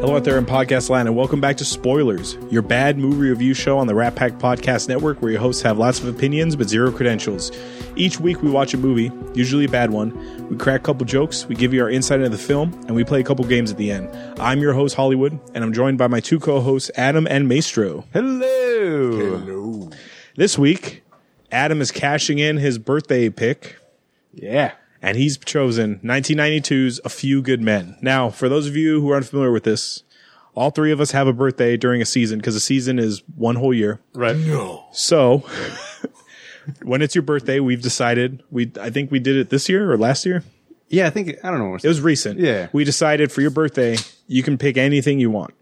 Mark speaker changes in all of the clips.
Speaker 1: Hello out there in podcast land, and welcome back to Spoilers, your bad movie review show on the Rat Pack Podcast Network, where your hosts have lots of opinions but zero credentials. Each week, we watch a movie, usually a bad one. We crack a couple jokes, we give you our insight into the film, and we play a couple games at the end. I'm your host Hollywood, and I'm joined by my two co-hosts Adam and Maestro.
Speaker 2: Hello.
Speaker 1: This week, Adam is cashing in his birthday pick
Speaker 2: Yeah.
Speaker 1: and he's chosen 1992's A Few Good Men. Now, for those of you who are unfamiliar with this, all three of us have a birthday during a season because a season is one whole year.
Speaker 2: Right.
Speaker 1: So, when it's your birthday, we've decided we I think we did it this year or last year.
Speaker 2: Yeah, I think I don't know.
Speaker 1: It was recent.
Speaker 2: Yeah.
Speaker 1: We decided for your birthday, you can pick anything you want.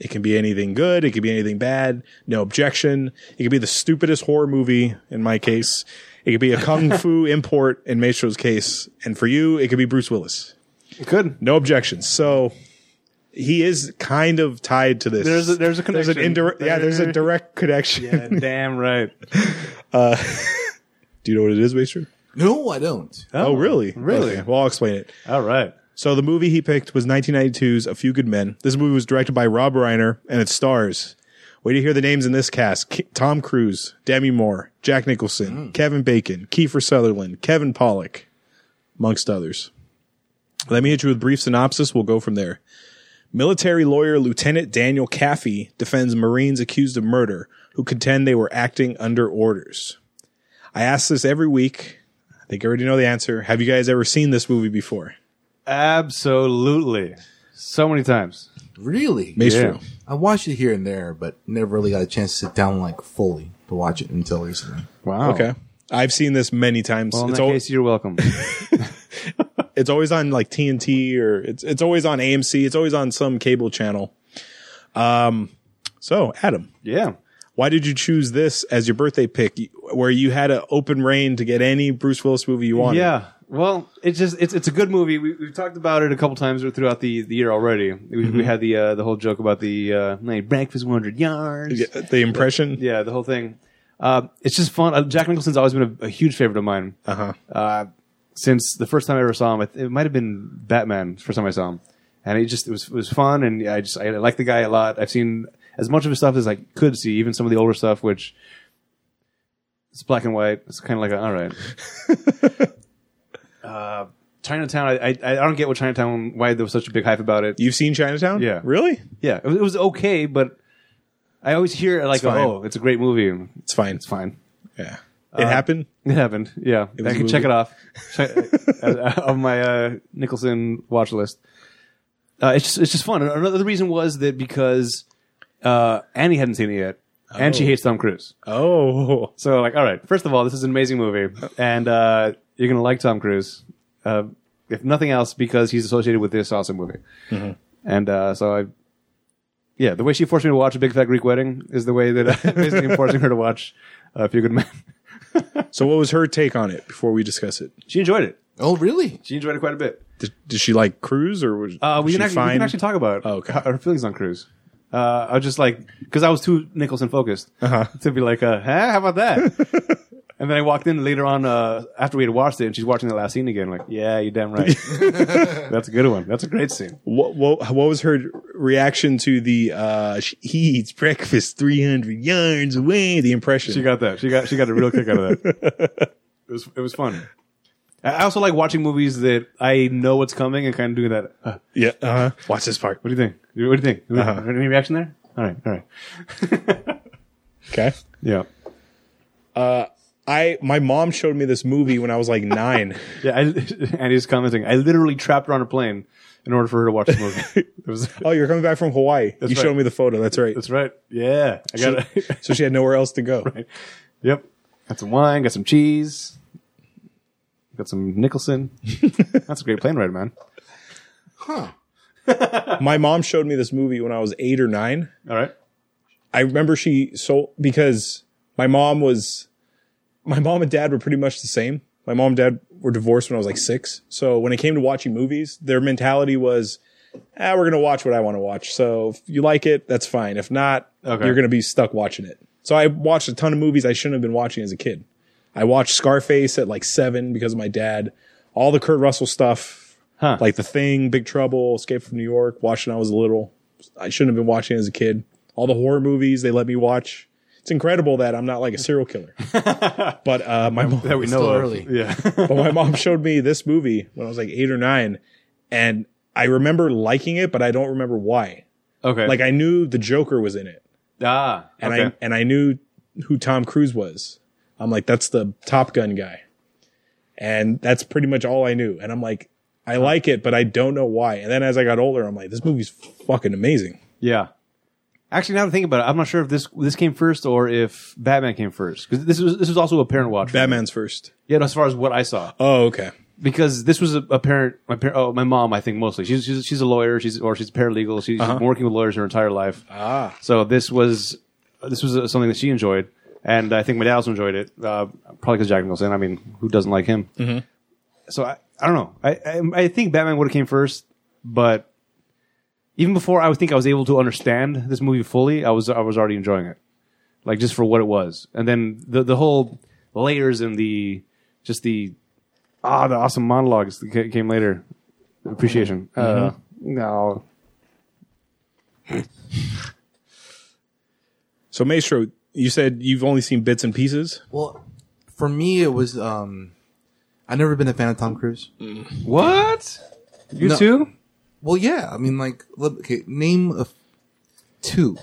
Speaker 1: It can be anything good. It could be anything bad. No objection. It could be the stupidest horror movie in my case. It could be a kung fu import in Maestro's case. And for you, it could be Bruce Willis.
Speaker 2: good.
Speaker 1: No objections. So he is kind of tied to this.
Speaker 2: There's a- there's a
Speaker 1: There's an
Speaker 2: connection
Speaker 1: indirect, yeah, there's a
Speaker 2: there.
Speaker 1: direct connection.
Speaker 2: Damn right.
Speaker 1: Do you know what it is, Maestro?
Speaker 3: No, I don't.
Speaker 1: Oh, really?
Speaker 2: really?
Speaker 1: Okay, Well, I'll explain it.
Speaker 2: All right.
Speaker 1: So the movie he picked was 1992's A Few Good Men. This movie was directed by Rob Reiner and it stars. Wait to hear the names in this cast: K- Tom Cruise, Demi Moore, Jack Nicholson, Kevin Bacon, Kiefer Sutherland, Kevin Pollock, amongst others. Let me hit you with a brief synopsis. We'll go from there. Military lawyer Lieutenant Daniel Caffey defends Marines accused of murder who contend they were acting under orders. I ask this every week. I think I already know the answer. Have you guys ever seen this movie before?
Speaker 2: Absolutely. So many times.
Speaker 3: Really?
Speaker 1: Maestro.
Speaker 2: Yeah.
Speaker 3: I watched it here and there, but never really got a chance to sit down like fully to watch it until recently.
Speaker 2: Wow.
Speaker 1: Okay. I've seen this many times.
Speaker 2: Oh. Well, in
Speaker 1: it's,
Speaker 2: that
Speaker 1: al-
Speaker 2: case, you're welcome.
Speaker 1: it's always on like TNT or it's it's always on AMC. It's always on some cable channel. Um, so Adam,
Speaker 2: yeah.
Speaker 1: why did you choose this as your birthday pick, y- where you had an open reign to get any Bruce Willis movie you wanted?
Speaker 2: Yeah. Well, it's just it's it's a good movie. We, we've talked about it a couple times throughout the, the year already. We,
Speaker 1: Mm-hmm.
Speaker 2: we had the uh, the whole joke about the uh, like, breakfast 100 yards.
Speaker 1: Yeah, uh, The impression.
Speaker 2: Yeah, the whole thing. Uh, it's just fun. Uh, Jack Nicholson's always been a, a huge favorite of mine. Uh-huh. Since the first time I ever saw him, I th- it might have been Batman. First time I saw him, and it just it was it was fun, and I just I like the guy a lot. I've seen as much of his stuff as I could see, even some of the older stuff, which it's black and white. It's kind of like a, all right. uh, Chinatown. I, I I don't get what Chinatown why there was such a big hype about it.
Speaker 1: You've seen Chinatown?
Speaker 2: Yeah.
Speaker 1: Really?
Speaker 2: Yeah, it was, it was okay, but I always hear like,
Speaker 1: fine.
Speaker 2: oh, it's a great movie.
Speaker 1: It's fine.
Speaker 2: It's fine. Uh,
Speaker 1: Yeah. It happened.
Speaker 2: It happened. Yeah, I
Speaker 1: was
Speaker 2: can
Speaker 1: a
Speaker 2: check
Speaker 1: movie.
Speaker 2: it off check, uh, on my uh, Nicholson watch list. Uh, it's just it's just fun. And Another reason was that because uh, Annie hadn't seen it yet, and she hates Tom Cruise.
Speaker 1: Oh,
Speaker 2: So like, all right, first of all, this is an amazing movie, and uh, you're gonna like Tom Cruise, uh, if nothing else, because he's associated with this awesome movie.
Speaker 1: Mm-hmm.
Speaker 2: And uh, so I, yeah, the way she forced me to watch a Big Fat Greek Wedding is the way that I basically am forcing her to watch uh, Few Good Men.
Speaker 1: so what was her take on it before we discuss it?
Speaker 2: She enjoyed it.
Speaker 3: Oh, really?
Speaker 2: She enjoyed it quite a bit.
Speaker 1: Did, did she like Cruise or was,
Speaker 2: Uh,
Speaker 1: was
Speaker 2: we,
Speaker 1: she
Speaker 2: can actually, we
Speaker 1: fine?
Speaker 2: can actually talk about
Speaker 1: Oh, okay.
Speaker 2: h- our feelings on Cruise. Uh, I was just like, because I was too Nicholson focused to be like, uh, huh, how about that? and then I walked in later on uh, after we had watched it, and she's watching the last scene again. Like, yeah, you're damn right. That's a good one. That's a great scene.
Speaker 1: what, what what was her reaction to the uh sh- he eats breakfast 300 yards away the impression
Speaker 2: She got that. She got she got a real kick out of that. It was it was fun. I I also like watching movies that I know what's coming and kind of doing that. Uh,
Speaker 1: yeah uh-huh watch this part
Speaker 2: what do you think? What do you think? Any reaction there? All right, all right.
Speaker 1: okay
Speaker 2: Yeah.
Speaker 1: i my mom showed me this movie when i was like 9
Speaker 2: Yeah, I, and he's commenting. I literally trapped her on a plane in order for her to watch the movie. It was-
Speaker 1: oh you're coming back from hawaii you
Speaker 2: right.
Speaker 1: showed me the photo that's right
Speaker 2: that's right. Yeah, I got it.
Speaker 1: so she had nowhere else to go
Speaker 2: yep, got some wine, got some cheese, got some Nicholson. That's a great plane ride, man.
Speaker 1: my mom showed me this movie when i was 8 or 9
Speaker 2: All right.
Speaker 1: I remember she sold because my mom was my mom and dad were pretty much the same. My mom and dad were divorced when I was like six. So when it came to watching movies, their mentality was, ah, we're gonna watch what I want to watch. So if you like it, that's fine. If not,
Speaker 2: Okay.
Speaker 1: you're gonna be stuck watching it. So I watched a ton of movies I shouldn't have been watching as a kid. I watched Scarface at like seven because of my dad. All the Kurt Russell stuff,
Speaker 2: Huh.
Speaker 1: like The Thing, Big Trouble, Escape from New York, watched when I was little. I shouldn't have been watching as a kid. All the horror movies they let me watch. It's incredible that I'm not like a serial killer. but uh, my mom,
Speaker 2: that we
Speaker 3: It's
Speaker 2: know
Speaker 3: still
Speaker 2: of.
Speaker 3: early.
Speaker 2: Yeah.
Speaker 1: but my mom showed me this movie when I was like eight or nine, and I remember liking it, but I don't remember why.
Speaker 2: okay.
Speaker 1: Like I knew the Joker was in it,
Speaker 2: ah.
Speaker 1: and
Speaker 2: okay.
Speaker 1: I and I knew who Tom Cruise was. I'm like, that's the Top Gun guy, and that's pretty much all I knew. And I'm like, I like it, but I don't know why. And then as I got older, I'm like, this movie's fucking amazing.
Speaker 2: yeah. Actually, now to think about it, I'm not sure if this this came first or if Batman came first because this was this was also a parent watch. for me.
Speaker 1: Batman's first.
Speaker 2: yeah, as far as what I saw,
Speaker 1: Oh, okay.
Speaker 2: because this was a, a parent. My parent, oh, my mom, I think mostly. She's she's, she's a lawyer. She's or she's paralegal. She's been working with lawyers her entire life. Ah, so this was this was uh, something that she enjoyed, and I think my dad also enjoyed it. Uh, probably because Jack Nicholson. I mean, who doesn't like him? So I, I don't know. I I, I think Batman would have came first, but even before I would think I was able to understand this movie fully, I was I was already enjoying it, like just for what it was, and then the the whole layers and the just the ah the awesome monologues that ca- came later. Appreciation. Uh,
Speaker 3: Mm-hmm.
Speaker 2: no.
Speaker 1: So Maestro, you said you've only seen bits and pieces.
Speaker 3: Well, for me, it was. um I've never been a fan of Tom Cruise.
Speaker 2: What? You
Speaker 3: No.
Speaker 2: too?
Speaker 3: Well, yeah. I mean, like, look- okay, name of two.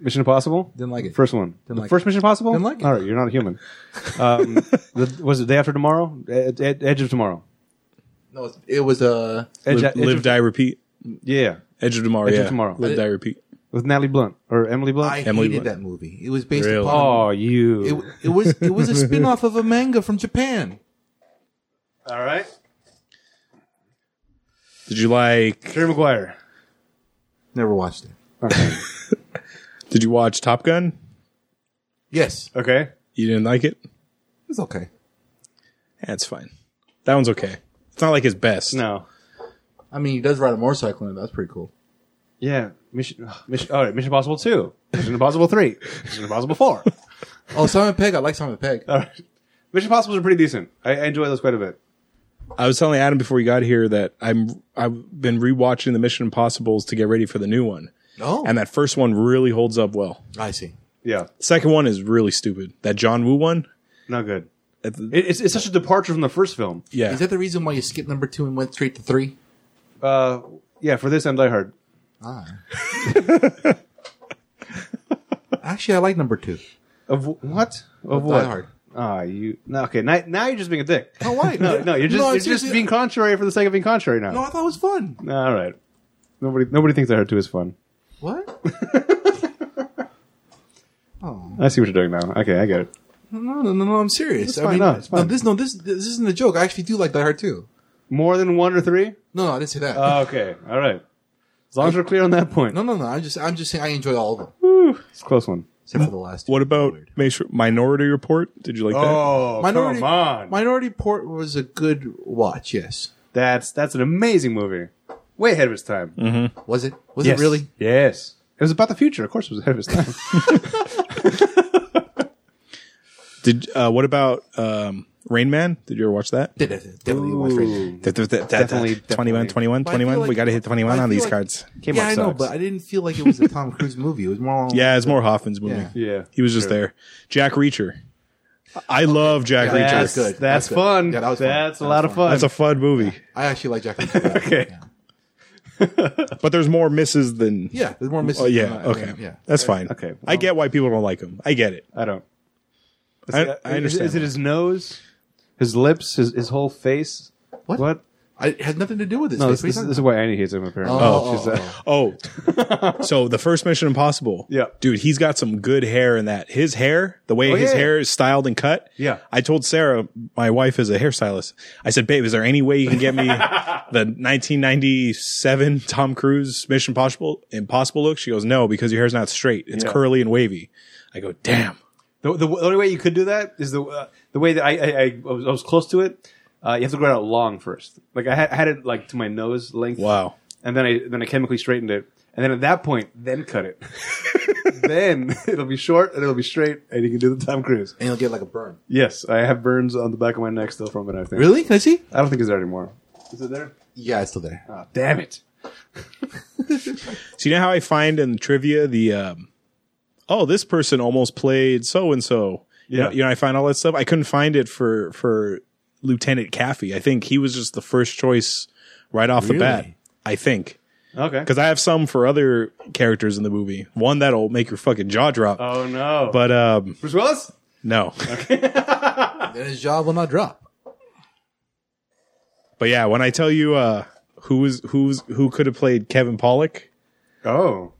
Speaker 2: Mission Impossible.
Speaker 3: Didn't like it.
Speaker 2: First one. the
Speaker 3: like
Speaker 2: first
Speaker 3: it.
Speaker 2: Mission Impossible.
Speaker 3: Didn't like it.
Speaker 2: All right, you're not a human. Um, the, was it day after tomorrow? Ed, Ed- edge of tomorrow.
Speaker 3: No, it- it was uh,
Speaker 2: Edge,
Speaker 1: Live,
Speaker 2: Edge of-
Speaker 1: live die, repeat.
Speaker 2: yeah,
Speaker 1: Edge of Tomorrow.
Speaker 2: Edge of
Speaker 1: yeah.
Speaker 2: Tomorrow. Uh,
Speaker 1: Live, die, repeat.
Speaker 2: with Natalie Blunt or Emily Blunt.
Speaker 3: I
Speaker 1: Emily
Speaker 3: hated
Speaker 1: Blunt.
Speaker 3: that movie. It was based
Speaker 1: Really?
Speaker 3: upon.
Speaker 2: oh, you.
Speaker 3: It, it was it was a spin off of a manga from Japan.
Speaker 2: All right,
Speaker 1: Did you like?
Speaker 2: Jerry Maguire.
Speaker 3: Never watched it.
Speaker 2: Okay.
Speaker 1: Did you watch Top Gun?
Speaker 3: Yes,
Speaker 2: okay.
Speaker 1: You didn't like it?
Speaker 3: it's okay.
Speaker 1: That's fine. That one's okay. It's not like his best.
Speaker 2: No.
Speaker 3: I mean, he does ride a motorcycle, and that's pretty cool.
Speaker 2: Yeah. Mission. ugh, Mission. All right. Mission Impossible two. Mission Impossible three. Mission Impossible four.
Speaker 3: Oh, Simon Pegg. I like Simon Pegg.
Speaker 2: All right. Mission Impossibles are pretty decent. I, I enjoy those quite a bit.
Speaker 1: I was telling Adam before you got here that I'm I've been rewatching the Mission Impossibles to get ready for the new one.
Speaker 3: Oh,
Speaker 1: And that first one really holds up well.
Speaker 3: I see.
Speaker 2: Yeah.
Speaker 1: Second one is really stupid. That John Woo one?
Speaker 2: Not good.
Speaker 1: At the-
Speaker 2: It, it's, it's such a departure from the first film.
Speaker 1: yeah.
Speaker 3: Is that the reason why you skipped number two and went straight to three?
Speaker 2: Uh, yeah. For this and Die Hard.
Speaker 3: Ah. Actually, I like number two.
Speaker 2: Of wh- what? Of
Speaker 3: Die
Speaker 2: what?
Speaker 3: Hard.
Speaker 2: Ah, you. No, okay. Now, now you're just being a dick.
Speaker 3: No, why?
Speaker 2: No, no, you're just
Speaker 3: I'm
Speaker 2: you're just
Speaker 3: seriously-
Speaker 2: being contrary for the sake of being contrary
Speaker 3: No,
Speaker 2: now.
Speaker 3: I thought it was fun.
Speaker 2: All right. Nobody nobody thinks Die Hard two is fun.
Speaker 3: What? oh
Speaker 2: I see what you're doing now. Okay, I get it.
Speaker 3: no, no, no, no! I'm serious.
Speaker 2: It's
Speaker 3: I
Speaker 2: fine,
Speaker 3: mean,
Speaker 2: no, it's
Speaker 3: no,
Speaker 2: fine.
Speaker 3: this, no, this, this isn't a joke. I actually do like Die Hard too.
Speaker 2: More than one or three? Ah,
Speaker 3: No, no, I didn't say that.
Speaker 2: Okay. All right. As long as we're clear on that point.
Speaker 3: no, no, no. I'm just, I'm just saying I enjoy all of them
Speaker 2: Whew, it's a close one.
Speaker 3: except for the last. two.
Speaker 1: what about
Speaker 3: Weird.
Speaker 1: Maestro- Minority Report? Did you like
Speaker 2: Oh,
Speaker 3: Minority?
Speaker 2: come on.
Speaker 3: Minority Port was a good watch. Yes,
Speaker 2: that's that's an amazing movie. Way ahead of its time.
Speaker 3: was it? Was
Speaker 2: Yes.
Speaker 3: it really?
Speaker 2: Yes. It was about the future. Of course, it was ahead of its time.
Speaker 1: that? Did uh, what about um, Rain Man? Did you ever watch that?
Speaker 3: Did it? Definitely my favorite.
Speaker 1: Definitely, 21, 21,
Speaker 3: But I
Speaker 1: 21.
Speaker 3: feel
Speaker 1: we
Speaker 3: like-
Speaker 1: got to hit 21
Speaker 3: I
Speaker 1: on
Speaker 3: feel
Speaker 1: these
Speaker 3: like-
Speaker 1: cards.
Speaker 2: Kmart
Speaker 3: yeah, I know,
Speaker 2: sucks.
Speaker 3: but I didn't feel like it was a Tom Cruise movie. It was more.
Speaker 1: Yeah, it's more Hoffman's movie.
Speaker 3: Yeah.
Speaker 2: yeah.
Speaker 1: He was just there. Jack Reacher. I love Jack
Speaker 3: Yeah,
Speaker 1: Reacher.
Speaker 2: That's,
Speaker 3: That's
Speaker 2: good.
Speaker 3: good.
Speaker 2: That's,
Speaker 3: That's good.
Speaker 2: fun.
Speaker 3: Yeah, that was fun.
Speaker 2: that's a
Speaker 3: That
Speaker 2: lot
Speaker 3: was
Speaker 2: of fun.
Speaker 1: That's a fun movie.
Speaker 3: I actually like Jack.
Speaker 2: Okay.
Speaker 3: Yeah.
Speaker 1: But there's more misses than
Speaker 3: Yeah, there's more misses.
Speaker 1: Oh yeah,
Speaker 3: than I-
Speaker 1: okay,
Speaker 3: Yeah.
Speaker 1: that's fine.
Speaker 2: Okay, well-
Speaker 1: I get why people don't like him. I get it.
Speaker 2: I don't.
Speaker 1: I-
Speaker 2: Is-
Speaker 1: I understand
Speaker 2: Is, is it
Speaker 1: that.
Speaker 2: his nose, his lips, his, his whole face?
Speaker 3: What?
Speaker 2: What?
Speaker 3: I, it has nothing to do with this.
Speaker 2: No,
Speaker 3: What
Speaker 2: this,
Speaker 3: are you
Speaker 2: this,
Speaker 3: talking
Speaker 2: this is why Annie hates him. Apparently.
Speaker 3: Oh,
Speaker 2: She's,
Speaker 3: oh,
Speaker 2: uh,
Speaker 1: Oh, so the first Mission Impossible,
Speaker 2: Yeah.
Speaker 1: dude, he's got some good hair in that. His hair, the way
Speaker 2: Oh,
Speaker 1: his
Speaker 2: yeah.
Speaker 1: hair is styled and cut.
Speaker 2: Yeah.
Speaker 1: I told Sarah, my wife is a hairstylist. I said, babe, is there any way you can get me the 1997 Tom Cruise Mission Impossible Impossible look? She goes, no, because your hair's not straight. It's
Speaker 2: Yeah.
Speaker 1: curly and wavy. I go, damn.
Speaker 2: The, the, the only way you could do that is the uh, the way that I I, I, was, I was close to it. Uh, you have to grow it out long first. Like I had, had it like to my nose length.
Speaker 1: Wow.
Speaker 2: And then I then I chemically straightened it. And then at that point, then cut it. then it'll be short and it'll be straight, and you can do the Tom Cruise.
Speaker 3: and you'll get like a burn.
Speaker 2: Yes, I have burns on the back of my neck still from it. I think.
Speaker 3: Really? Can I see? Ah.
Speaker 2: I don't think it's there anymore. Is Ah, it there?
Speaker 3: Yeah, it's still there.
Speaker 2: Ah, damn it.
Speaker 1: See now how I find in trivia the um, oh this person almost played so and so. You
Speaker 2: Yeah.
Speaker 1: know, you know I find all that stuff. I couldn't find it for for Lieutenant Caffey. I think he was just the first choice right off the
Speaker 3: Really?
Speaker 1: bat. I think
Speaker 2: Okay.
Speaker 1: because I have some for other characters in the movie. One that'll make your fucking jaw drop.
Speaker 2: Oh no.
Speaker 1: But um,
Speaker 2: Bruce Willis.
Speaker 1: no.
Speaker 3: Then his job will not drop.
Speaker 1: But yeah, when I tell you uh, who was who's who could have played Kevin Pollock.
Speaker 2: Oh.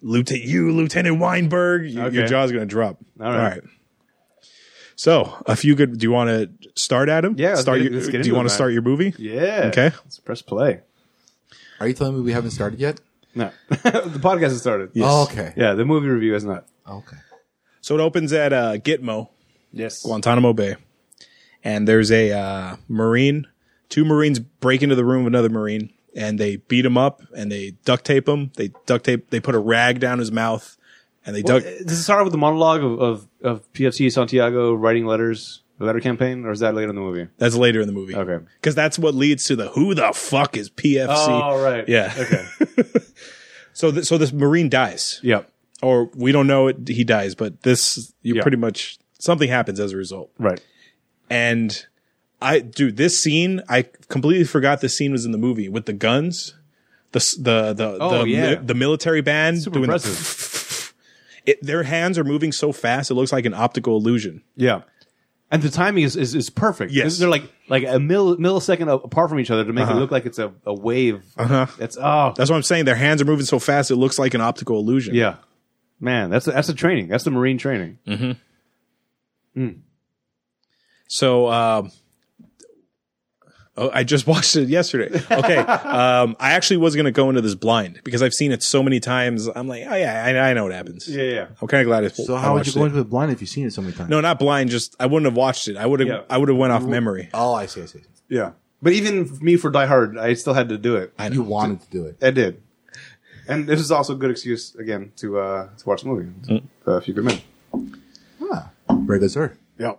Speaker 1: Lieutenant, you, Lieutenant Weinberg, you, your
Speaker 2: Okay.
Speaker 1: jaw's gonna drop.
Speaker 2: All right.
Speaker 1: So, if you could, do you want to start, Adam?
Speaker 2: Yeah, let's
Speaker 1: Start
Speaker 2: get-
Speaker 1: your,
Speaker 2: let's get
Speaker 1: do
Speaker 2: into
Speaker 1: you
Speaker 2: it,
Speaker 1: want to
Speaker 2: man.
Speaker 1: start your movie?
Speaker 2: Yeah.
Speaker 1: Okay.
Speaker 2: Let's press play.
Speaker 3: Are you telling me we haven't started yet?
Speaker 2: No. the podcast has started.
Speaker 1: Yes.
Speaker 3: Oh, okay.
Speaker 2: Yeah. The movie review has not.
Speaker 3: Okay.
Speaker 1: So it opens at uh, Gitmo,
Speaker 2: Yes.
Speaker 1: Guantanamo Bay, and there's a uh, Marine. Two Marines break into the room of another Marine, and they beat him up, and they duct tape him. They duct tape. They put a rag down his mouth, and they
Speaker 2: Well,
Speaker 1: duct.
Speaker 2: Uh, does it start off with the monologue of, of, of PFC Santiago writing letters, the letter campaign, or is that later in the movie?
Speaker 1: That's later in the movie.
Speaker 2: Okay. Oh,
Speaker 1: Because that's what leads to the who the fuck is PFC?
Speaker 2: right.
Speaker 1: Yeah.
Speaker 2: Okay.
Speaker 1: So, th- so this Marine dies.
Speaker 2: yep.
Speaker 1: or we don't know it he dies but this you
Speaker 2: Yeah.
Speaker 1: pretty much something happens as a result
Speaker 2: Right.
Speaker 1: and i dude this scene i completely forgot this scene was in the movie with the guns the s- the the
Speaker 2: Oh,
Speaker 1: the, mi-
Speaker 2: yeah.
Speaker 1: the military band
Speaker 2: Super
Speaker 1: doing the-
Speaker 2: impressive.
Speaker 1: it, their hands are moving so fast it looks like an optical illusion
Speaker 2: Yeah. And the timing is, is, is perfect.
Speaker 1: Yes.
Speaker 2: They're like like a mill, millisecond a- apart from each other to make it look like it's a, a wave. Uh-huh. That's oh
Speaker 1: that's what i'm saying their hands are moving so fast it looks like an optical illusion
Speaker 2: yeah. Man, that's that's the training. That's the marine training.
Speaker 1: So um, oh, I just watched it yesterday. Okay, um, I actually was going to go into this blind because I've seen it so many times. I'm like, oh yeah, I, I know what happens.
Speaker 2: Yeah, yeah.
Speaker 1: I'm kind of glad. I,
Speaker 3: So
Speaker 1: I
Speaker 2: Oh,
Speaker 3: how would you
Speaker 1: watched
Speaker 3: go
Speaker 1: it.
Speaker 3: into it blind if you've seen it so many times?
Speaker 1: No, not blind. Just I wouldn't have watched it. I would have.
Speaker 2: Yeah.
Speaker 1: I would have went off memory.
Speaker 3: Oh, I see. I see.
Speaker 2: Yeah. But even me for Die Hard, I still had to do it. I,
Speaker 3: You wanted to do it.
Speaker 2: did. And this is also a good excuse again to uh to watch the movie. Uh, if you could men.
Speaker 3: Ah, very good, sir.
Speaker 2: Yeah.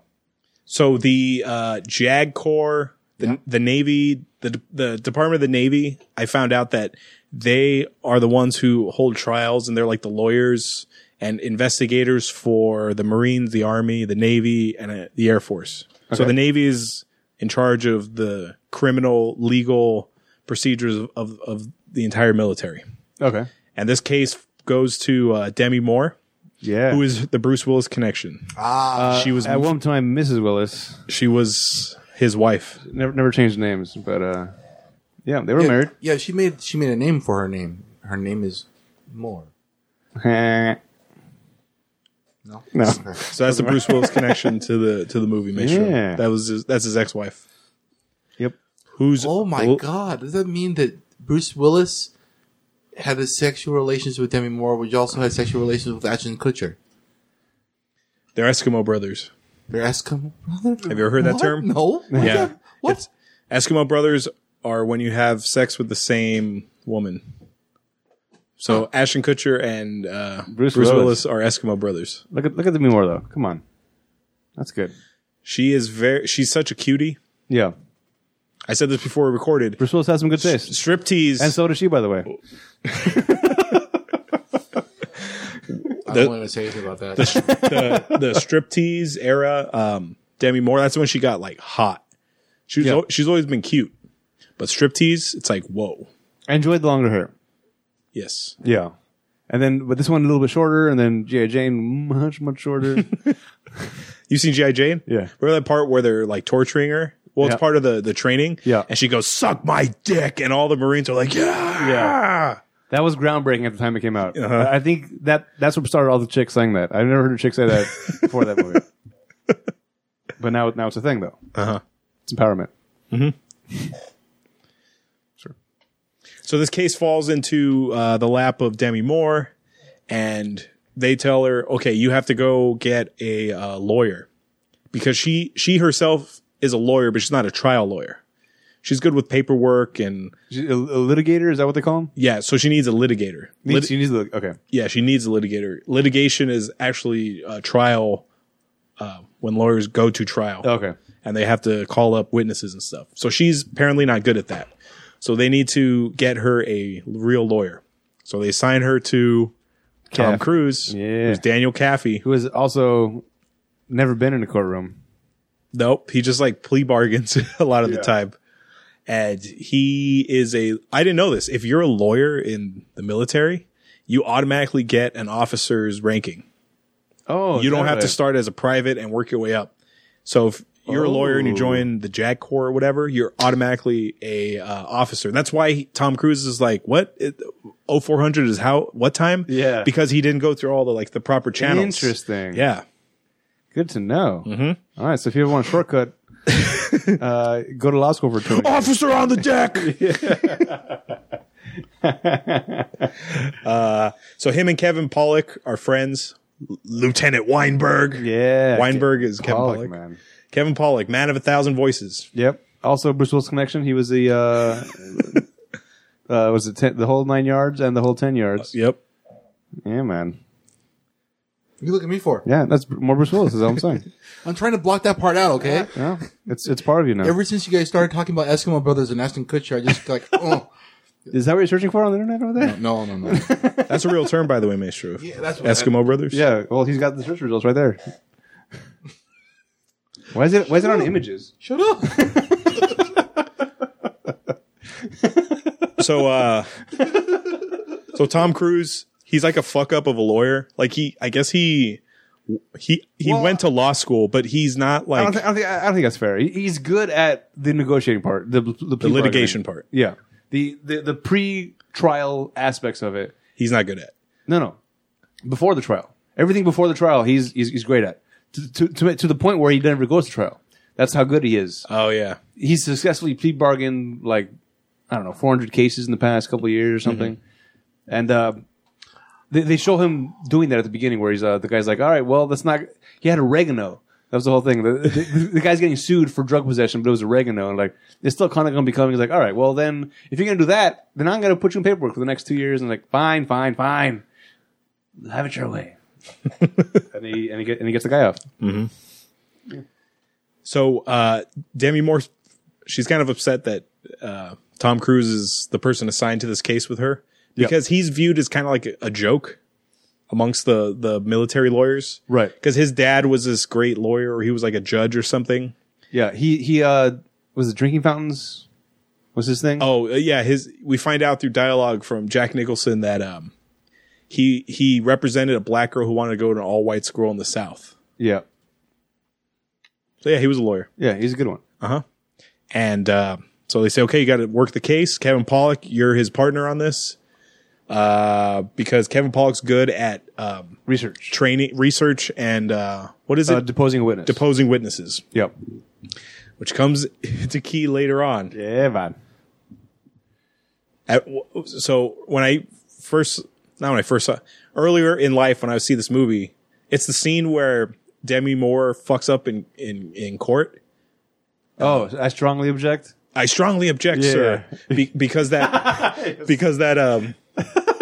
Speaker 1: So the uh, JAG Corps, the the Navy, the the Department of the Navy. I found out that they are the ones who hold trials, and they're like the lawyers and investigators for the Marines, the Army, the Navy, and uh, the Air Force. So
Speaker 2: Okay.
Speaker 1: the Navy is in charge of the criminal legal procedures of of, of the entire military.
Speaker 2: Okay.
Speaker 1: And this case goes to uh, Demi Moore,
Speaker 2: Yeah.
Speaker 1: who is the Bruce Willis connection.
Speaker 3: Ah,
Speaker 1: she was
Speaker 2: at one time Mrs. Willis.
Speaker 1: she was his wife.
Speaker 2: Never never changed names, but uh yeah, they were married.
Speaker 3: Yeah, she made she made a name for her name. Her name is Moore.
Speaker 2: no. No.
Speaker 1: So that's the Bruce Willis connection to the to the movie. Make
Speaker 2: Yeah.
Speaker 1: that was his, that's his ex wife.
Speaker 2: Yep.
Speaker 1: Who's
Speaker 3: Oh my
Speaker 1: who-
Speaker 3: God! Does that mean that Bruce Willis had a sexual relations with Demi Moore, which also had sexual relations with Ashton Kutcher?
Speaker 1: They're Eskimo brothers.
Speaker 3: They're Eskimo brother.
Speaker 1: Have you ever heard that
Speaker 3: What?
Speaker 1: term?
Speaker 3: No. What?
Speaker 1: Yeah.
Speaker 3: the- What?
Speaker 1: Eskimo brothers are when you have sex with the same woman. So Ashton Kutcher and uh, Bruce,
Speaker 2: Bruce
Speaker 1: Willis. are Eskimo brothers.
Speaker 2: Look at look at the more though. Come on. That's good.
Speaker 1: She is very. She's such a cutie.
Speaker 2: Yeah.
Speaker 1: I said this before we recorded.
Speaker 2: Bruce Willis has some good taste.
Speaker 1: Striptease.
Speaker 2: And so does she, by the way.
Speaker 3: I don't want to say anything about that.
Speaker 1: the the striptease era, um, Demi Moore. That's when she got like hot. She was
Speaker 2: Yeah.
Speaker 1: al- she's always been cute, but striptease, it's like whoa,
Speaker 2: I enjoyed the longer hair.
Speaker 1: yes.
Speaker 2: Yeah. And then but this one a little bit shorter, and then G.I. Jane much, much shorter.
Speaker 1: You seen GI Jane?
Speaker 2: Yeah.
Speaker 1: Remember that part where they're like torturing her? Well, it's
Speaker 2: Yeah.
Speaker 1: part of the the training.
Speaker 2: Yeah.
Speaker 1: And she goes, "Suck my dick," and all the Marines are like, "Yeah."
Speaker 2: Yeah. that was groundbreaking at the time it came out. I I think that that's what started all the chicks saying that. I've never heard a chick say that before that movie. But now now it's a thing though. Uh-huh. It's empowerment.
Speaker 1: So this case falls into uh, the lap of Demi Moore, and they tell her, "Okay, you have to go get a uh, lawyer," because she she herself is a lawyer, but she's not a trial lawyer. She's good with paperwork and
Speaker 2: She- A, a litigator, is that what they call him?
Speaker 1: yeah, so she needs a litigator. Lit-
Speaker 2: she needs the okay.
Speaker 1: yeah, she needs a litigator. Litigation is actually a trial uh, when lawyers go to trial
Speaker 2: Okay.
Speaker 1: and they have to call up witnesses and stuff. So she's apparently not good at that. So they need to get her a real lawyer. So they assign her to Tom
Speaker 2: Caff-
Speaker 1: Cruise,
Speaker 2: Yeah.
Speaker 1: who's Daniel Caffey.
Speaker 2: who has also never been in a courtroom.
Speaker 1: Nope, he just like plea bargains a lot of the
Speaker 2: Yeah.
Speaker 1: time. And he is a I didn't know this. If you're a lawyer in the military, you automatically get an officer's ranking.
Speaker 2: Oh,
Speaker 1: you don't have to start as a private and work your way up. So if you're a lawyer and you
Speaker 2: Oh.
Speaker 1: join the JAG Corps or whatever, you're automatically a uh, officer. That's why he, Tom Cruise is like, what? It, 0400 is how? What time?
Speaker 2: Yeah.
Speaker 1: because he didn't go through all the like the proper channels.
Speaker 2: Interesting.
Speaker 1: Yeah,
Speaker 2: Good to know. Mm-hmm. right, so if you ever want a shortcut, uh, go to law school for two. years.
Speaker 1: officer on the deck. uh, so him and Kevin Pollock are friends. L- Lieutenant Weinberg.
Speaker 2: Yeah,
Speaker 1: Weinberg is Kevin
Speaker 2: Pollock,
Speaker 1: Pollock.
Speaker 2: man.
Speaker 1: Kevin Pollock, man of a thousand voices.
Speaker 2: Yep. Also, Bruce Willis connection. He was the uh, uh, was it ten, the whole nine yards and the whole ten yards.
Speaker 1: Yep.
Speaker 2: Yeah, man.
Speaker 3: You look at me for.
Speaker 2: Yeah, that's more Bruce Willis. Is all I'm saying.
Speaker 3: I'm trying to block that part out, okay?
Speaker 2: Yeah, it's it's part of you now.
Speaker 3: Ever since you guys started talking about Eskimo Brothers and Ashton Kutcher, I just like, oh
Speaker 2: Is that what you're searching for on the internet over there?
Speaker 3: no, no, no.
Speaker 1: That's a real term, by the way, Maestro.
Speaker 3: Yeah, that's what
Speaker 1: Eskimo Brothers.
Speaker 2: Yeah. Well, he's got the search results right there. Why is it? Why is it on images?
Speaker 3: Shut up.
Speaker 1: So, uh, so Tom Cruise, he's like a fuck up of a lawyer. Like he, I guess he, he, he
Speaker 2: Well,
Speaker 1: went to law school, but he's not
Speaker 2: I don't,
Speaker 1: like
Speaker 2: think, I, don't think, I don't think that's fair. He- He's good at the negotiating part, the the,
Speaker 1: the
Speaker 2: plea
Speaker 1: litigation
Speaker 2: bargaining.
Speaker 1: part.
Speaker 2: Yeah, the the, the pre trial aspects of it.
Speaker 1: He's not good at.
Speaker 2: No, no, before the trial, everything before the trial, he's he's, he's great at to, to to to the point where he never goes to trial. That's how good he is.
Speaker 1: Oh yeah.
Speaker 2: he's successfully plea bargained like I don't know 400 cases in the past couple of years or something, and uh, they, they show him doing that at the beginning where he's uh, the guy's like, all right, well that's not he had oregano. That was the whole thing. The, the, the guy's getting sued for drug possession, but it was oregano, and like it's still kind of going to be coming. He's like, all right, well then if you're going to do that, then I'm going to put you in paperwork for the next two years, and like fine, fine, fine, have it your way. and he and he, get, and he gets the guy off.
Speaker 1: So uh, Demi Moore, she's kind of upset that uh, Tom Cruise is the person assigned to this case with her because he's viewed as kind of like a- a joke amongst the the military lawyers,
Speaker 2: Right.
Speaker 1: Because his dad was this great lawyer, or he was like a judge or something.
Speaker 2: Yeah, he he uh was it drinking fountains? Was his thing?
Speaker 1: Oh uh, yeah, his we find out through dialogue from Jack Nicholson that um he he represented a black girl who wanted to go to an all white school in the South.
Speaker 2: Yeah.
Speaker 1: So yeah, he was a lawyer.
Speaker 2: Yeah, he's a good one.
Speaker 1: And uh, so they say, okay, you got to work the case. Kevin Pollock, you're his partner on this. Uh, because Kevin Pollock's good at um,
Speaker 2: Research.
Speaker 1: training, research, and uh, what is it?
Speaker 2: Uh, deposing a witness.
Speaker 1: Deposing witnesses,
Speaker 2: yep.
Speaker 1: which comes to key later on.
Speaker 2: Yeah, man.
Speaker 1: At- w- so when I first, not when I first saw, earlier in life when I see this movie, it's the scene where Demi Moore fucks up in, in, in court.
Speaker 2: Oh, I strongly object.
Speaker 1: I strongly object, sir, be- because that because that um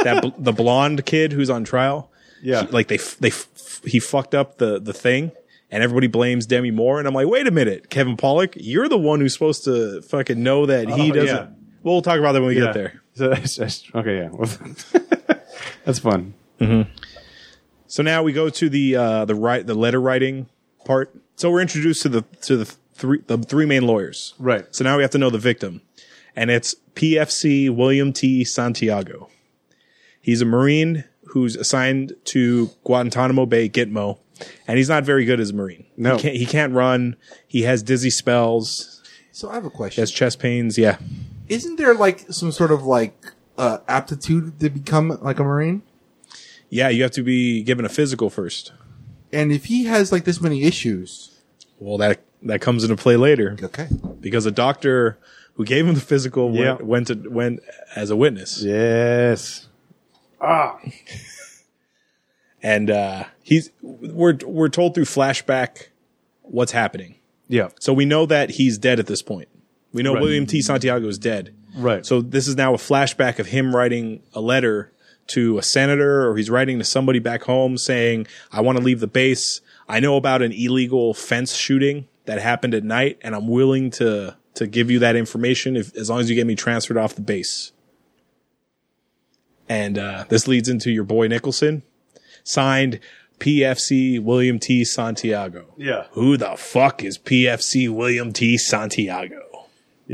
Speaker 1: that bl- the blonde kid who's on trial,
Speaker 2: Yeah.
Speaker 1: he- like they f- they f- he fucked up the the thing, and everybody blames Demi Moore, and I'm like, wait a minute, Kevin Pollock, you're the one who's supposed to fucking know that he
Speaker 2: Oh,
Speaker 1: doesn't.
Speaker 2: yeah.
Speaker 1: Well, we'll talk about that when we get there.
Speaker 2: So, I st- okay, yeah. Well, that's fun.
Speaker 1: So now we go to the uh the right the letter writing part. So we're introduced to the to the three the three main lawyers.
Speaker 2: Right.
Speaker 1: So now we have to know the victim. And it's PFC William T. Santiago. He's a Marine who's assigned to Guantanamo Bay Gitmo, and he's not very good as a Marine.
Speaker 2: No.
Speaker 1: He can't, he can't run. He has dizzy spells.
Speaker 3: So I have a
Speaker 1: He
Speaker 3: question.
Speaker 1: has chest pains. Yeah.
Speaker 3: Isn't there like some sort of like uh, aptitude to become like a marine?
Speaker 1: Yeah, you have to be given a physical first.
Speaker 3: And if he has like this many issues,
Speaker 1: Well, that that comes into play later
Speaker 3: okay,
Speaker 1: because a doctor who gave him the physical
Speaker 2: Yeah.
Speaker 1: went, went to went as a witness.
Speaker 2: Yes.
Speaker 1: And uh he's we're we're told through flashback what's happening.
Speaker 2: Yeah.
Speaker 1: So we know that he's dead at this point. We know
Speaker 2: Right.
Speaker 1: William T. Santiago is dead.
Speaker 2: Right.
Speaker 1: So this is now a flashback of him writing a letter to a senator or he's writing to somebody back home saying, I want to leave the base. I know about an illegal fence shooting that happened at night and I'm willing to, to give you that information if, as long as you get me transferred off the base. And uh, this leads into your boy Nicholson, signed PFC William T. Santiago.
Speaker 2: Yeah.
Speaker 1: Who the fuck is PFC William T. Santiago?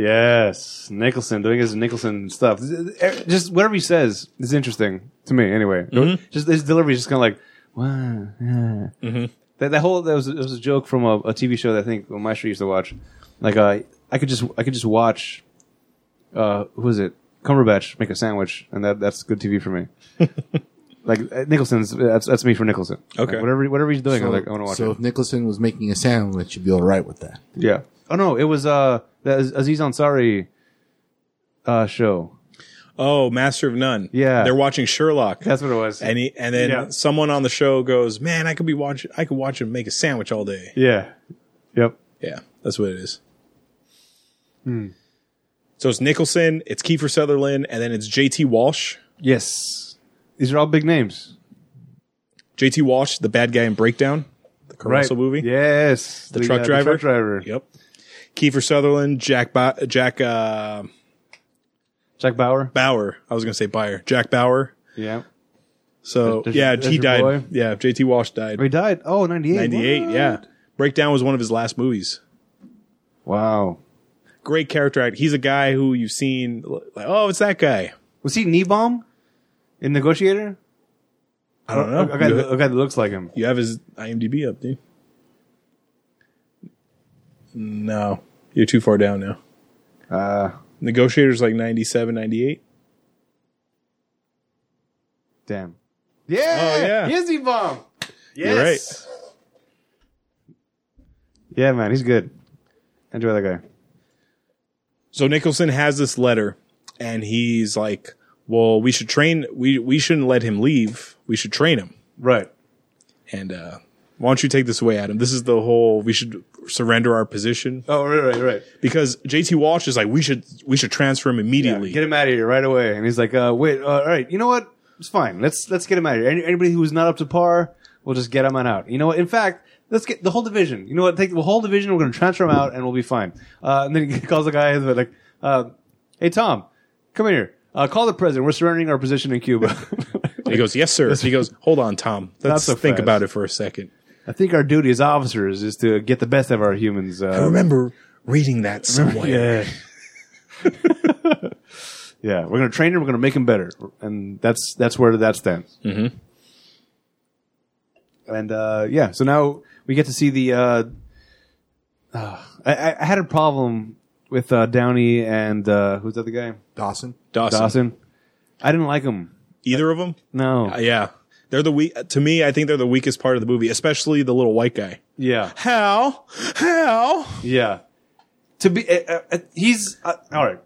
Speaker 2: Yes, Nicholson doing his Nicholson stuff. Er, Just whatever he says is interesting to me. Anyway, just his delivery is just kind of like, wow. yeah." That, that whole that was, it was a joke from a, a TV show that I think my show used to watch. Like, uh, I could just I could just watch, uh, who was it? Cumberbatch make a sandwich, and that that's good TV for me. like uh, Nicholson's that's that's me for Nicholson. Like,
Speaker 1: Okay.
Speaker 2: whatever whatever he's doing, I'm like I want to watch
Speaker 3: so
Speaker 2: it.
Speaker 3: if Nicholson was making a sandwich, you'd be all right with that.
Speaker 2: Yeah. Oh no, it was uh that Az- Aziz Ansari uh show.
Speaker 1: Oh, Master of None.
Speaker 2: Yeah.
Speaker 1: They're watching Sherlock.
Speaker 2: That's what it was.
Speaker 1: and he, and then
Speaker 2: Yeah.
Speaker 1: someone on the show goes, "Man, I could be watching. I could watch him make a sandwich all day."
Speaker 2: yeah. Yep.
Speaker 1: Yeah, that's what it is.
Speaker 2: Hmm.
Speaker 1: So it's Nicholson, it's Kiefer Sutherland, and then it's JT Walsh.
Speaker 2: Yes. These are all big names.
Speaker 1: JT Walsh, the bad guy in Breakdown, the Caruso movie.
Speaker 2: Yes. The,
Speaker 1: truck
Speaker 2: uh,
Speaker 1: driver?
Speaker 2: truck driver.
Speaker 1: Yep. Kiefer Sutherherland, Jack Bo- Jack uh,
Speaker 2: Jack Bauer.
Speaker 1: Bauer. I was gonna say Bauer. Jack Bauer.
Speaker 2: Yeah.
Speaker 1: So
Speaker 2: That's- that's
Speaker 1: yeah,
Speaker 2: your- that's
Speaker 1: he
Speaker 2: your
Speaker 1: died.
Speaker 2: boy?
Speaker 1: Yeah, JT Walsh died.
Speaker 2: Oh, He died. Oh, 98.
Speaker 1: Ninety eight.
Speaker 2: What?
Speaker 1: Yeah. Breakdown was one of his last movies.
Speaker 2: Wow.
Speaker 1: Great character act. He's a guy who you've seen. Like, oh, it's that guy.
Speaker 2: Was he knee bomb in Negotiator?
Speaker 1: I don't know.
Speaker 2: A guy,
Speaker 1: You-
Speaker 2: a guy that looks like him.
Speaker 1: You have his IMDb up, dude. No, you're too far down now.
Speaker 2: Uh,
Speaker 1: Negotiators like 97, 98.
Speaker 2: damn. Yeah.
Speaker 1: Oh, yeah.
Speaker 2: He is knee bomb. Yes.
Speaker 1: You're
Speaker 2: Yeah, man. He's good. Enjoy that guy.
Speaker 1: So Nicholson has this letter and he's like, well, we should train. We, we shouldn't let him leave. We should train him.
Speaker 2: Right.
Speaker 1: And, uh, why don't you take this away, Adam? This is the whole, we should surrender our position
Speaker 2: Oh, right, right, right.
Speaker 1: because JT Walsh is like, we should, we should transfer him immediately.
Speaker 2: Get him out of here right away. And he's like, uh, wait, uh, all right, you know what? It's fine. Let's let's get him out of here. Any, anybody who's not up to par, we'll just get him on out. You know what? In fact, let's get the whole division. You know what? Take the whole division. We're going to transfer him out, and we'll be fine. Uh, and then he calls the guy and they're like, uh, hey Tom, come here. Uh, call the president. We're surrendering our position in Cuba.
Speaker 1: And he goes, yes, sir. he goes, hold on, Tom. Let's
Speaker 2: so
Speaker 1: think
Speaker 2: fast.
Speaker 1: about it for a second.
Speaker 2: I think our duty as officers is to get the best of our humans.
Speaker 1: I
Speaker 2: Uh,
Speaker 1: remember reading that somewhere.
Speaker 2: yeah. yeah, we're going to train him. We're going to make him better, and that's that's where that stands. Mm-hmm. And uh, yeah, so now we get to see the. Uh, uh, I- I, I had a problem with uh, Downey and uh, who's that the guy
Speaker 3: Dawson.
Speaker 1: Dawson.
Speaker 2: Dawson. I didn't like him.
Speaker 1: Either of them?
Speaker 2: No.
Speaker 1: yeah. They're the weak. To me, I think they're the weakest part of the movie, especially the little white guy.
Speaker 2: yeah.
Speaker 1: How? How?
Speaker 2: Yeah. To be, uh, uh, uh, he's uh, all right.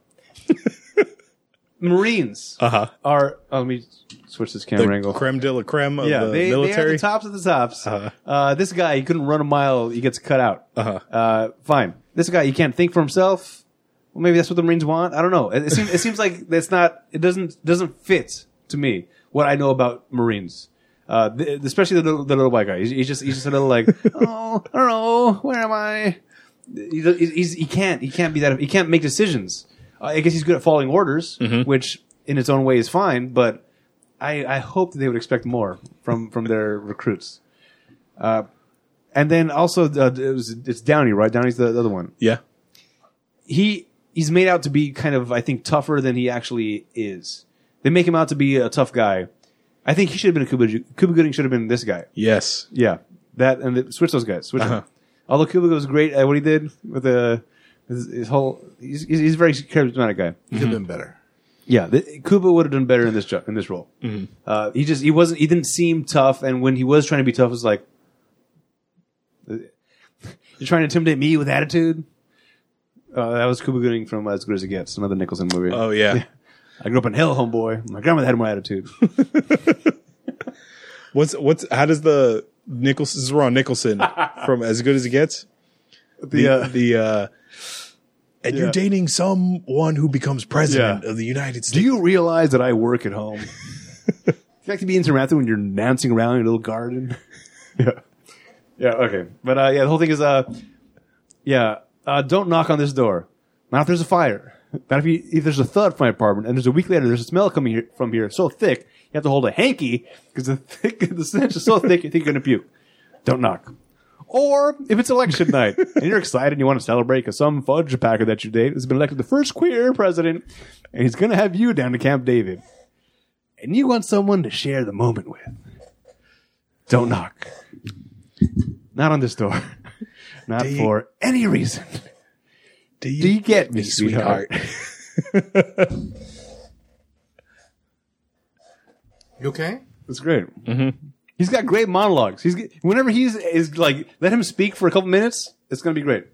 Speaker 2: Marines
Speaker 1: huh.
Speaker 2: are. Oh, let me switch this camera
Speaker 1: Uh, The
Speaker 2: angle.
Speaker 1: creme de la creme of
Speaker 2: yeah,
Speaker 1: the
Speaker 2: they, they are
Speaker 1: military.
Speaker 2: the tops of the tops. Uh, this guy, he couldn't run a mile. He gets cut out.
Speaker 1: Uh-huh.
Speaker 2: Uh, fine. This guy, he can't think for himself. Well, maybe that's what the Marines want. I don't know. It, it seems it seems like that's not. It doesn't doesn't fit to me what I know about Marines. Uh, th- especially the little, the little white guy. He's, he's just he's just a little like oh I don't know where am I. He, he's, he's- he can't he can't be that he can't make decisions. Uh, I guess he's good at following orders, which in its own way is fine. But I, I hope that they would expect more from from their recruits. Uh, and then also uh, it was, it's Downey, right? Downey's the, the other one.
Speaker 1: yeah.
Speaker 2: He he's made out to be kind of I think tougher than he actually is. They make him out to be a tough guy. I think he should have been a Cuba. Ju- Cuba Gooding should have been this guy.
Speaker 1: Yes.
Speaker 2: Yeah, that and the, switch those guys. Switch. them.
Speaker 1: Uh-huh.
Speaker 2: Although Cuba was great at what he did with the his, his whole. He's, he's he's a very charismatic guy.
Speaker 3: He could have been better.
Speaker 2: Yeah, the, Kuba would have done better in this job in this role. Uh, he just he wasn't he didn't seem tough, and when he was trying to be tough, it was like you're trying to intimidate me with attitude. Uh, that was Kuba Gooding from As Good as It Gets, another Nicholson movie.
Speaker 1: Oh, yeah.
Speaker 2: I grew up in hell, homeboy. My grandmother had more attitude.
Speaker 1: What's, what's, how does the Nicholson, this is Ron Nicholson from As Good as It Gets? The,
Speaker 2: uh,
Speaker 1: the, uh, and
Speaker 2: Yeah.
Speaker 1: you're dating someone who becomes president
Speaker 2: Yeah.
Speaker 1: of the United States.
Speaker 2: Do you realize that I work at home? you like to be interrupted when you're dancing around your little garden. yeah, yeah, okay. But uh, yeah, the whole thing is, uh, yeah, uh, don't knock on this door. Not if there's a fire. But if, you, if there's a thud from my apartment and there's a week later there's a smell coming here, from here so thick you have to hold a hanky because the thick the stench is so thick you think you're gonna puke. Don't knock. Or if it's election night and you're excited and you want to celebrate because some fudge packer that you date has been elected the first queer president and he's gonna have you down to Camp David and you want someone to share the moment with. Don't knock. Not on this door. Not
Speaker 1: you-
Speaker 2: for any reason.
Speaker 1: Do you,
Speaker 2: Do you get me,
Speaker 1: me,
Speaker 2: sweetheart?
Speaker 1: sweetheart?
Speaker 3: You okay?
Speaker 2: That's great. Mm-hmm. He's got great monologues. He's g- whenever he's is like let him speak for a couple minutes. It's gonna be great.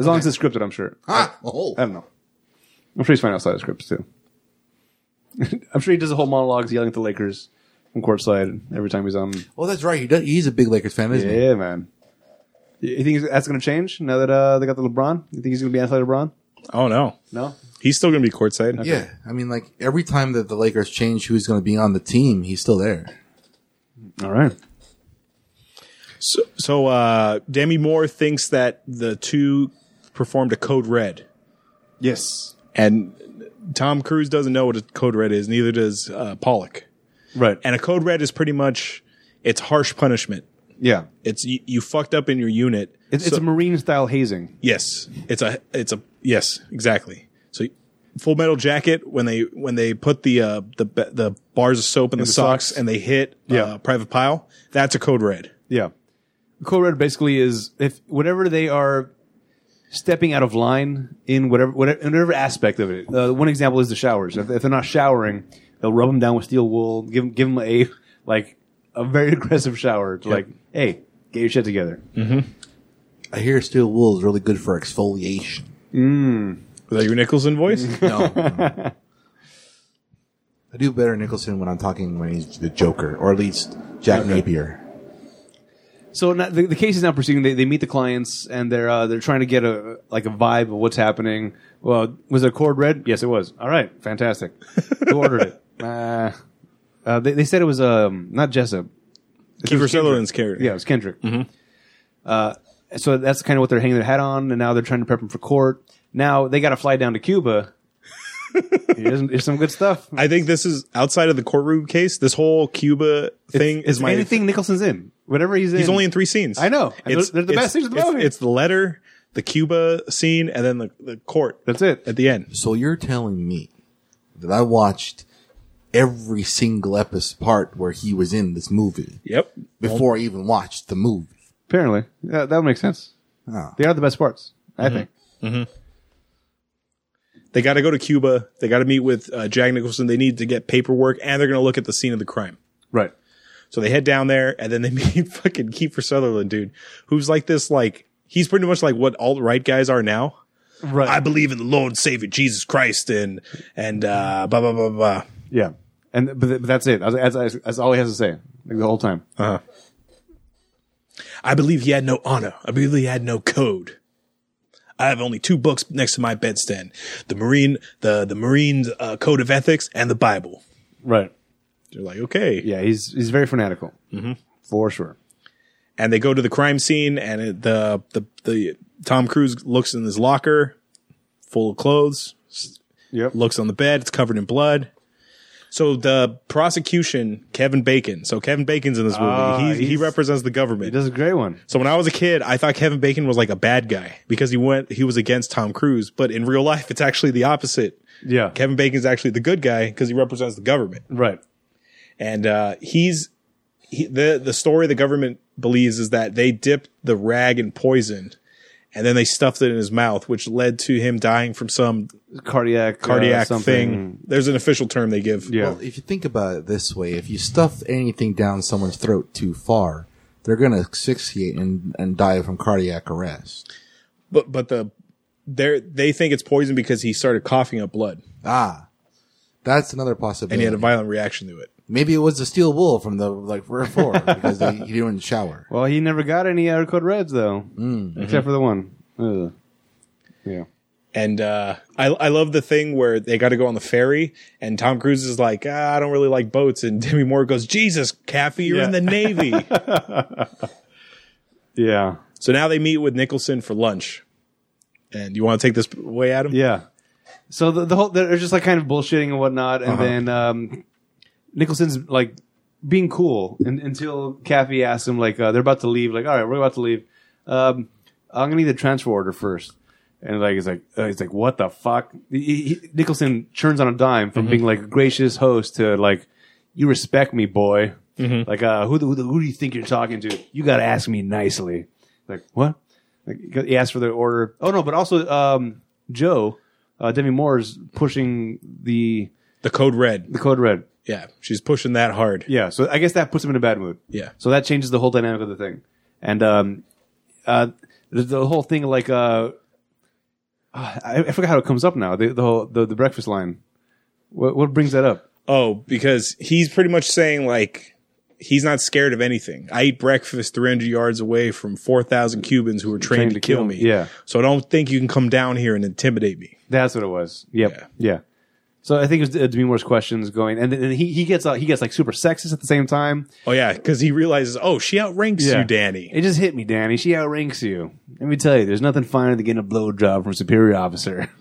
Speaker 2: As long as it's scripted, I'm sure.
Speaker 3: Ah, oh.
Speaker 2: I don't know. I'm sure he's fine outside of scripts too. I'm sure he does a whole monologues yelling at the Lakers from courtside every time he's on.
Speaker 3: Oh, that's right. He does, he's a big Lakers fan, isn't he?
Speaker 2: Yeah, man. You you think he's- that's gonna change now that uh, they got the LeBron? You think he's gonna be anti LeBron?
Speaker 1: Oh no,
Speaker 2: No.
Speaker 1: he's still gonna be courtside.
Speaker 3: Yeah. I mean, like, every time that the Lakers change who's going to be on the team, he's still there.
Speaker 2: All right.
Speaker 1: So, so uh, Demi Moore thinks that the two performed a code red,
Speaker 2: Yes.
Speaker 1: and Tom Cruise doesn't know what a code red is. Neither does uh, Pollock.
Speaker 2: Right.
Speaker 1: And a code red is pretty much it's harsh punishment.
Speaker 2: yeah.
Speaker 1: It's you, you fucked up in your unit.
Speaker 2: It's,
Speaker 1: So-
Speaker 2: it's a Marine style hazing.
Speaker 1: Yes, it's a it's a yes exactly. So Full Metal Jacket when they when they put the uh, the ba- the bars of soap in, the,
Speaker 2: the
Speaker 1: socks,
Speaker 2: socks.
Speaker 1: and they hit
Speaker 2: Yeah.
Speaker 1: uh, Private Pile. That's a code red.
Speaker 2: Yeah. Code red basically is if whenever they are stepping out of line in whatever whatever, in whatever aspect of it. Uh, one example is the showers. If, if they're not showering, they'll rub them down with steel wool, give 'em- give them a like a very aggressive shower. To Like, hey, get your shit together.
Speaker 3: I hear steel wool is really good for exfoliation.
Speaker 1: Was that your Nicholson voice?
Speaker 2: Mm-hmm.
Speaker 3: No. I do better Nicholson when I'm talking when he's the Joker, or at least Jack Napier.
Speaker 2: So now, the, the case is now proceeding. They, they meet the clients and they're uh, they're trying to get a like a vibe of what's happening. Well, was it a cord red? Yes, it was. All right, fantastic. Who ordered it? Uh, uh, they, they said it was um, not Jessup. It
Speaker 1: Kiefer
Speaker 2: was
Speaker 1: Sutherland's
Speaker 2: Kendrick.
Speaker 1: character.
Speaker 2: Yeah, it was Kendrick.
Speaker 1: Mm-hmm.
Speaker 2: Uh, so that's kind of what they're hanging their hat on, and now they're trying to prep him for court. Now they got to fly down to Cuba. here's, here's some good stuff.
Speaker 1: I think this is outside of the courtroom case. This whole Cuba thing is my
Speaker 2: anything Nicholson's in, whatever he's in,
Speaker 1: He's only in three scenes.
Speaker 2: I know. And
Speaker 1: It's-
Speaker 2: they're- they're the
Speaker 1: it's-
Speaker 2: best things in the
Speaker 1: it's-
Speaker 2: movie.
Speaker 1: It's the letter, the Cuba scene, and then the, the court
Speaker 2: That's it.
Speaker 1: at the end.
Speaker 3: So you're telling me that I watched every single episode part where he was in this movie
Speaker 1: Yep.
Speaker 3: before I even watched the movie.
Speaker 2: Apparently, yeah, that would make sense.
Speaker 3: Ah.
Speaker 2: They are the best parts, I
Speaker 1: Mm-hmm.
Speaker 2: think.
Speaker 1: They got to go to Cuba. They got to meet with uh, Jack Nicholson. They need to get paperwork, and they're going to look at the scene of the crime.
Speaker 2: Right.
Speaker 1: So they head down there and then they meet fucking Kiefer Sutherland, dude, who's like this, like, he's pretty much like what alt right guys are now.
Speaker 2: Right.
Speaker 1: I believe in the Lord and Savior Jesus Christ and, and, uh, blah, blah, blah, blah.
Speaker 2: yeah. And but, th- but that's it. That's, that's, that's all he has to say like, the whole time.
Speaker 1: I believe he had no honor. I believe he had no code. I have only two books next to my bedstand the Marine, the, the Marine uh, Code of Ethics and the Bible.
Speaker 2: Right.
Speaker 1: They're like, okay.
Speaker 2: Yeah. He's he's very fanatical mm-hmm. for sure.
Speaker 1: and they go to the crime scene and it, the, the the Tom Cruise looks in his locker full of clothes
Speaker 2: Yep.
Speaker 1: looks on the bed it's covered in blood so the prosecution Kevin Bacon so Kevin Bacon's in this movie
Speaker 2: Ah,
Speaker 1: he, he
Speaker 2: he's-
Speaker 1: represents the
Speaker 2: He
Speaker 1: government
Speaker 2: does a great one.
Speaker 1: so when I was a kid I thought Kevin Bacon was like a bad guy because he went he was against Tom Cruise but in real life it's actually the opposite
Speaker 2: Yeah.
Speaker 1: Kevin Bacon's actually the good guy because he represents the government
Speaker 2: right.
Speaker 1: and uh, he's he, the the story the government believes is that they dipped the rag in poison, and then they stuffed it in his mouth, which led to him dying from some
Speaker 2: Cardiac. uh,
Speaker 1: cardiac
Speaker 2: something.
Speaker 1: thing. There's an official term they give.
Speaker 2: Yeah.
Speaker 3: Well, if you think about it this way, if you stuff anything down someone's throat too far, they're going to asphyxiate and, and die from cardiac arrest.
Speaker 1: but but the they they think it's poison because he started coughing up blood
Speaker 3: Ah, that's another
Speaker 1: and he
Speaker 3: possibility.
Speaker 1: had a violent reaction to it.
Speaker 3: Maybe it was the steel wool from the like rear four because they, he didn't shower.
Speaker 2: Well, he never got any uh, code reds though, except for the one. Ugh. Yeah.
Speaker 1: And uh, I I love the thing where they got to go on the ferry, and Tom Cruise is like, ah, I don't really like boats, and Demi Moore goes, Jesus, Kathy, you're
Speaker 2: Yeah.
Speaker 1: in the Navy.
Speaker 2: Yeah.
Speaker 1: So now they meet with Nicholson for lunch. And you want to take this way, Adam?
Speaker 2: Yeah. So the, the whole they're just like kind of bullshitting and whatnot, and
Speaker 1: Uh-huh.
Speaker 2: then um, Nicholson's like being cool and, until Kathy asks him like uh, they're about to leave, like all right, we're about to leave. Um, I'm gonna need the transfer order first, and like he's like uh, he's like what the fuck? He- he- Nicholson turns on a dime from being like a gracious host to like you respect me, boy. Like uh, who, the, who the, who do you think you're talking to? You gotta ask me nicely. Like what? Like, he asked for the order. Oh no, but also um, Joe, uh, Demi Moore is pushing the
Speaker 1: The code red.
Speaker 2: the code red.
Speaker 1: Yeah. She's pushing that hard.
Speaker 2: Yeah, so I guess that puts him in a bad mood.
Speaker 1: Yeah.
Speaker 2: So that changes the whole dynamic of the thing, and um, uh, the, the whole thing like uh, ah, I, I forgot how it comes up now. The the whole the, the breakfast line. What what brings that up?
Speaker 1: Oh, because he's pretty much saying like he's not scared of anything. I eat breakfast 300 yards away from 4,000 Cubans who are trained, to, kill, me.
Speaker 2: yeah.
Speaker 1: So I don't think you can come down here and intimidate me.
Speaker 2: That's what it was. Yep. Yeah. So I think it was uh, Demi Moore's questions going, and then and he he gets uh, he gets like super sexist at the same time.
Speaker 1: Oh yeah, because he realizes, oh, she outranks
Speaker 2: Yeah.
Speaker 1: you, Danny.
Speaker 2: It just hit me, Danny. She outranks you. Let me tell you, there's nothing finer than getting a blowjob from a superior officer.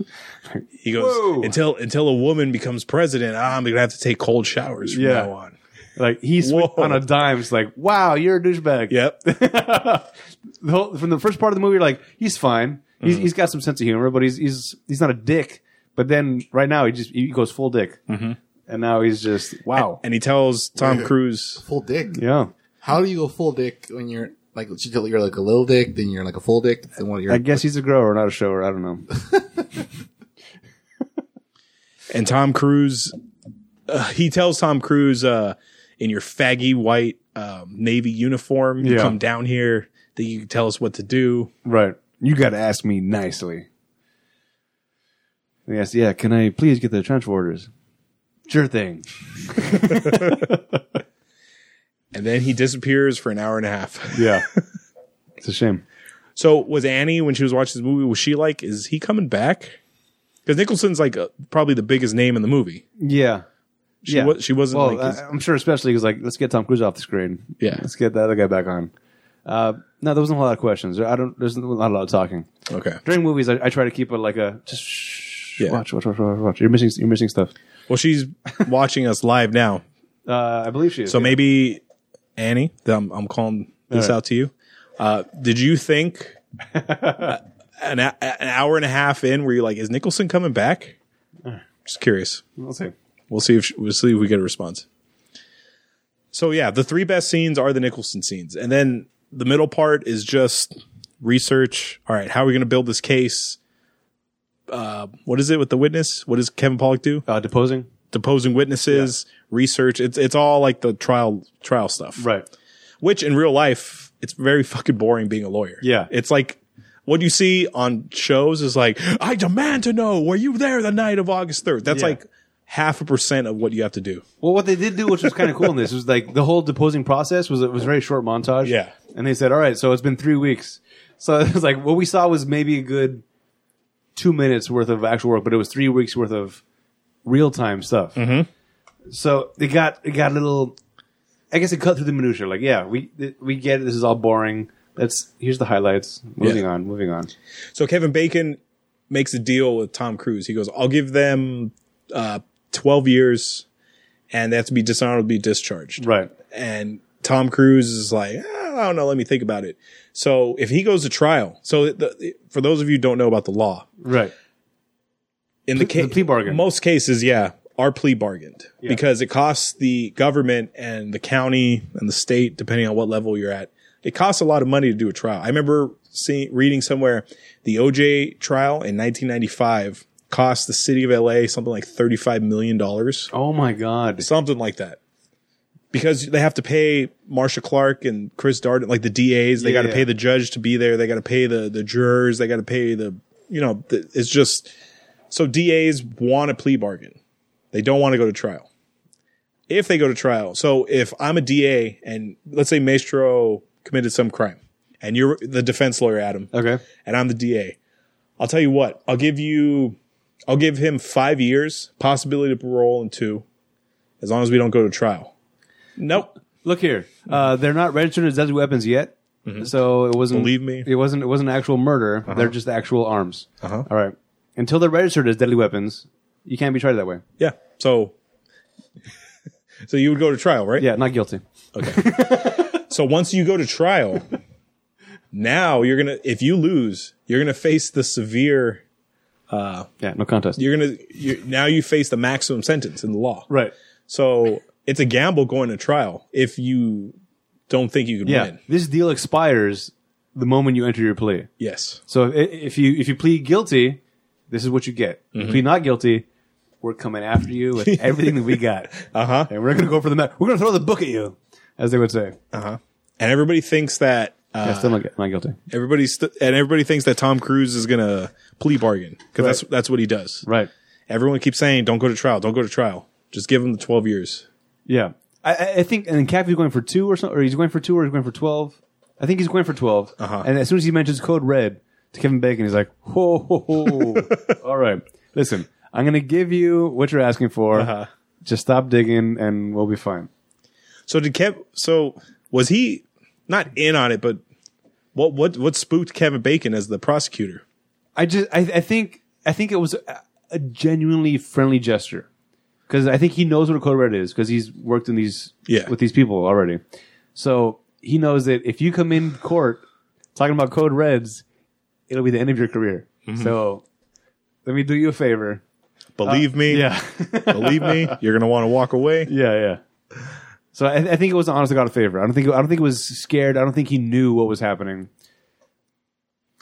Speaker 1: He goes
Speaker 2: Whoa.
Speaker 1: until until a woman becomes president, I'm gonna have to take cold showers from
Speaker 2: Yeah.
Speaker 1: now on.
Speaker 2: like he's
Speaker 1: Whoa.
Speaker 2: on a dime. It's like, wow, you're a douchebag.
Speaker 1: Yep.
Speaker 2: The whole, from the first part of the movie, you're like, he's fine. He's, he's got some sense of humor, but he's he's he's not a dick. But then right now, he just he goes full dick, and now he's just wow.
Speaker 1: and he tells Tom Cruise,
Speaker 3: Full dick.
Speaker 2: yeah,
Speaker 3: How do you go full dick when you're like you're like a little dick, then you're like a full dick, then what you're
Speaker 2: I guess he's a grower, not a shower. I don't know.
Speaker 1: and Tom Cruise, uh, he tells Tom Cruise, uh, in your faggy white um, navy uniform, you
Speaker 2: Yeah.
Speaker 1: come down here, that you can tell us what to do.
Speaker 2: Right. You got to ask me nicely. And he asked, yeah, can I please get the transfer orders? Sure thing.
Speaker 1: and then he disappears for an hour and a half.
Speaker 2: Yeah. it's a shame.
Speaker 1: So was Annie when she was watching this movie? Was she like, is he coming back? Because Nicholson's like uh, probably the biggest name in the movie.
Speaker 2: Yeah.
Speaker 1: She wa- she wasn't
Speaker 2: well, uh,
Speaker 1: like his-
Speaker 2: I- I'm sure, especially because like, let's get Tom Cruise off the screen.
Speaker 1: Yeah.
Speaker 2: let's get the other guy back on. Uh, no, there wasn't a whole lot of questions. I don't. There's not a lot of talking
Speaker 1: Okay.
Speaker 2: during movies. I, I try to keep it like a just shh,
Speaker 1: Yeah.
Speaker 2: watch, watch, watch, watch, watch. You're missing, you're missing stuff.
Speaker 1: Well, she's watching us live now,
Speaker 2: Uh, I believe she is.
Speaker 1: so maybe Annie, th- I'm, I'm calling this
Speaker 2: All right.
Speaker 1: out to you. Uh, did you think uh, an a- an hour and a half in, were you like, is Nicholson coming back?
Speaker 2: Uh.
Speaker 1: Just curious.
Speaker 2: Let's see.
Speaker 1: We'll see if we'll see if we get a response. So yeah, the three best scenes are the Nicholson scenes, and then the middle part is just research. All right, how are we going to build this case? Uh, what is it with the witness? What does Kevin Pollak do?
Speaker 2: Uh, deposing.
Speaker 1: Deposing witnesses, research. It's it's all like the trial trial stuff,
Speaker 2: Right.
Speaker 1: which in real life it's very fucking boring being a lawyer.
Speaker 2: Yeah.
Speaker 1: it's like. What you see on shows is like, I demand to know, were you there the night of August 3rd? That's
Speaker 2: Yeah.
Speaker 1: like half a percent of what you have to do.
Speaker 2: Well, what they did do, which was kind of cool in this, was like the whole deposing process was it was a very short montage.
Speaker 1: Yeah.
Speaker 2: and they said, "All right, so it's been three weeks." So it was like what we saw was maybe a good two minutes worth of actual work, but it was three weeks worth of real time stuff. Mm-hmm. So it got it got a little. I guess it cut through the minutia. Like, yeah, we th- we get it. This is all boring. That's here's the highlights. Moving on, moving on.
Speaker 1: So Kevin Bacon makes a deal with Tom Cruise. He goes, "I'll give them uh, twelve years, and they have to be dishonorably discharged."
Speaker 2: Right.
Speaker 1: And Tom Cruise is like, "Ah, "I don't know. Let me think about it." So if he goes to trial, so the, for those of you who don't know about the law,
Speaker 2: Right.
Speaker 1: in the,
Speaker 2: Ple-
Speaker 1: case,
Speaker 2: the plea bargain.
Speaker 1: Most cases, yeah, are plea bargained because it costs the government and the county and the state, depending on what level you're at, it costs a lot of money to do a trial. I remember seeing reading somewhere the OJ trial in 1995 cost the city of LA something like 35 million dollars,
Speaker 2: Oh my god.
Speaker 1: something like that. Because they have to pay Marsha Clark and Chris Darden, like the DAs, they
Speaker 2: Yeah,
Speaker 1: got to
Speaker 2: yeah.
Speaker 1: pay the judge to be there. They got to pay the the jurors. They got to pay the you know. The, it's just so DAs want a plea bargain. They don't want to go to trial. If they go to trial, so if I'm a DA and let's say Maestro committed some crime, and you're the defense lawyer, Adam,
Speaker 2: Okay.
Speaker 1: and I'm the DA. I'll tell you what, I'll give you, I'll give him five years, possibility to parole in two, as long as we don't go to trial. Nope.
Speaker 2: Look here. Uh, they're not registered as deadly weapons yet. So it wasn't
Speaker 1: Mm-hmm. Believe me.
Speaker 2: It wasn't it wasn't actual murder. They're just actual arms.
Speaker 1: Uh-huh.
Speaker 2: All right. Until they're registered as deadly weapons, you can't be tried that way.
Speaker 1: Yeah. So, so you would go to trial, right?
Speaker 2: Yeah, not guilty.
Speaker 1: So once you go to trial, now you're gonna if you lose, you're gonna face the severe.
Speaker 2: Yeah, no contest.
Speaker 1: You're gonna you now you face the maximum sentence in the law.
Speaker 2: right.
Speaker 1: So it's a gamble going to trial if you don't think you could
Speaker 2: Yeah.
Speaker 1: win.
Speaker 2: This deal expires the moment you enter your plea.
Speaker 1: Yes.
Speaker 2: So if, if you if you plead guilty, this is what you get.
Speaker 1: Mm-hmm.
Speaker 2: If you plead not guilty, we're coming after you with everything that we got.
Speaker 1: Uh huh.
Speaker 2: And we're going to go for the mat. We're going to throw the book at you, as they would say.
Speaker 1: And everybody thinks that uh,
Speaker 2: yeah, still not, gu- not guilty.
Speaker 1: everybody st- and everybody thinks that Tom Cruise is gonna plea bargain because that's that's what he does.
Speaker 2: Right.
Speaker 1: Everyone keeps saying, "Don't go to trial. Don't go to trial. Just give him the twelve years."
Speaker 2: Yeah. I- I, I think, and then Cappy's going for two or something, or he's going for two or he's going for 12. I think he's going for 12.
Speaker 1: Uh-huh.
Speaker 2: And as soon as he mentions code red to Kevin Bacon, he's like, whoa, ho, ho. all right. Listen, I'm going to give you what you're asking for.
Speaker 1: Uh-huh.
Speaker 2: Just stop digging and we'll be fine.
Speaker 1: So did Kev? So was he not in on it? But what what what spooked Kevin Bacon as the prosecutor?
Speaker 2: I just I, I think I think it was a, a genuinely friendly gesture because I think he knows what a code red is because he's worked in these
Speaker 1: Yeah.
Speaker 2: with these people already, so he knows that if you come in court talking about code reds, it'll be the end of your career. So let me do you a favor.
Speaker 1: Believe me,
Speaker 2: Uh, Yeah,
Speaker 1: believe me, you're gonna want to walk away.
Speaker 2: yeah, yeah. So I, I think it was an honest to God favor. I don't think I don't think it was scared. I don't think he knew what was happening.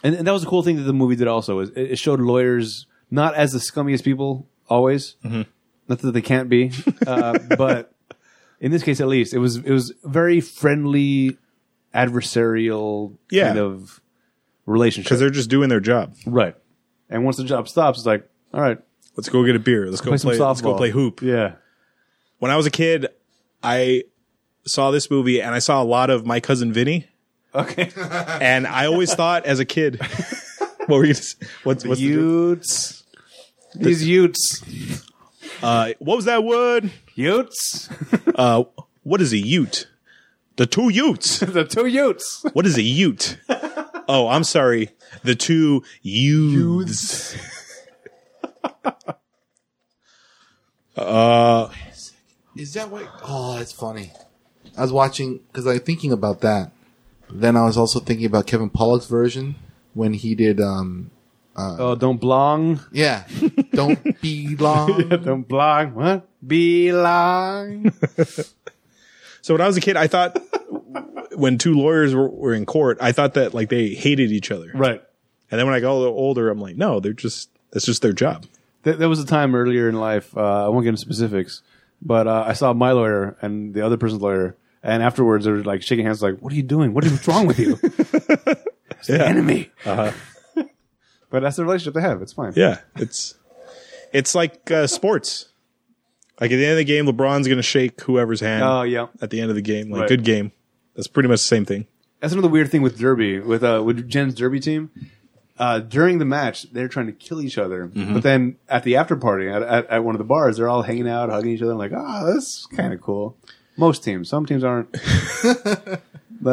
Speaker 2: And, and that was a cool thing that the movie did also is it, it showed lawyers not as the scummiest people always,
Speaker 1: Mm-hmm.
Speaker 2: not that they can't be, uh, but in this case at least it was it was very friendly, adversarial
Speaker 1: Yeah.
Speaker 2: kind of
Speaker 1: Because
Speaker 2: relationship,
Speaker 1: they're just doing their job.
Speaker 2: right? And once the job stops, it's like all right,
Speaker 1: Let's go get a beer. Let's go
Speaker 2: play
Speaker 1: play.
Speaker 2: some softball,
Speaker 1: let's go play hoop.
Speaker 2: yeah,
Speaker 1: When I was a kid, I saw this movie and I saw a lot of my cousin Vinny,
Speaker 2: okay,
Speaker 1: and I always thought as a kid, what were you? Gonna, s- what's what's the joke?
Speaker 2: Utes. These Utes.
Speaker 1: uh, what was that word?
Speaker 2: Utes?
Speaker 1: Uh, what is a Ute? The two Utes.
Speaker 2: the two Utes.
Speaker 1: What is a Ute? oh, I'm sorry. The two youths.
Speaker 3: Is that what? Oh, that's funny. I was watching because I was thinking about that. Then I was also thinking about Kevin Pollock's version when he did. um
Speaker 2: Oh, don't belong.
Speaker 3: Yeah, don't be long.
Speaker 2: Don't belong. What? Belong.
Speaker 1: So when I was a kid, I thought when two lawyers were, were in court, I thought that like they hated each other.
Speaker 2: right.
Speaker 1: And then when I got a little older, I'm like, no, they're just that's just their job.
Speaker 2: Th- there was a time earlier in life, uh, I won't get into specifics, but uh, I saw my lawyer and the other person's lawyer, and afterwards they were like shaking hands, like, what are you doing? What is wrong with you? It's the enemy. Uh-huh. but that's the relationship they have. It's fine.
Speaker 1: Yeah, it's it's like uh, sports. Like at the end of the game, LeBron's gonna shake whoever's hand
Speaker 2: Oh, yeah.
Speaker 1: at the end of the game. Like
Speaker 2: Right.
Speaker 1: good game. That's pretty much the same thing.
Speaker 2: That's another weird thing with Derby, with uh, with Jen's Derby team. Uh, during the match, they're trying to kill each other, but then at the after party at, at, at one of the bars, they're all hanging out, hugging each other, and like, ah, that's kind of cool. Most teams, some teams aren't that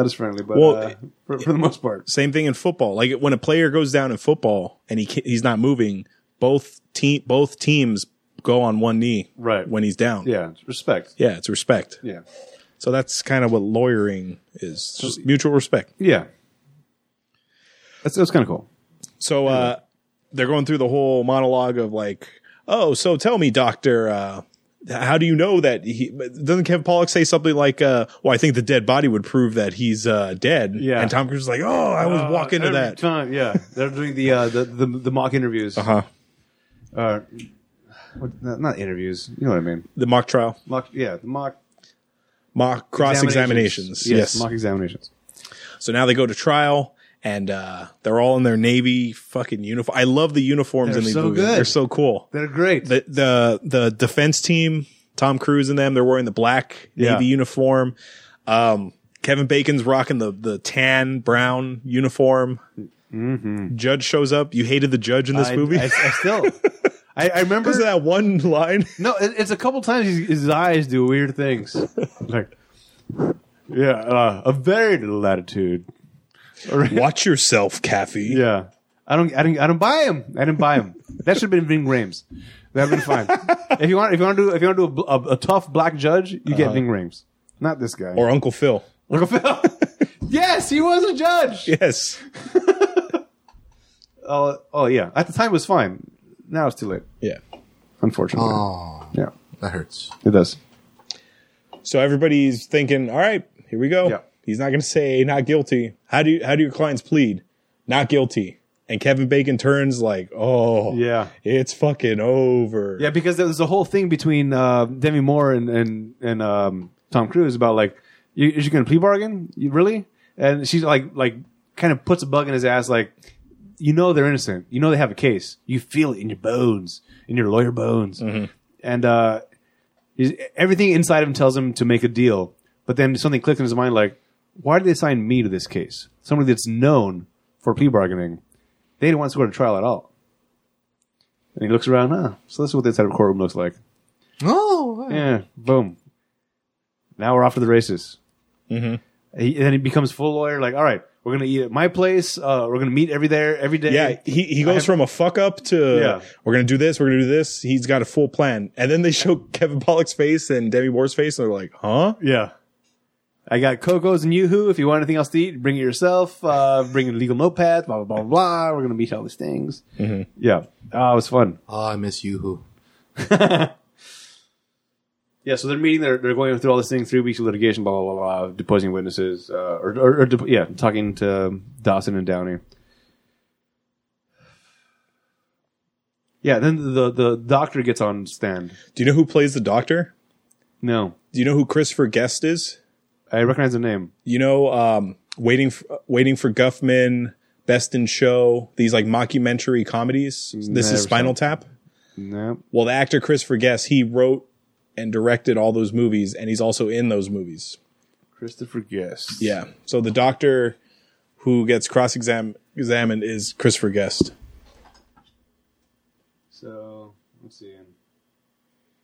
Speaker 2: as friendly, but
Speaker 1: Well,
Speaker 2: uh, for, for the most part,
Speaker 1: Same thing in football. Like when a player goes down in football and he ca- he's not moving, both team both teams go on one knee
Speaker 2: Right.
Speaker 1: when he's down.
Speaker 2: yeah, it's respect,
Speaker 1: Yeah, it's respect.
Speaker 2: yeah,
Speaker 1: So that's kind of what lawyering is. It's just mutual respect.
Speaker 2: yeah. That's that's kind of cool.
Speaker 1: So uh, they're going through the whole monologue of like, oh, so tell me, doctor, uh, how do you know that he doesn't Kevin Pollock say something like, uh, well, I think the dead body would prove that he's uh, dead.
Speaker 2: Yeah. Uh,
Speaker 1: And Tom Cruise is like, oh, I was walking to that.
Speaker 2: time, yeah. They're doing the uh, the, the the mock interviews,
Speaker 1: Huh.
Speaker 2: uh, what- not not interviews. You know what I mean?
Speaker 1: The mock trial,
Speaker 2: Mock, yeah, the mock
Speaker 1: mock cross examinations. Yes.
Speaker 2: mock examinations.
Speaker 1: so now they go to trial. And uh, they're all in their navy fucking uniform. I love the uniforms
Speaker 2: They're
Speaker 1: in these
Speaker 2: so
Speaker 1: movies.
Speaker 2: good.
Speaker 1: They're so cool.
Speaker 2: They're great.
Speaker 1: the the the defense team, Tom Cruise and them, they're wearing the black
Speaker 2: Yeah.
Speaker 1: navy uniform. Um, Kevin Bacon's rocking the the tan brown uniform. Judge shows up. You hated the judge in this
Speaker 2: Mm-hmm. I,
Speaker 1: movie.
Speaker 2: I, I still. I, I remember.
Speaker 1: Is that one line?
Speaker 2: No, it, it's a couple times his, his eyes do weird things. like, yeah, uh, a very little latitude.
Speaker 1: Watch yourself, Kathy.
Speaker 2: Yeah. I don't, I don't, I don't buy him. I didn't buy him. That should have been Ving Rhames. That'd been fine. if you want, if you want to do, if you want to do a bl- a, a, tough black judge, you get Ving Rhames, not this guy.
Speaker 1: Uh-huh. Or Uncle Phil.
Speaker 2: Look at Phil. yes, he was a judge.
Speaker 1: Yes.
Speaker 2: Oh, oh yeah. At the time, it was fine. Now it's too late.
Speaker 1: Yeah.
Speaker 2: Unfortunately.
Speaker 3: Oh,
Speaker 2: Yeah,
Speaker 3: that hurts.
Speaker 2: it does.
Speaker 1: So everybody's thinking, all right, here we go.
Speaker 2: Yeah.
Speaker 1: He's not going to say not guilty. How do you, how do your clients plead? Not guilty. And Kevin Bacon turns like, oh,
Speaker 2: Yeah.
Speaker 1: it's fucking over.
Speaker 2: Yeah, because there was a whole thing between uh, Demi Moore and and, and um, Tom Cruise about like, you, is she going to plea bargain? You, really? And she's like, like, kind of puts a bug in his ass, like, you know they're innocent. You know they have a case. You feel it in your bones, in your lawyer bones. And uh, he's, everything inside of him tells him to make a deal. But then something clicked in his mind, like, why did they assign me to this case? Somebody that's known for plea bargaining. They didn't want us to go to trial at all. And he looks around, huh? So this is what the inside of a courtroom looks like.
Speaker 3: Oh,
Speaker 2: Yeah, boom. Now we're off to the races. Mm-hmm. He, then he becomes full lawyer. Like, all right, we're gonna eat at my place. Uh, we're gonna meet every there every day.
Speaker 1: Yeah, he, he goes
Speaker 2: have-
Speaker 1: from a fuck up to
Speaker 2: Yeah.
Speaker 1: we're gonna do this, we're gonna do this. He's got a full plan, and then they show Kevin Pollock's face and Demi Moore's face, and they're like, "Huh?
Speaker 2: yeah. I got cocos and yoo-hoo. If you want anything else to eat, bring it yourself. Uh, bring a legal notepad. Blah blah blah blah. We're gonna meet all these things. Yeah, oh, it was fun.
Speaker 3: oh, I miss you. Who?
Speaker 2: Yeah, so they're meeting. They're, they're going through all this thing. Three weeks of litigation. Blah blah blah. blah deposing witnesses. Uh, or or, or dep- yeah, talking to Dawson and Downey. Yeah, then the the doctor gets on stand.
Speaker 1: Do you know who plays the doctor?
Speaker 2: No,
Speaker 1: Do you know who Christopher Guest is?
Speaker 2: I recognize the name.
Speaker 1: You know, um, waiting for, waiting for Guffman, Best in Show, these like mockumentary comedies. This
Speaker 2: Never
Speaker 1: is Spinal Tap.
Speaker 2: No,
Speaker 1: Well, the actor Christopher Guest, he wrote and directed all those movies, and he's also in those movies.
Speaker 2: Christopher Guest.
Speaker 1: Yeah. So the doctor who gets cross examined is Christopher Guest.
Speaker 2: So let's see.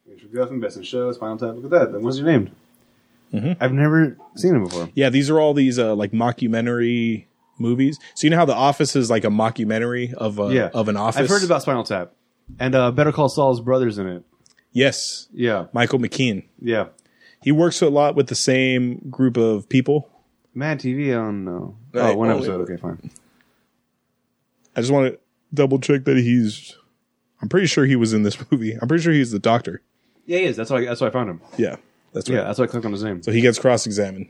Speaker 2: Andrew Guffin, Best in Show, Spinal Tap. Look at that. Then what's your name?
Speaker 1: Mm-hmm.
Speaker 2: I've never seen him before.
Speaker 1: Yeah, these are all these uh, like mockumentary movies. So you know how The Office is like a mockumentary of a,
Speaker 2: Yeah,
Speaker 1: of an office.
Speaker 2: I've heard about Spinal Tap, and uh, Better Call Saul's brothers in it.
Speaker 1: yes,
Speaker 2: Yeah,
Speaker 1: Michael McKean.
Speaker 2: yeah.
Speaker 1: He works a lot with the same group of people.
Speaker 2: Mad TV? I don't know.
Speaker 1: Right.
Speaker 2: Oh, one
Speaker 1: Oh,
Speaker 2: episode. Okay, fine.
Speaker 1: I just want to double check that he's. I'm pretty sure he was in this movie. I'm pretty sure he's the doctor.
Speaker 2: Yeah, he is. That's why. That's why I found him.
Speaker 1: Yeah, that's right.
Speaker 2: Yeah, that's why I clicked on his name.
Speaker 1: So he gets cross examined.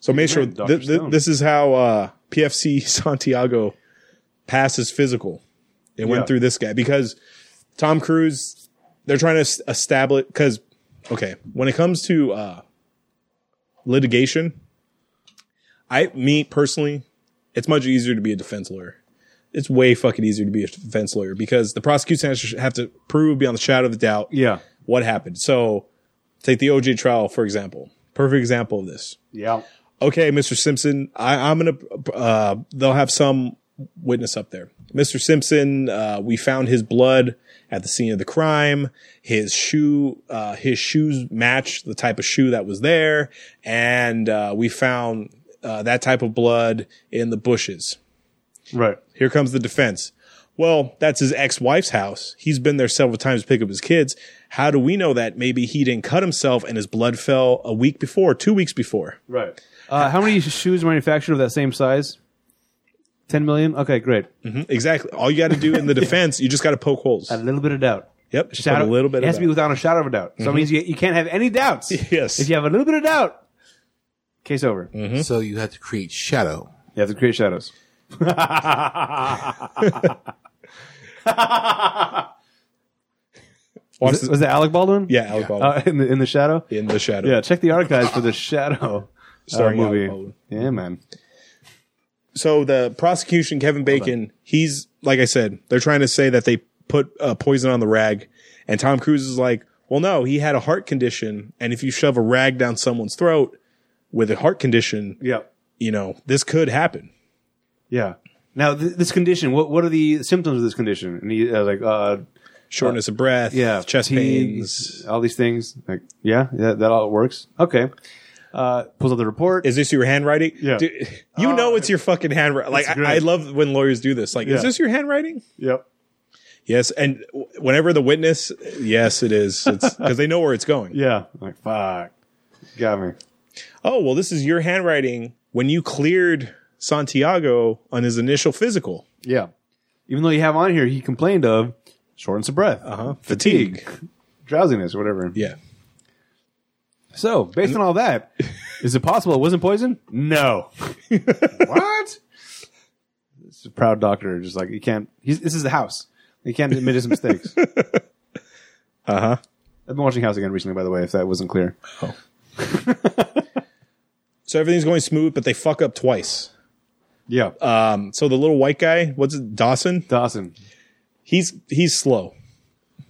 Speaker 1: So make sure
Speaker 2: man, Dr.
Speaker 1: th- th-
Speaker 2: Stone.
Speaker 1: this is how uh, PFC Santiago passes physical. It
Speaker 2: Yeah.
Speaker 1: went through this guy because Tom Cruise, they're trying to s- establish because okay, when it comes to uh, litigation, I me personally, it's much easier to be a defense lawyer. It's way fucking easier to be a defense lawyer because the prosecution has to- have to prove beyond the shadow of a doubt
Speaker 2: Yeah.
Speaker 1: what happened. So take the OJ trial, for example. Perfect example of this.
Speaker 2: Yeah.
Speaker 1: Okay, Mr. Simpson, I, I'm going to, uh, they'll have some witness up there. Mr. Simpson, uh, we found his blood at the scene of the crime. His shoe, uh, his shoes match the type of shoe that was there. And, uh, we found, uh, that type of blood in the bushes.
Speaker 2: Right.
Speaker 1: Here comes the defense. Well, that's his ex-wife's house. He's been there several times to pick up his kids. How do we know that? Maybe he didn't cut himself and his blood fell a week before, two weeks before.
Speaker 2: Right. Uh, how many shoes manufactured of that same size? Ten million. Okay, great.
Speaker 1: Hmm, Exactly. All you got to do in the defense, you just got to poke holes.
Speaker 2: A little bit of doubt.
Speaker 1: Yep. Just put a little bit.
Speaker 2: It
Speaker 1: of Mm-hmm.
Speaker 2: Uh, has to be
Speaker 1: that.
Speaker 2: without a shadow of a doubt. So it means you, you can't have any doubts.
Speaker 1: Yes.
Speaker 2: If you have a little bit of doubt, case over.
Speaker 1: Mm.
Speaker 3: So you had to create shadow.
Speaker 2: You have to create shadows.
Speaker 1: Watch
Speaker 2: Was,
Speaker 1: the-
Speaker 2: it, was it Alec Baldwin?
Speaker 1: yeah, Alec Baldwin
Speaker 2: Uh, in the in the shadow.
Speaker 1: in the shadow.
Speaker 2: Yeah, check the archives for the Shadow uh,
Speaker 1: Starring Alec
Speaker 2: movie.
Speaker 1: Baldwin.
Speaker 2: Yeah, man.
Speaker 1: So the prosecution, Kevin Bacon, he's like I said, they're trying to say that they put uh, poison on the rag, and Tom Cruise is like, well, no, he had a heart condition, and if you shove a rag down someone's throat with a heart condition,
Speaker 2: Yeah,
Speaker 1: you know, this could happen.
Speaker 2: yeah. Now th- this condition. What what are the symptoms of this condition? And he uh, like, uh,
Speaker 1: Shortness of breath,
Speaker 2: yeah,
Speaker 1: chest
Speaker 2: fatigue,
Speaker 1: pains.
Speaker 2: all these things. Like, yeah, that, that all works. Okay. uh, pulls up the report.
Speaker 1: Is this your handwriting?
Speaker 2: Yeah. Uh,
Speaker 1: Dude, you know it's your fucking handwriting. Like
Speaker 2: great.
Speaker 1: I, I love when lawyers do this. Like,
Speaker 2: Yeah.
Speaker 1: is this your handwriting?
Speaker 2: yep.
Speaker 1: Yes. And w- whenever the witness, yes, it is. It's because they know where it's going.
Speaker 2: Yeah. I'm like fuck. Got me.
Speaker 1: Oh well, this is your handwriting when you cleared Santiago on his initial physical.
Speaker 2: Yeah. Even though you have on here, he complained of shortness of breath,
Speaker 1: Uh-huh.
Speaker 2: fatigue, drowsiness, or whatever.
Speaker 1: Yeah.
Speaker 2: So, based on all that, is it possible it wasn't poison? No. what? It's a proud doctor, just like you can't. He's, this is the house. He can't admit his mistakes. uh huh. Uh-huh. I've been watching House again recently, by the way, if that wasn't clear.
Speaker 1: So everything's going smooth, but they fuck up twice.
Speaker 2: Yeah,
Speaker 1: Um, so the little white guy, what's it, Dawson?
Speaker 2: Uh, Dawson.
Speaker 1: He's he's slow.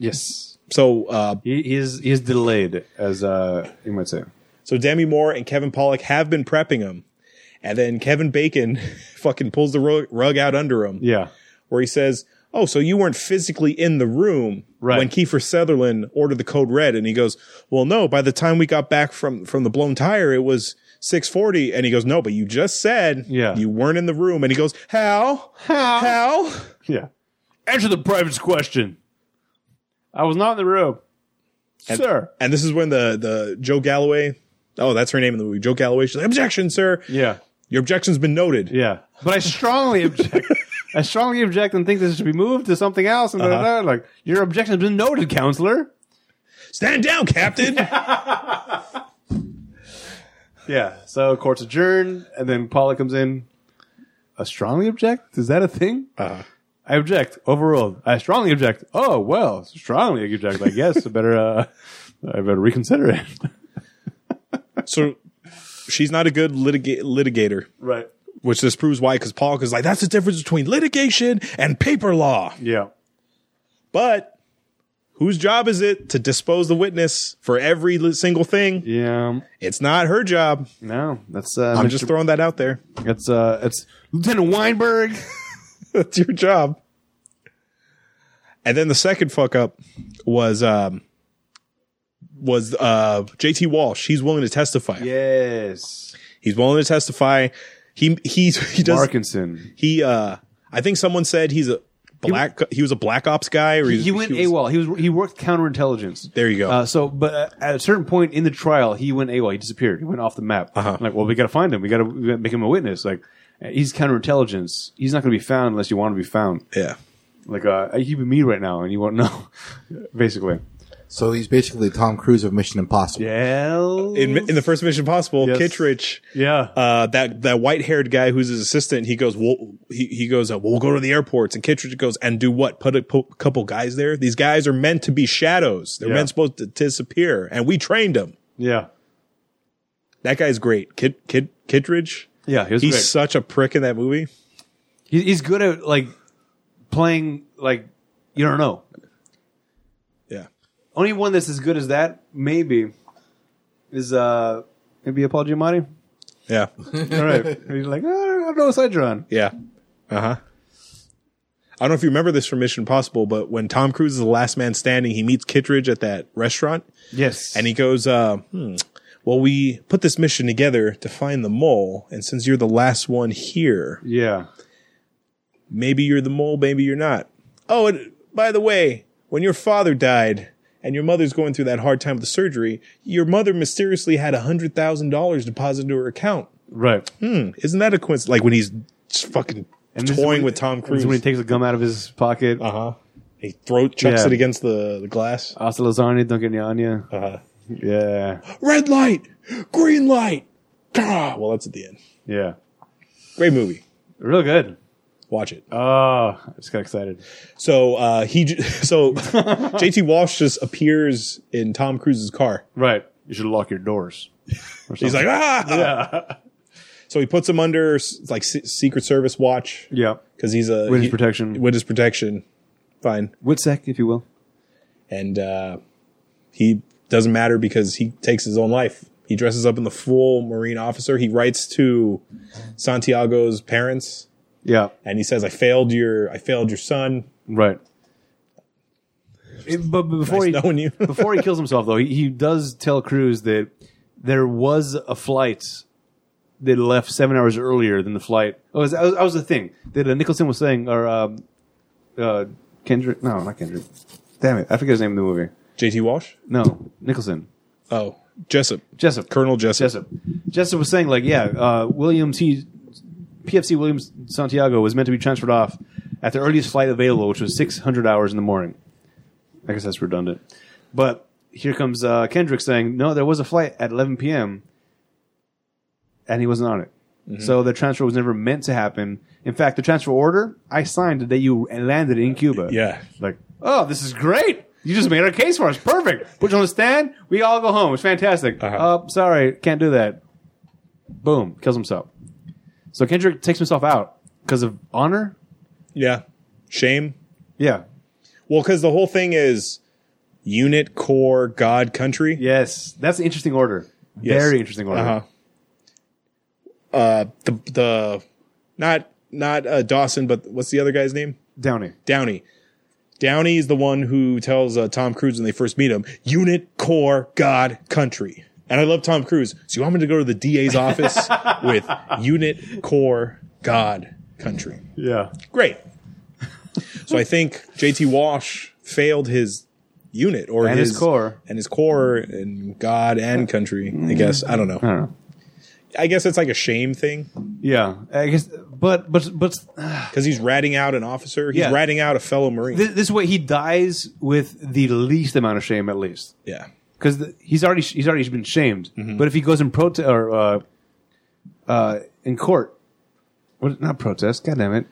Speaker 2: Yes,
Speaker 1: So uh,
Speaker 2: he, he is. He is delayed, as uh, you might say.
Speaker 1: so Demi Moore and Kevin Pollock have been prepping him, and then Kevin Bacon fucking pulls the rug, rug out under him,
Speaker 2: Yeah,
Speaker 1: where he says, "Oh, so you weren't physically in the room
Speaker 2: Right.
Speaker 1: when Kiefer Sutherland ordered the code red?" And he goes, "Well, no. By the time we got back from from the blown tire, it was." 640 and he goes no but you just said
Speaker 2: Yeah.
Speaker 1: you weren't in the room and he goes how how how
Speaker 2: yeah. Answer the private's question. I was not in the room, sir.
Speaker 1: And this is when the the Joe Galloway, oh, that's her name in the movie, Joe Galloway. She's like, objection, sir.
Speaker 2: Yeah,
Speaker 1: Your objection's been noted.
Speaker 2: Yeah, but I strongly object. I strongly object and think this should be moved to something else. And da- da- da. like your objection has been noted, counselor.
Speaker 1: Stand down, Captain.
Speaker 2: Yeah. So court's adjourned, and then Paula comes in. I strongly object. Is that a thing?
Speaker 1: Uh-huh.
Speaker 2: I object. Overruled. I strongly object. Oh well, strongly object. I guess I better. Uh, I better reconsider it.
Speaker 1: so she's not a good litiga- litigator,
Speaker 2: right.
Speaker 1: which this proves why, because Paul is like, that's the difference between litigation and paper law.
Speaker 2: Yeah.
Speaker 1: But whose job is it to dispose the witness for every li- single thing?
Speaker 2: Yeah.
Speaker 1: It's not her job.
Speaker 2: No, that's. Uh,
Speaker 1: I'm
Speaker 2: Mr.
Speaker 1: just throwing that out there.
Speaker 2: It's. Uh, it's Lieutenant Weinberg.
Speaker 1: That's your job. And then the second fuck up was um was uh JT Walsh. He's willing to testify.
Speaker 2: yes.
Speaker 1: He's willing to testify. He he's he does
Speaker 2: Parkinson.
Speaker 1: he uh I think someone said he's a black he, was a black ops guy or he's-
Speaker 2: he went
Speaker 1: was-
Speaker 2: AWOL. He was he worked counterintelligence.
Speaker 1: There you go.
Speaker 2: Uh, so, but uh, at a certain point in the trial, he went AWOL. He disappeared. He went off the map.
Speaker 1: Uh-huh.
Speaker 2: I'm Like, well, we got to find him. We got to make him a witness. Like, uh, he's counterintelligence. He's not going to be found unless you want to be found.
Speaker 1: yeah.
Speaker 2: Like, uh, you be me right now, and you won't know. Basically,
Speaker 3: So he's basically Tom Cruise of Mission Impossible.
Speaker 2: yeah,
Speaker 1: In, in the first Mission Possible,
Speaker 2: Yes.
Speaker 1: Kittredge,
Speaker 2: yeah,
Speaker 1: uh, that that white haired guy who's his assistant, he goes, well, he, he goes, uh, well, we'll go to the airports, and Kittredge goes, and do what? Put a po- couple guys there. These guys are meant to be shadows. They're
Speaker 2: Yeah.
Speaker 1: meant supposed to disappear, and we trained them.
Speaker 2: yeah,
Speaker 1: That guy's great, Kid Kid Kittredge.
Speaker 2: yeah. He was
Speaker 1: He's
Speaker 2: great.
Speaker 1: such a prick in that movie.
Speaker 2: He- he's good at like playing like you don't know.
Speaker 1: Yeah,
Speaker 2: Only one that's as good as that maybe is uh maybe Paul Giamatti.
Speaker 1: yeah,
Speaker 2: All right. He's like, oh, I don't know what side you're on.
Speaker 1: yeah. Uh huh. I don't know if you remember this from Mission Impossible, but when Tom Cruise is the last man standing, he meets Kittredge at that restaurant.
Speaker 2: Yes.
Speaker 1: And he goes, uh, hmm, well, we put this mission together to find the mole. And since you're the last one here,
Speaker 2: yeah.
Speaker 1: maybe you're the mole, maybe you're not. Oh, and by the way, when your father died and your mother's going through that hard time with the surgery, your mother mysteriously had $100,000 deposited into her account.
Speaker 2: Right.
Speaker 1: Hmm, Isn't that a coincidence? Like when he's just fucking
Speaker 2: this is
Speaker 1: toying
Speaker 2: when-
Speaker 1: with Tom
Speaker 2: This
Speaker 1: Cruise.
Speaker 2: is when he takes a gum out of his pocket.
Speaker 1: uh huh. He throat chucks
Speaker 2: Yeah. Uh,
Speaker 1: it against the, the glass.
Speaker 2: Hasta lasagna, don't get any onion.
Speaker 1: Uh-huh.
Speaker 2: Yeah.
Speaker 1: Red light, green light. Gah! Well, that's at the end.
Speaker 2: Yeah.
Speaker 1: Great movie.
Speaker 2: Real good.
Speaker 1: Watch it.
Speaker 2: Oh, I just got excited.
Speaker 1: So uh, he, j- so JT Walsh just appears in Tom Cruise's car.
Speaker 2: Right. You should lock your doors. Or
Speaker 1: He's
Speaker 2: something.
Speaker 1: like, ah.
Speaker 2: yeah.
Speaker 1: So he puts him under s- like se- Secret Service watch
Speaker 2: yeah.
Speaker 1: because he's a
Speaker 2: Witness
Speaker 1: he-
Speaker 2: protection.
Speaker 1: Witness protection, fine.
Speaker 2: Witsec, if you will.
Speaker 1: And uh, he doesn't matter because he takes his own life. He dresses up in the full Marine officer. He writes to Santiago's parents
Speaker 2: Yeah.
Speaker 1: and he says, "I failed your, I failed your son.
Speaker 2: Right. It- but but before
Speaker 1: Nice
Speaker 2: he
Speaker 1: knowing you.
Speaker 2: before he kills himself though, he, he does tell Cruz that there was a flight that left seven hours earlier than the flight. Oh, that was, that was the thing that uh, Nicholson was saying, or um, uh, Kendrick? No, not Kendrick. Damn it, I forget his name in the movie.
Speaker 1: JT Walsh?
Speaker 2: No, Nicholson.
Speaker 1: Oh, Jessup.
Speaker 2: Jessup.
Speaker 1: Colonel Jessup.
Speaker 2: Jessup. Jessup was saying like, yeah, uh, Williams, he, PFC Williams Santiago was meant to be transferred off at the earliest flight available, which was 600 hours in the morning. I guess that's redundant. But here comes uh, Kendrick saying, no, there was a flight at 11 p.m. and he wasn't on it.
Speaker 1: Mm-hmm.
Speaker 2: So the transfer was never meant to happen. In fact, the transfer order I signed the day you landed in Cuba.
Speaker 1: Yeah.
Speaker 2: Like, oh, this is great. You just made our case for us. Perfect. Put you on the stand. We all go home. It's fantastic. uh
Speaker 1: Uh-huh.
Speaker 2: sorry, can't do that. Boom. Kills himself. So Kendrick takes himself out because of honor.
Speaker 1: Yeah. Shame.
Speaker 2: Yeah.
Speaker 1: Well, because the whole thing is unit, core, God, country.
Speaker 2: Yes, that's an interesting order.
Speaker 1: Yes.
Speaker 2: Very interesting order.
Speaker 1: Uh-huh. Uh the the not not uh, Dawson, but what's the other guy's name?
Speaker 2: Downey.
Speaker 1: Downey. Downey is the one who tells uh, Tom Cruise when they first meet him, unit, core, God, country. And I love Tom Cruise. So you want me to go to the DA's office with unit, core, God, country.
Speaker 2: Yeah.
Speaker 1: Great. So I think JT Walsh failed his unit or
Speaker 2: And his core. Mm-hmm.
Speaker 1: and his core and God and country. I guess I don't
Speaker 2: I
Speaker 1: know.
Speaker 2: don't know.
Speaker 1: I guess it's like a shame thing
Speaker 2: Yeah, I guess. But but but
Speaker 1: because he's ratting out an officer. He's
Speaker 2: Yeah.
Speaker 1: ratting out a fellow Marine.
Speaker 2: this, this way he dies with the least amount of shame, at least.
Speaker 1: yeah,
Speaker 2: because he's already he's already been shamed. But if he goes in protest or uh, uh, in court, what, not protest, God damn it,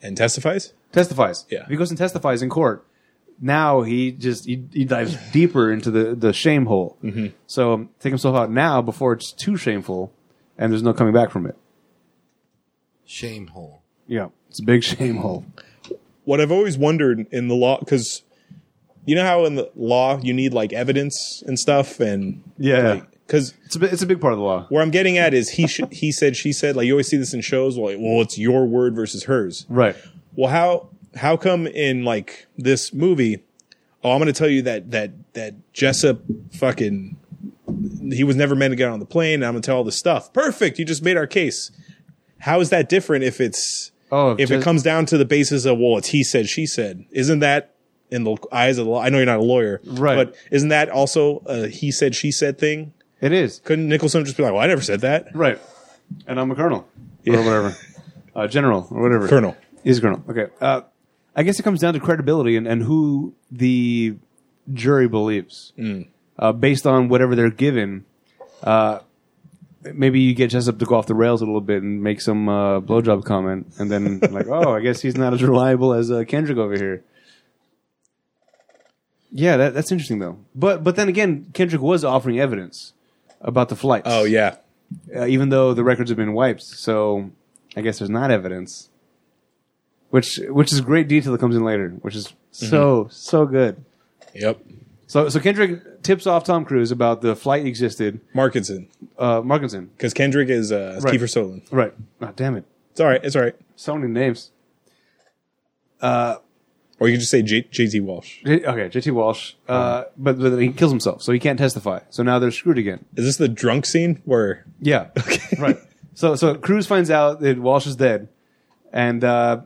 Speaker 1: and testifies.
Speaker 2: testifies.
Speaker 1: Yeah.
Speaker 2: if he goes and testifies in court, now he just he, he dives deeper into the the shame hole. Mm-hmm. So um, take himself out now before it's too shameful, and there's no coming back from it.
Speaker 3: Shame hole.
Speaker 2: Yeah, it's a big shame hole.
Speaker 1: What I've always wondered in the law because you know how in the law you need like evidence and stuff and
Speaker 2: Yeah,
Speaker 1: because
Speaker 2: it's a bi- it's a big part of the law.
Speaker 1: where I'm getting at is he sh- he said she said like you always see this in shows like well it's your word versus hers
Speaker 2: Right.
Speaker 1: well how how come in like this movie oh i'm gonna tell you that that that jessup fucking he was never meant to get on the plane and i'm gonna tell all this stuff perfect you just made our case how is that different if it's
Speaker 2: Oh,
Speaker 1: if it
Speaker 2: Jes-
Speaker 1: comes down to the basis of well it's he said she said isn't that in the eyes of the law i know you're not a lawyer
Speaker 2: Right.
Speaker 1: but isn't that also a he said she said thing
Speaker 2: It is.
Speaker 1: couldn't nicholson just be like well i never said that
Speaker 2: Right. And I'm a colonel. Or whatever. Uh, general or whatever.
Speaker 1: Colonel.
Speaker 2: He's a colonel. Okay. Uh, I guess it comes down to credibility and, and who the jury believes.
Speaker 1: Mm.
Speaker 2: Uh, based on whatever they're given, uh, maybe you get Jessup to go off the rails a little bit and make some uh, blowjob comment. And then, like, oh, I guess he's not as reliable as uh, Kendrick over here. Yeah, that, that's interesting, though. But but then again, Kendrick was offering evidence about the flights
Speaker 1: oh yeah
Speaker 2: uh, even though the records have been wiped. So I guess there's not evidence, which which is great detail that comes in later, which is so so good.
Speaker 1: yep
Speaker 2: Mm-hmm. So so Kendrick tips off Tom Cruise about the flight existed.
Speaker 1: markinson
Speaker 2: Uh, Markinson,
Speaker 1: because kendrick is uh
Speaker 2: Right.
Speaker 1: kiefer Sutherland.
Speaker 2: right? Ah, damn it,
Speaker 1: it's all right it's all right
Speaker 2: so many names.
Speaker 1: Or you could just say J- JT Walsh.
Speaker 2: J- okay, JT Walsh, uh, but, but he kills himself, so he can't testify. So now they're screwed again.
Speaker 1: Is this the drunk scene where
Speaker 2: Yeah. Okay. Right. So so Cruz finds out that Walsh is dead, and uh,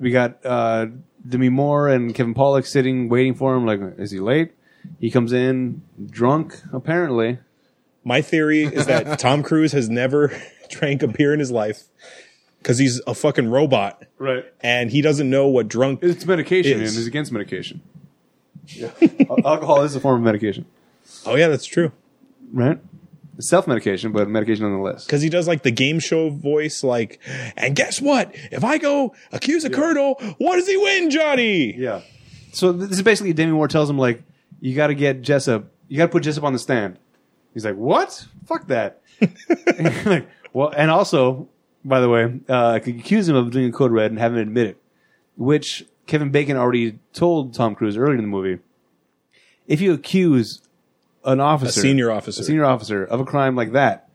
Speaker 2: we got uh, Demi Moore and Kevin Pollock sitting waiting for him. Like, is he late? He comes in drunk, apparently.
Speaker 1: my theory is that Tom Cruise has never drank a beer in his life because he's a fucking robot
Speaker 2: Right.
Speaker 1: and he doesn't know what drunk.
Speaker 2: It's medication,
Speaker 1: Is.
Speaker 2: and he's against medication. Al- Alcohol is a form of medication,
Speaker 1: Oh yeah, that's true.
Speaker 2: right? Self medication, but medication nonetheless.
Speaker 1: Because he does like the game show voice, like, and guess what? If I go accuse a colonel, what does he win, Johnny?
Speaker 2: Yeah. So th- this is basically Demi Moore tells him like, you got to get Jessup, you got to put Jessup on the stand. He's like, what? Fuck that. like, well, and also, by the way, uh, I could accuse him of doing a code red and having him admit it, which Kevin Bacon already told Tom Cruise earlier in the movie. If you accuse an officer,
Speaker 1: senior officer.
Speaker 2: a senior officer of a crime like that,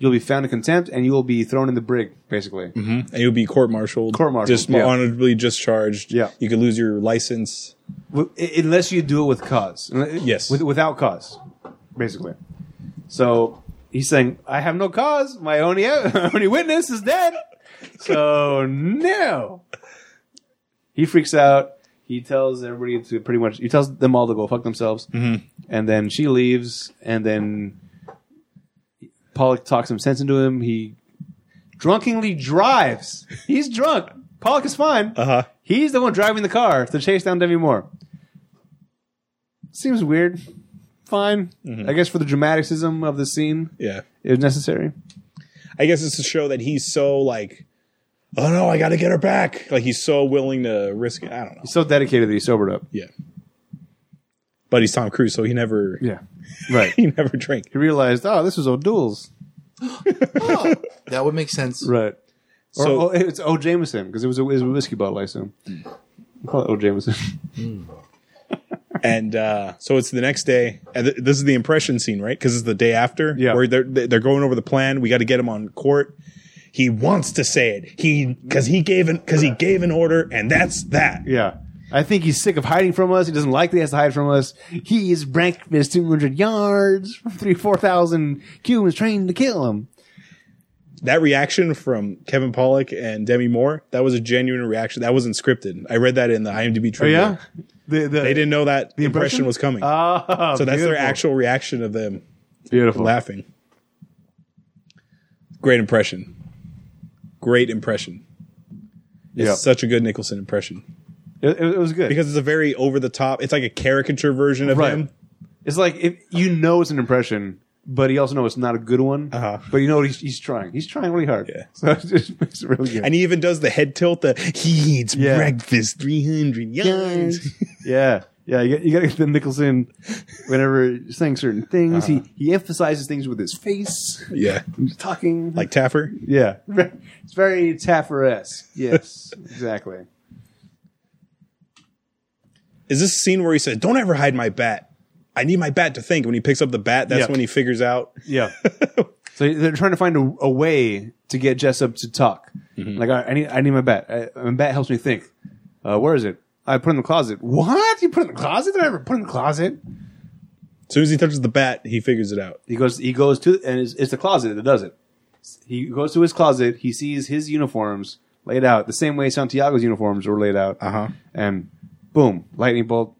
Speaker 2: you'll be found in contempt and you will be thrown in the brig, basically.
Speaker 1: And he would be court-martialed,
Speaker 2: Court-martialed,
Speaker 1: just
Speaker 2: yeah.
Speaker 1: honorably discharged.
Speaker 2: Yeah.
Speaker 1: you could lose your license.
Speaker 2: W- i- unless you do it with cause. Unle-
Speaker 1: Yes.
Speaker 2: with, without cause, basically. So he's saying, I have no cause. My only, my only witness is dead. So no. He freaks out. He tells everybody to pretty much, he tells them all to go fuck themselves. Mm-hmm. And then she leaves. And then Pollock talks some sense into him. He drunkenly drives. He's drunk. Pollock is fine.
Speaker 1: Uh-huh.
Speaker 2: He's the one driving the car to chase down Demi Moore. Seems weird. Fine. I guess for the dramaticism of the scene,
Speaker 1: Yeah.
Speaker 2: it was necessary.
Speaker 1: I guess it's to show that he's so like, oh no, I got to get her back. Like he's so willing to risk it. I don't know.
Speaker 2: He's so dedicated that he sobered up.
Speaker 1: Yeah. But he's Tom Cruise, so he never
Speaker 2: Yeah. Right.
Speaker 1: he never drank.
Speaker 2: he realized, oh, this was O'Doul's.
Speaker 3: Oh, that would make sense.
Speaker 2: Right. Or
Speaker 1: So-
Speaker 2: oh, it's O. Jameson, because it, was a- it was a whiskey bottle, I assume. We Call it O. Jameson.
Speaker 1: And uh, so it's the next day. And th- this is the impression scene, right? Because it's the day after.
Speaker 2: Yeah.
Speaker 1: Where they're they're going over the plan. We got to get him on court. He wants to say it. He because he gave an because he gave an order, and that's that.
Speaker 2: yeah. I think he's sick of hiding from us. He doesn't like that he has to hide from us. He is breakfast 200 yards from 3 4,000 Cubans trained to kill him.
Speaker 1: That reaction from Kevin Pollock and Demi Moore that was a genuine reaction. That wasn't scripted. I read that in the IMDb trivia.
Speaker 2: Oh, The, the,
Speaker 1: They didn't know that the impression,
Speaker 2: impression?
Speaker 1: was coming.
Speaker 2: Ah,
Speaker 1: so that's their
Speaker 2: beautiful.
Speaker 1: actual reaction of them
Speaker 2: Beautiful.
Speaker 1: laughing. Great impression. Great impression. It's
Speaker 2: Yeah.
Speaker 1: such a good Nicholson impression.
Speaker 2: It, it was good.
Speaker 1: because it's a very over the top. It's like a caricature version of
Speaker 2: Right.
Speaker 1: him.
Speaker 2: It's like if you know it's an impression, but you also know it's not a good one.
Speaker 1: Uh-huh.
Speaker 2: But you know what he's, he's trying. He's trying really hard.
Speaker 1: Yeah.
Speaker 2: So it just makes it really good.
Speaker 1: And he even does the head tilt. The he eats
Speaker 2: Yeah.
Speaker 1: breakfast three hundred yards.
Speaker 2: yeah, yeah. You, got- you got to get the Nicholson whenever he's saying certain things. He he emphasizes things with his face.
Speaker 1: yeah,
Speaker 2: He's talking
Speaker 1: like Taffer.
Speaker 2: yeah. It's very Taffer-esque. Yes, exactly.
Speaker 1: Is this a scene where he says, "Don't ever hide my bat. I need my bat to think." When he picks up the bat, that's
Speaker 2: Yeah.
Speaker 1: when he figures out.
Speaker 2: Yeah. so they're trying to find a, a way to get Jessup to talk. Like, all right, I need, I need my bat. I, my bat helps me think. Uh, where is it? I put it in the closet. What? You put it in the closet? Did I ever put it in the closet?
Speaker 1: As soon as he touches the bat, he figures it out.
Speaker 2: He goes, he goes to, and it's, it's the closet that does it. He goes to his closet. He sees his uniforms laid out the same way Santiago's uniforms were laid out.
Speaker 1: Uh-huh.
Speaker 2: And boom, lightning bolt.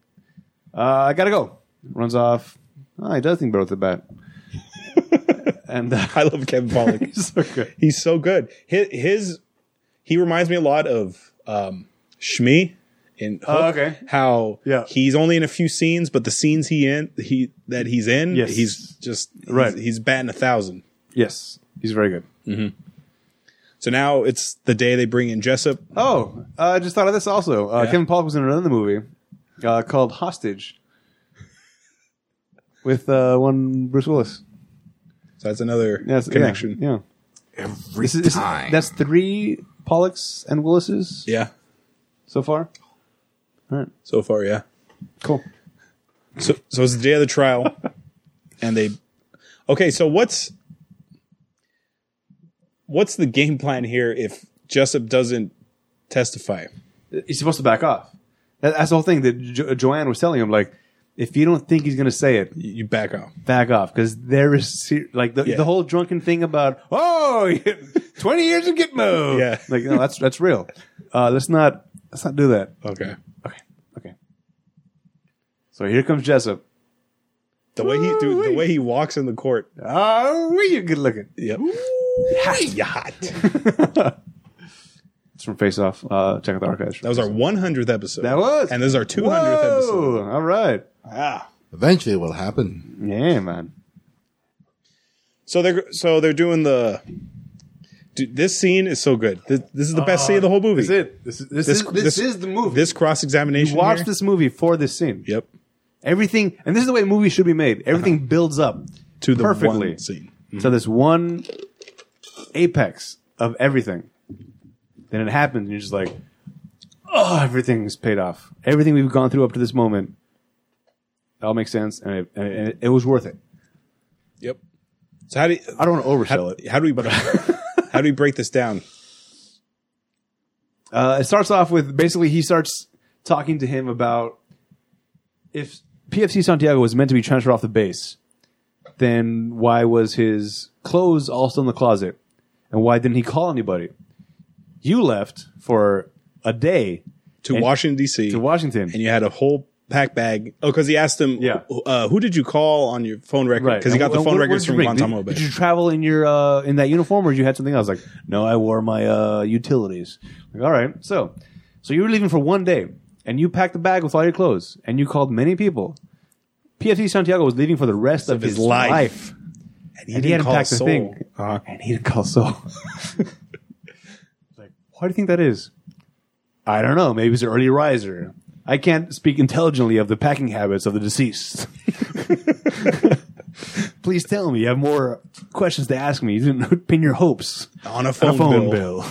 Speaker 2: Uh, I gotta go. Runs off. Oh, he does think better with the bat. and uh,
Speaker 1: I love Kevin Pollak.
Speaker 2: he's so good.
Speaker 1: He's so good. His, his he reminds me a lot of um Shmi in Hook,
Speaker 2: Oh, okay.
Speaker 1: How
Speaker 2: Yeah.
Speaker 1: he's only in a few scenes, but the scenes he in he that he's in,
Speaker 2: Yes.
Speaker 1: he's just he's-
Speaker 2: Right.
Speaker 1: He's, batting a thousand.
Speaker 2: Yes, he's very good.
Speaker 1: So now it's the day they bring in Jessup.
Speaker 2: Oh, uh, I just thought of this also. Uh, Kevin Pollock was in another movie uh, called Hostage with uh, one Bruce Willis.
Speaker 1: So that's another
Speaker 2: Yes, yeah,
Speaker 1: connection.
Speaker 2: Yeah,
Speaker 3: Every
Speaker 2: This is- this-
Speaker 3: time.
Speaker 2: that's three Pollocks and Willises
Speaker 1: Yeah.
Speaker 2: so far. All right,
Speaker 1: So far, yeah.
Speaker 2: cool.
Speaker 1: So so it's the day of the trial, and they. Okay, so what's what's the game plan here if Jessup doesn't testify?
Speaker 2: He's supposed to back off. That, that's the whole thing that jo- Joanne was telling him. Like, if you don't think he's going to say it,
Speaker 1: You you back off.
Speaker 2: back off because there is ser- like the,
Speaker 1: Yeah.
Speaker 2: the whole drunken thing about oh 20 years of Gitmo.
Speaker 1: Yeah.
Speaker 2: like no, that's that's real. Uh, let's not let's not do that.
Speaker 1: Okay.
Speaker 2: Okay, okay. So here comes Jessup.
Speaker 1: The way he dude, the
Speaker 2: Woo-wee.
Speaker 1: way he walks in the court.
Speaker 2: Oh, you good looking.
Speaker 1: Yep.
Speaker 3: you hot.
Speaker 2: It's from Face Off. Uh, check out the archives.
Speaker 1: That was our 100th episode.
Speaker 2: That was.
Speaker 1: And this is our 200th
Speaker 2: Whoa!
Speaker 1: episode.
Speaker 2: All right.
Speaker 1: Ah.
Speaker 3: Eventually, it will happen.
Speaker 2: Yeah, man.
Speaker 1: So they're so they're doing the dude, this scene is so good. This, this is the best scene of the whole movie.
Speaker 2: This Uh, is it. This is this,
Speaker 1: This-
Speaker 2: is, this,
Speaker 1: this-
Speaker 2: is the movie.
Speaker 1: This cross examination.
Speaker 2: Watch this movie for this scene.
Speaker 1: Yep.
Speaker 2: Everything, and this is the way movies should be made. Everything builds up
Speaker 1: To the
Speaker 2: perfectly.
Speaker 1: one scene.
Speaker 2: So this one apex of everything. Then it happens, and you're just like, oh, everything's paid off. Everything we've gone through up to this moment, it all makes sense, and it, and it, it was worth it.
Speaker 1: Yep. So how do you,
Speaker 2: I don't want to oversell
Speaker 1: how,
Speaker 2: it.
Speaker 1: how do we how do we break this down?
Speaker 2: Uh, it starts off with basically he starts talking to him about if PFC Santiago was meant to be transferred off the base, then why was his clothes also in the closet? And why didn't he call anybody? You left for a day
Speaker 1: to
Speaker 2: And-
Speaker 1: Washington D.C.
Speaker 2: to Washington.
Speaker 1: and you had a whole pack bag. Oh, because he asked him,
Speaker 2: Yeah.
Speaker 1: uh, who did you call on your phone record?
Speaker 2: Right.
Speaker 1: Because he
Speaker 2: And
Speaker 1: got the
Speaker 2: wh-
Speaker 1: phone
Speaker 2: wh-
Speaker 1: records
Speaker 2: what'd you
Speaker 1: from
Speaker 2: bring?
Speaker 1: Guantanamo
Speaker 2: Did-
Speaker 1: Bay.
Speaker 2: Did you travel in your uh, in that uniform, or did you had something else? Like, no, I wore my uh, utilities. Like, all right, so so you were leaving for one day, and you packed a bag with all your clothes, and you called many people. PFC Santiago was leaving for the rest of,
Speaker 1: his
Speaker 2: his,
Speaker 1: life.
Speaker 2: life,
Speaker 1: and he
Speaker 2: and he hadn't
Speaker 1: call
Speaker 2: packed a
Speaker 1: Soul.
Speaker 2: thing, Uh, and he didn't call Soul. like, why do you think that is? I don't know. Maybe he's an early riser. I can't speak intelligently of the packing habits of the deceased. Please tell me. You have more questions to ask me. You didn't pin your hopes
Speaker 1: on a
Speaker 2: on
Speaker 1: phone,
Speaker 2: a phone bill.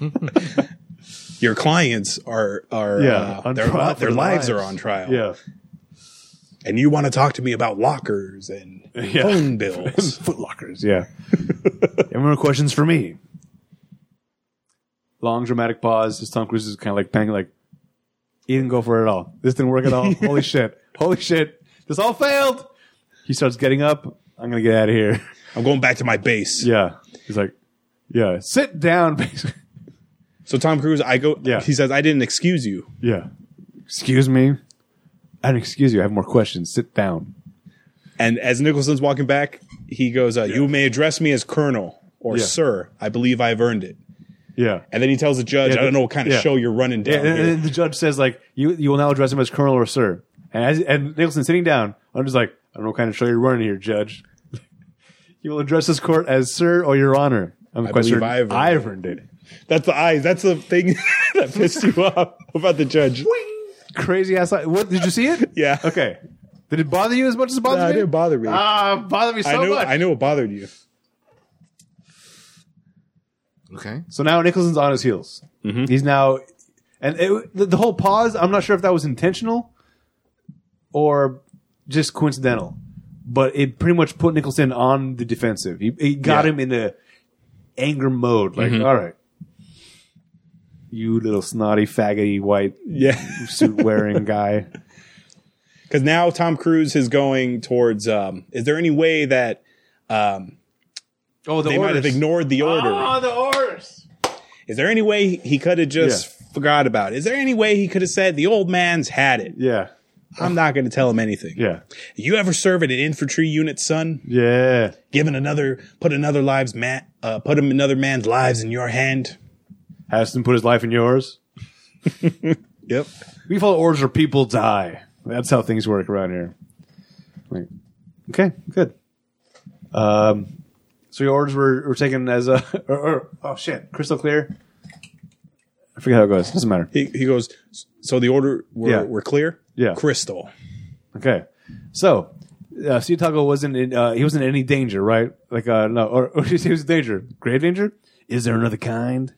Speaker 1: bill. Your clients are are
Speaker 2: Yeah,
Speaker 1: uh,
Speaker 2: on
Speaker 1: their,
Speaker 2: trial
Speaker 1: li-
Speaker 2: for
Speaker 1: their
Speaker 2: their
Speaker 1: lives are
Speaker 2: lives.
Speaker 1: on trial.
Speaker 2: Yeah.
Speaker 1: and you want to talk to me about lockers and
Speaker 2: Yeah.
Speaker 1: phone bills.
Speaker 2: Footlockers. Yeah. Any more questions for me? Long dramatic pause. His Tom Cruise is kind of like panicking, like, he didn't go for it at all. This didn't work at all. Holy shit. Holy shit. This all failed. He starts getting up. I'm going to get out of here.
Speaker 1: I'm going back to my base.
Speaker 2: Yeah. He's like, yeah, sit down, basically.
Speaker 1: So Tom Cruise, I go.
Speaker 2: Yeah.
Speaker 1: He says, "I didn't excuse you."
Speaker 2: Yeah. Excuse me? I don't excuse you. I have more questions. Sit down.
Speaker 1: And as Nicholson's walking back, he goes, uh, "You may address me as Colonel or
Speaker 2: Yeah.
Speaker 1: Sir. I believe I've earned it."
Speaker 2: Yeah.
Speaker 1: And then he tells the judge,
Speaker 2: Yeah,
Speaker 1: "I don't know what kind of
Speaker 2: yeah.
Speaker 1: show you're running down
Speaker 2: And, and,
Speaker 1: here."
Speaker 2: and the judge says, like, you, you will now address him as Colonel or Sir. And, as, and Nicholson sitting down, I'm just like, I don't know what kind of show you're running here, Judge. you will address this court as Sir or Your Honor. I'm quite
Speaker 1: believe
Speaker 2: certain
Speaker 1: I have earned
Speaker 2: I have earned it.
Speaker 1: That's the eyes. That's the thing that pissed you off about the judge.
Speaker 2: Crazy ass. li- What did you see it?
Speaker 1: Yeah.
Speaker 2: Okay. Did it bother you as much as it bothered
Speaker 1: Nah, it
Speaker 2: me?
Speaker 1: didn't bother me.
Speaker 2: Ah, it bothered me so
Speaker 1: I knew.
Speaker 2: much.
Speaker 1: I knew it bothered you.
Speaker 3: Okay.
Speaker 2: So now Nicholson's on his heels.
Speaker 1: Mm-hmm.
Speaker 2: He's now, and it, the, the whole pause. I'm not sure if that was intentional or just coincidental, but it pretty much put Nicholson on the defensive. He it got
Speaker 1: Yeah. Mm-hmm.
Speaker 2: him in a anger mode. Like, all right, you little snotty faggoty white
Speaker 1: Yeah,
Speaker 2: suit wearing guy.
Speaker 1: because now Tom Cruise is going towards. Um, is there any way that um,
Speaker 2: Oh, the
Speaker 1: they might have ignored the order?
Speaker 2: Ah, the orders.
Speaker 1: Is there any way he could have just forgot about it? Is there any way he could have said the old man's had it?
Speaker 2: Yeah,
Speaker 1: I'm not going to tell him anything.
Speaker 2: yeah,
Speaker 1: You ever serve in an infantry unit, son?
Speaker 2: yeah.
Speaker 1: Given another, put another lives man, uh, put him another man's lives in your hand.
Speaker 2: Haston put his life in yours.
Speaker 1: Yep.
Speaker 2: We follow orders or people die. That's how things work around here. Like, okay, good. Um, so your orders were, were taken as a or, or, oh shit, crystal clear. I forget how it goes. Doesn't matter.
Speaker 1: He, he goes. So the order we're,
Speaker 2: Yeah.
Speaker 1: we're clear.
Speaker 2: Yeah.
Speaker 1: Crystal.
Speaker 2: Okay, so uh, Seatago wasn't in. Uh, he wasn't in any danger, right? Like uh, no, or, or he was in danger, grave danger. Is there another kind?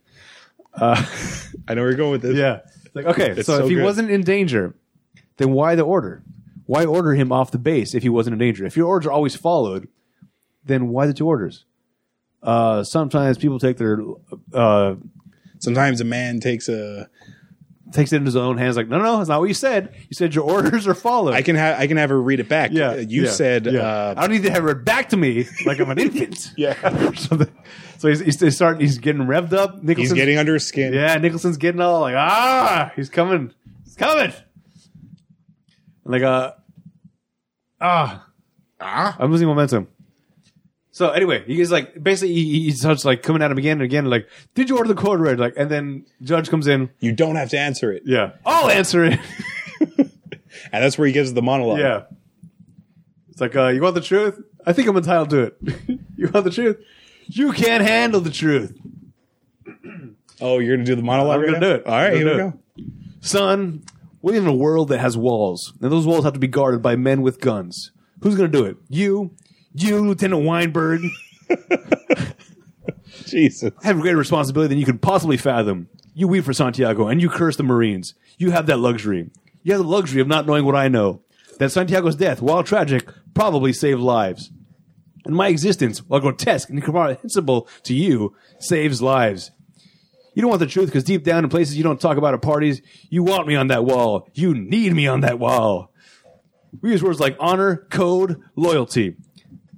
Speaker 1: I know where you're going with this.
Speaker 2: Yeah. Like, okay, so,
Speaker 1: so
Speaker 2: if he
Speaker 1: good.
Speaker 2: wasn't in danger, then why the order? Why order him off the base if he wasn't in danger? If your orders are always followed, then why the two orders? Uh, sometimes people take their uh,
Speaker 1: Sometimes a man takes a.
Speaker 2: takes it into his own hands. Like, no, no, no, that's not what you said. You said your orders are followed.
Speaker 1: I can have. I can have her read it back.
Speaker 2: yeah,
Speaker 1: You
Speaker 2: yeah,
Speaker 1: said.
Speaker 2: yeah.
Speaker 1: Uh,
Speaker 2: I don't need to have it back to me like I'm an infant.
Speaker 1: Yeah.
Speaker 2: Or something. so he's, he's, he's starting. He's getting revved up. Nicholson's
Speaker 1: he's getting under his skin.
Speaker 2: Yeah, Nicholson's getting all like, ah, he's coming, he's coming. Like, uh, ah,
Speaker 3: Ah.
Speaker 2: I'm losing momentum. So anyway, he's like, basically, he, he starts like coming at him again and again, like, did you order the code red? Like, and then Judge comes in,
Speaker 1: You don't have to answer it.
Speaker 2: yeah, I'll answer it,
Speaker 1: And that's where he gives the monologue.
Speaker 2: yeah. It's like, uh, you want the truth? I think I'm entitled to it. you want the truth? You can't handle the truth.
Speaker 1: Oh, you're gonna do the monologue.
Speaker 2: I'm
Speaker 1: right
Speaker 2: gonna
Speaker 1: now?
Speaker 2: do it.
Speaker 1: All right,
Speaker 2: I'm
Speaker 1: here
Speaker 2: gonna
Speaker 1: we
Speaker 2: do
Speaker 1: go.
Speaker 2: son, we live in a world that has walls, and those walls have to be guarded by men with guns. Who's going to do it? You, you, Lieutenant Weinberg.
Speaker 1: Jesus.
Speaker 2: I have greater responsibility than you could possibly fathom. You weep for Santiago, and you curse the Marines. You have that luxury. You have the luxury of not knowing what I know. That Santiago's death, while tragic, probably saved lives. And my existence, while grotesque and incomprehensible to you, saves lives. You don't want the truth because deep down in places you don't talk about at parties, you want me on that wall. You need me on that wall. We use words like honor, code, loyalty.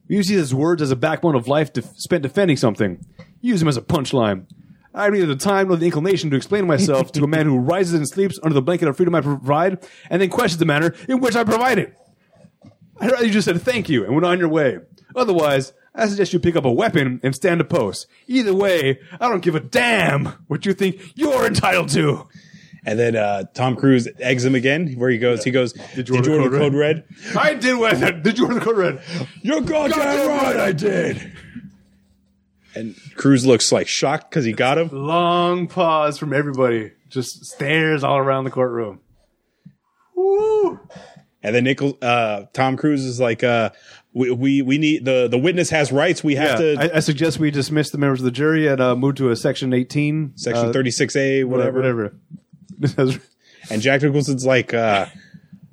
Speaker 2: We use these words as a backbone of life to spent defending something. Use them as a punchline. I have neither the time nor the inclination to explain myself to a man who rises and sleeps under the blanket of freedom I provide and then questions the manner in which I provide it. I'd rather you just said thank you and went on your way. Otherwise, I suggest you pick up a weapon and stand a post. Either way, I don't give a damn what you think you're entitled to.
Speaker 1: And then uh, Tom Cruise eggs him again, where he goes, he goes, Did you order, code, red?
Speaker 2: I did what I said. Did you order the code red?
Speaker 1: You're goddamn
Speaker 2: Goddamn
Speaker 1: right, I did. And Cruise looks like shocked because he got him.
Speaker 2: Long pause from everybody. Just stares all around the courtroom. Woo!
Speaker 1: And then Nickel, uh, Tom Cruise is like, uh, we, we, we need the, the witness has rights. We have to
Speaker 2: I, I suggest we dismiss the members of the jury and uh, move to a section 18.
Speaker 1: section
Speaker 2: uh,
Speaker 1: 36A, whatever.
Speaker 2: Whatever. whatever.
Speaker 1: And Jack Nicholson's like, uh,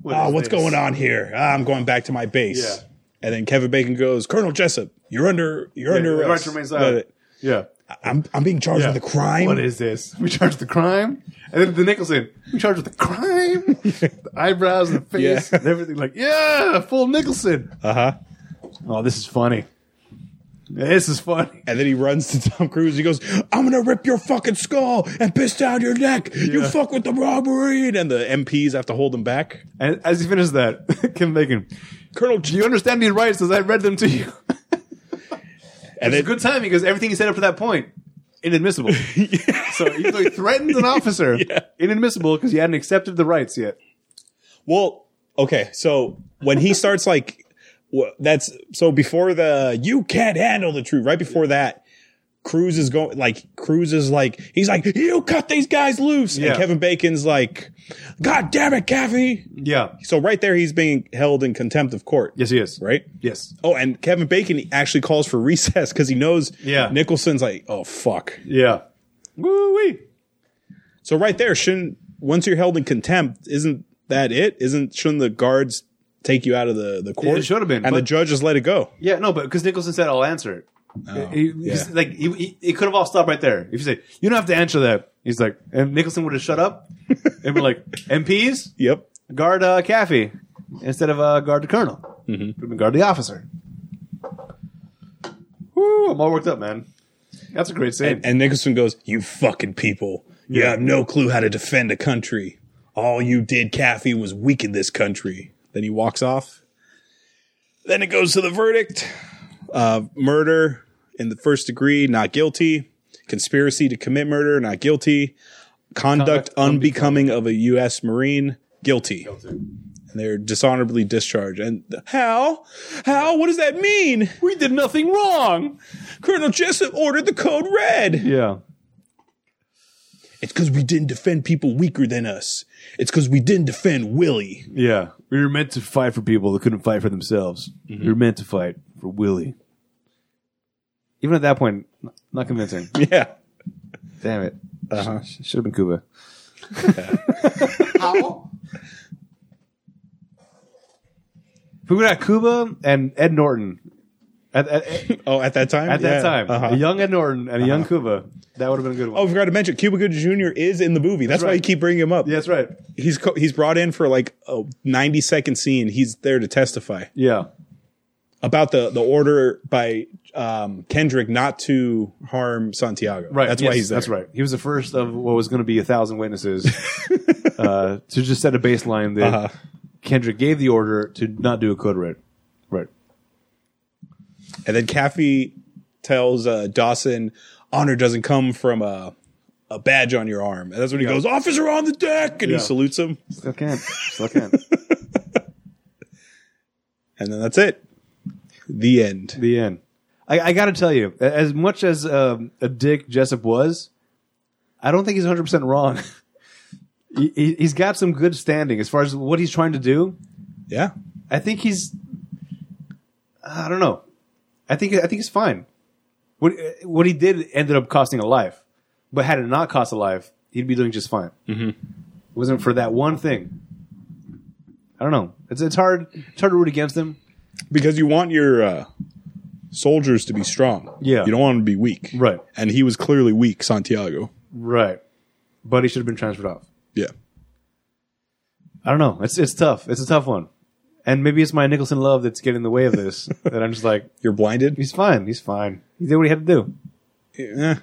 Speaker 2: What
Speaker 1: oh,
Speaker 2: is
Speaker 1: what's
Speaker 2: this?
Speaker 1: going on here? Ah, I'm going back to my base.
Speaker 2: Yeah.
Speaker 1: And then Kevin Bacon goes, Colonel Jessup, you're under, you're under
Speaker 2: the
Speaker 1: arrest.
Speaker 2: right to remain silent. Yeah.
Speaker 1: I'm, I'm being charged with a crime.
Speaker 2: What is this? We charge the crime? And then the Nicholson, we charge with the crime? the eyebrows and the face
Speaker 1: Yeah.
Speaker 2: and everything. Like, yeah, full Nicholson.
Speaker 1: uh huh.
Speaker 2: Oh, this is funny. This is funny.
Speaker 1: And then he runs to Tom Cruise. He goes, I'm going to rip your fucking skull and piss down your neck. You
Speaker 2: Yeah.
Speaker 1: fuck with the robbery. And the MPs have to hold him back.
Speaker 2: And as he finishes that, Kim Bacon,
Speaker 1: Colonel,
Speaker 2: do
Speaker 1: J-
Speaker 2: you understand these rights as I read them to you?
Speaker 1: and
Speaker 2: It's a
Speaker 1: then
Speaker 2: good time because everything he said up to that point, inadmissible. So he he threatens an officer, inadmissible because he hadn't accepted the rights yet.
Speaker 1: Well, okay. So when he starts like wh- that's so before the you can't handle the truth. Right before that, Cruz is going like Cruz is like he's like you cut these guys loose,
Speaker 2: Yeah.
Speaker 1: and Kevin Bacon's like, God damn it, Kathy.
Speaker 2: Yeah.
Speaker 1: So right there, he's being held in contempt of court.
Speaker 2: Yes, he is.
Speaker 1: Right.
Speaker 2: Yes.
Speaker 1: Oh, and Kevin Bacon actually calls for recess because he knows
Speaker 2: Yeah.
Speaker 1: Nicholson's like, oh fuck.
Speaker 2: Yeah. Woo wee.
Speaker 1: So right there, shouldn't once you're held in contempt, isn't that it? Isn't shouldn't the guards take you out of the the court?
Speaker 2: It should have been,
Speaker 1: and the
Speaker 2: but-
Speaker 1: judge just let it go.
Speaker 2: Yeah, no, but because Nicholson said, "I'll answer it." He- he-
Speaker 1: yeah.
Speaker 2: Like he, he, it could have all stopped right there. If you say, "You don't have to answer that," he's like, and Nicholson would have shut up and be like, "MPs
Speaker 1: Yep.
Speaker 2: guard uh, Caffey instead of uh, guard the colonel. Would have been guard the officer." Woo! I'm all worked up, man. That's a great scene.
Speaker 1: And Nicholson goes, "You fucking people! You
Speaker 2: Yeah.
Speaker 1: have no clue how to defend a country. All you did, Kathy, was weaken this country." Then he walks off. Then it goes to the verdict: uh, murder in the first degree, not guilty; conspiracy to commit murder, not guilty; conduct,
Speaker 2: Conduct
Speaker 1: unbecoming of a U.S. Marine, guilty. And they're dishonorably discharged. And how? How? What does that mean?
Speaker 2: we did nothing wrong.
Speaker 1: Colonel Jessup ordered the code red.
Speaker 2: Yeah.
Speaker 1: It's because we didn't defend people weaker than us. It's because we didn't defend Willie.
Speaker 2: Yeah, Mm-hmm. we were meant to fight for people that couldn't fight for themselves. We were meant to fight for Willie. Even at that point, n- not convincing.
Speaker 1: Yeah.
Speaker 2: Damn it! Uh-huh. Should have been Cuba.
Speaker 3: How?
Speaker 2: If we would have had Cuba and Ed Norton at, at, at
Speaker 1: Oh, at that time?
Speaker 2: that
Speaker 1: Yeah.
Speaker 2: time,
Speaker 1: Uh-huh.
Speaker 2: a young Ed Norton and a young Cuba, that would have been a good one.
Speaker 1: Oh, I forgot to mention, Cuba Gooding Jr. is in the movie. That's, why you
Speaker 2: right.
Speaker 1: keep bringing him up.
Speaker 2: yeah, that's right.
Speaker 1: He's co- he's brought in for like a 90 second scene. He's there to testify
Speaker 2: Yeah,
Speaker 1: about the, the order by um, Kendrick not to harm Santiago.
Speaker 2: right.
Speaker 1: That's
Speaker 2: yes,
Speaker 1: why he's there.
Speaker 2: That's right. He was the first of what was going to be a thousand witnesses uh, to just set a baseline that
Speaker 1: Uh-huh.
Speaker 2: Kendrick gave the order to not do a code red. Right.
Speaker 1: And then Kathy tells uh, Dawson, honor doesn't come from a, a badge on your arm. And that's when he goes, officer on the deck. And
Speaker 2: Yeah.
Speaker 1: he salutes him.
Speaker 2: Still can't. Still can't.
Speaker 1: And then that's it. The end.
Speaker 2: the end. I, I got to tell you, a- as much as um, a dick Jessup was, I don't think he's 100 percent wrong. he, he- he's got some good standing as far as what he's trying to do.
Speaker 1: Yeah.
Speaker 2: I think he's. I don't know. I think I think he's fine. What what he did ended up costing a life, but had it not cost a life, he'd be doing just fine. Mm-hmm. It wasn't for that one thing. I don't know. It's it's hard it's hard to root against him.
Speaker 1: Because you want your uh, soldiers to be strong.
Speaker 2: Yeah.
Speaker 1: You don't want them to be weak.
Speaker 2: Right.
Speaker 1: And he was clearly weak, Santiago.
Speaker 2: Right, but he should have been transferred off.
Speaker 1: Yeah.
Speaker 2: I don't know. It's it's tough. It's a tough one. And maybe it's my Nicholson love that's getting in the way of this. that I'm just like,
Speaker 1: You're blinded.
Speaker 2: he's fine. He's fine. He did what he had to do.
Speaker 1: Eh.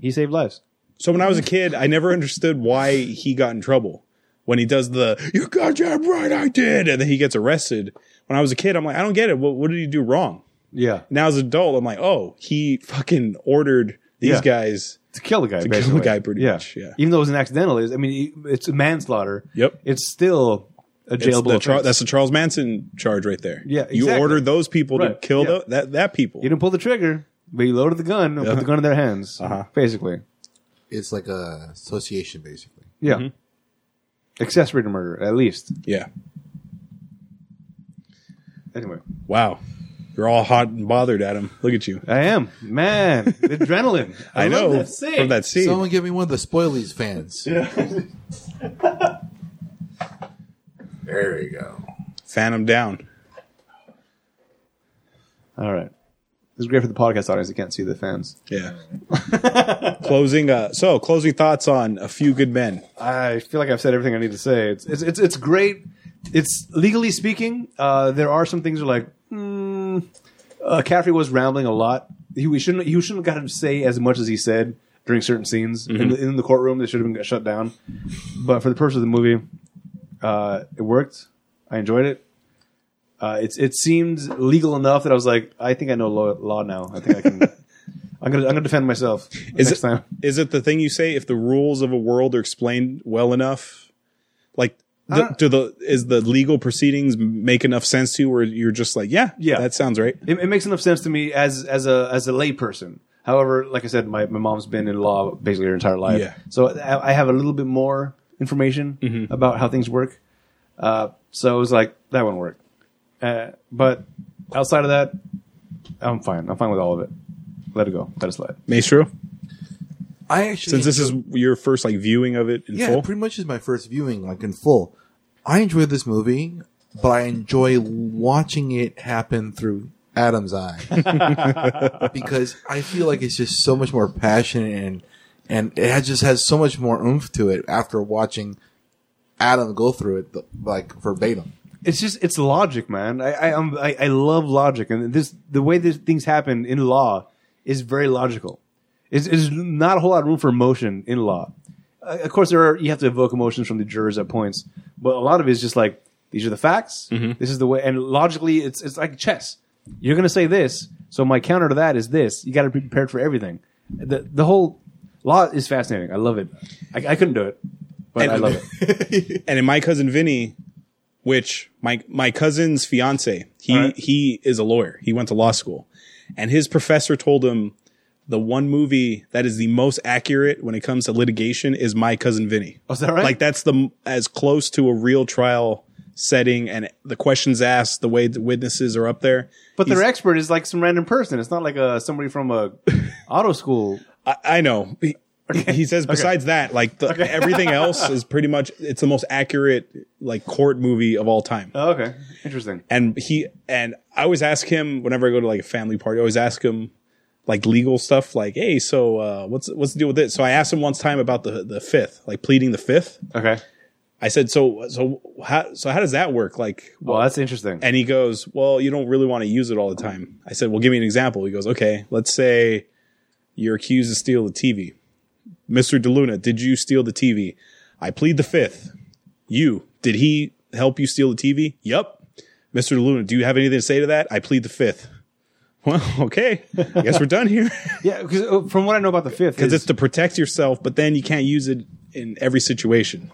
Speaker 2: He saved lives.
Speaker 1: So when I was a kid, I never understood why he got in trouble. When he does the "You goddamn right, I did," and then he gets arrested. When I was a kid, I'm like, I don't get it. What, what did he do wrong?
Speaker 2: Yeah.
Speaker 1: Now as an adult, I'm like, oh, he fucking ordered these
Speaker 2: Yeah.
Speaker 1: guys.
Speaker 2: To kill the guy. To
Speaker 1: kill the guy, pretty
Speaker 2: yeah.
Speaker 1: much, yeah.
Speaker 2: Even though it was an accidental, it's, I mean, it's manslaughter.
Speaker 1: Yep.
Speaker 2: It's still a
Speaker 1: It's
Speaker 2: jailable
Speaker 1: the Char-
Speaker 2: offense.
Speaker 1: that's the Charles Manson charge right there.
Speaker 2: Yeah,
Speaker 1: you
Speaker 2: exactly.
Speaker 1: ordered those people
Speaker 2: Right,
Speaker 1: to kill
Speaker 2: yeah.
Speaker 1: tho- that that people.
Speaker 2: you didn't pull the trigger, but you loaded the gun and put the gun in their hands.
Speaker 1: Uh-huh.
Speaker 2: Basically.
Speaker 3: It's like a association, basically.
Speaker 2: Yeah.
Speaker 1: Mm-hmm.
Speaker 2: Accessory to murder, at least.
Speaker 1: yeah.
Speaker 2: Anyway.
Speaker 1: Wow. You're all hot and bothered, Adam. Look at you.
Speaker 2: I am. Man. the adrenaline. I,
Speaker 1: I, know
Speaker 2: Love that scene.
Speaker 1: from that scene.
Speaker 3: Someone give me one of the Spoilies fans. Yeah. there you go.
Speaker 1: Fan him down.
Speaker 2: All right. This is great for the podcast audience. You can't see the fans.
Speaker 1: Yeah. closing. Uh, so closing thoughts on a few good men.
Speaker 2: I feel like I've said everything I need to say. It's it's it's, it's great. It's legally speaking, uh, there are some things that are like, hmm. uh, Caffrey was rambling a lot. He we shouldn't he shouldn't have got to say as much as he said during certain scenes
Speaker 1: Mm-hmm.
Speaker 2: in, the, in the courtroom. They should have been shut down. But for the purpose of the movie, uh, it worked. I enjoyed it. Uh, it's it seemed legal enough that I was like, I think I know law, law now. I think I can. I'm gonna I'm gonna defend myself
Speaker 1: Is
Speaker 2: next
Speaker 1: it-
Speaker 2: time.
Speaker 1: Is it the thing you say if the rules of a world are explained well enough? Like, the,
Speaker 2: don't-
Speaker 1: do the is the legal proceedings make enough sense to you where you're just like, yeah,
Speaker 2: Yeah.
Speaker 1: that sounds right.
Speaker 2: it, it makes enough sense to me as as a as a layperson. However, like I said, my, my mom's been in law basically her entire life,
Speaker 1: Yeah.
Speaker 2: so I, I have a little bit more information about how things work. Uh, so it was like that one worked, uh, but outside of that, I'm fine. I'm fine with all of it. Let it go. Let it slide.
Speaker 1: Maestro,
Speaker 3: I actually
Speaker 1: since this is your first like viewing of it in
Speaker 3: yeah,
Speaker 1: full,
Speaker 3: pretty much is my first viewing, like in full. I enjoy this movie, but I enjoy watching it happen through Adam's eye because I feel like it's just so much more passionate and and it has, just has so much more oomph to it after watching Adam go through it like verbatim.
Speaker 2: it's just it's logic, man. I I, I'm, I I love logic, and this the way that things happen in law is very logical. It's, it's not a whole lot of room for emotion in law. Uh, of course, there are you have to evoke emotions from the jurors at points, but a lot of it is just like these are the facts. This is the way, and logically, it's it's like chess. You're going to say this, so my counter to that is this. You got to be prepared for everything. The the whole law is fascinating. I love it. I, I couldn't do it, but I love it.
Speaker 1: and in my cousin Vinny, which my my cousin's fiance, he
Speaker 2: Alright.
Speaker 1: he is a lawyer. He went to law school, and his professor told him the one movie that is the most accurate when it comes to litigation is My Cousin Vinny.
Speaker 2: Oh, is that right?
Speaker 1: Like that's the m- as close to a real trial setting, and the questions asked, the way the witnesses are up there.
Speaker 2: But their
Speaker 1: He's-
Speaker 2: expert is like some random person. It's not like uh, somebody from a auto school.
Speaker 1: I, I know. He, he says besides that, like the, everything else is pretty much it's the most accurate like court movie of all time.
Speaker 2: Oh, okay, interesting.
Speaker 1: and he and I always ask him whenever I go to like a family party, I always ask him like legal stuff, like, hey, so uh, what's what's the deal with this? So I asked him once time about the the fifth, like pleading the fifth.
Speaker 2: Okay,
Speaker 1: I said, so so how so how does that work? Like,
Speaker 2: well that's interesting.
Speaker 1: and he goes, well, you don't really want to use it all the time. I said, well, give me an example. He goes, okay, let's say you're accused of stealing the TV, Mister DeLuna. Did you steal the TV? I plead the fifth. You did he help you steal the TV? Yup. Mr. DeLuna, do you have anything to say to that? I plead the fifth. Well, okay. I guess we're done here.
Speaker 2: Yeah, because from what I know about the fifth,
Speaker 1: Because it's
Speaker 2: is
Speaker 1: to protect yourself, but then you can't use it in every situation.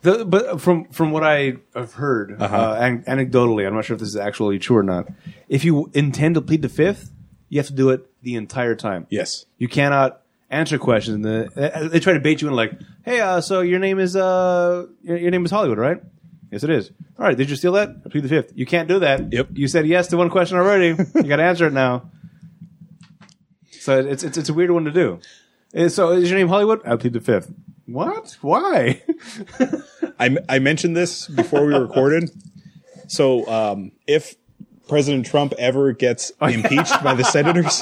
Speaker 2: the, but from from what I have heard uh an- anecdotally, I'm not sure if this is actually true or not. If you intend to plead the fifth, you have to do it the entire time.
Speaker 1: Yes.
Speaker 2: You cannot answer questions. The- uh, They try to bait you in like, hey, uh, so your name is uh, your, your name is Hollywood, right? Yes, it is. All right, did you steal that? I plead the fifth. You can't do that.
Speaker 1: Yep.
Speaker 2: You said yes to one question already. you got to answer it now. So it's it's it's a weird one to do. Uh, So is your name Hollywood? I plead the fifth. What? Why?
Speaker 1: I, I mentioned this before we recorded. So, um, if President Trump ever gets impeached by the senators,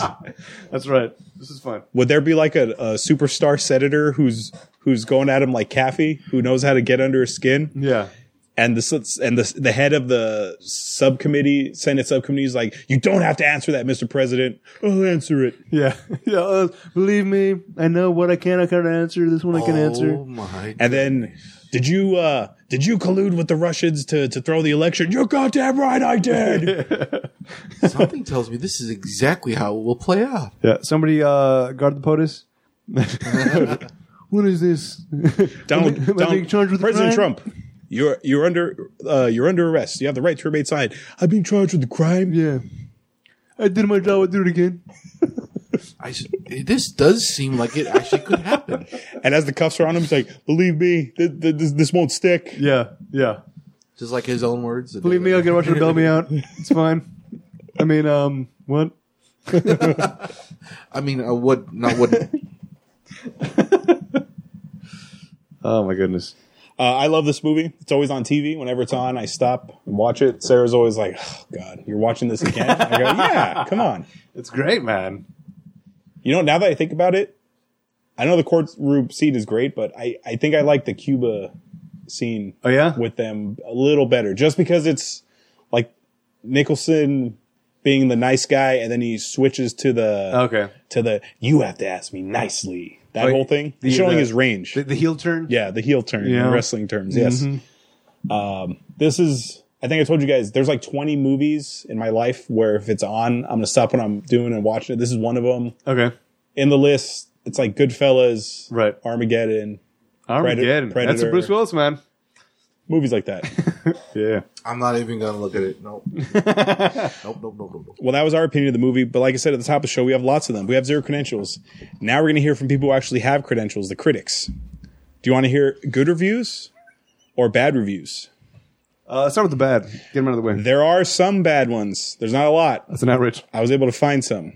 Speaker 2: That's right. This is fun.
Speaker 1: would there be like a, a superstar senator who's who's going at him like Caffey, who knows how to get under his skin?
Speaker 2: Yeah.
Speaker 1: and the s- and the the head of the subcommittee, Senate subcommittee, is like, "You don't have to answer that, Mr. President. I'll answer it."
Speaker 2: Yeah. yeah. uh, believe me, I know what I can. I can answer this one. I can
Speaker 3: Oh
Speaker 2: answer.
Speaker 3: my!
Speaker 1: And then, did you uh, did you collude with the Russians to to throw the election? You're goddamn right, I did.
Speaker 3: Something tells me this is exactly how it will play out.
Speaker 2: Yeah. Somebody uh, guard the POTUS. what is this?
Speaker 1: Donald,
Speaker 2: Am I being
Speaker 1: Donald-
Speaker 2: charged with a
Speaker 1: President
Speaker 2: crime?
Speaker 1: Trump. You're you're under uh, you're under arrest. You have the right to remain silent. I'm being charged with a crime.
Speaker 2: yeah. I did my job. I do it again.
Speaker 3: I s- this does seem like it actually could happen.
Speaker 1: And as the cuffs are on him, he's like, "Believe me, th- th- this, this won't stick."
Speaker 2: Yeah. Yeah.
Speaker 3: Just like his own words.
Speaker 2: Believe me, I'll get Russia to bail me out. It's fine. I mean, um, what?
Speaker 3: I mean, I would not would.
Speaker 2: Oh my goodness.
Speaker 1: Uh, I love this movie. It's always on TV. Whenever it's on, I stop and watch it. Sarah's always like, oh, "God, you're watching this again?" I go, "Yeah, come on."
Speaker 2: It's great, man.
Speaker 1: You know, now that I think about it, I know the courtroom scene is great, but I, I think I like the Cuba scene
Speaker 2: Oh yeah.
Speaker 1: with them a little better, just because it's like Nicholson being the nice guy, and then he switches to the
Speaker 2: Okay.
Speaker 1: to the you have to ask me nicely. That
Speaker 2: Wait,
Speaker 1: whole thing,
Speaker 2: the-
Speaker 1: He's showing
Speaker 2: the-
Speaker 1: his range.
Speaker 2: The, the heel turn.
Speaker 1: yeah, the heel turn
Speaker 2: Yeah. Mm-hmm.
Speaker 1: in wrestling terms. Yes. Um, this is. I think I told you guys there's like 20 movies in my life where if it's on, I'm gonna stop what I'm doing and watch it. This is one of them
Speaker 2: Okay.
Speaker 1: in the list. It's like Goodfellas,
Speaker 2: Right.
Speaker 1: Armageddon,
Speaker 2: Armageddon. That's a
Speaker 1: Predator.
Speaker 2: Bruce Willis, man.
Speaker 1: movies like that.
Speaker 2: Yeah.
Speaker 3: I'm not even gonna look at it. Nope. nope. Nope. Nope. Nope. nope.
Speaker 1: well, that was our opinion of the movie, but like I said at the top of the show, we have lots of them. We have zero credentials. Now we're gonna hear from people who actually have credentials, the critics. Do you want to hear good reviews or bad reviews?
Speaker 2: Uh, let's start with the bad. Get him out of the way.
Speaker 1: There are some bad ones. There's not a lot.
Speaker 2: That's an outrage.
Speaker 1: I was able to find some.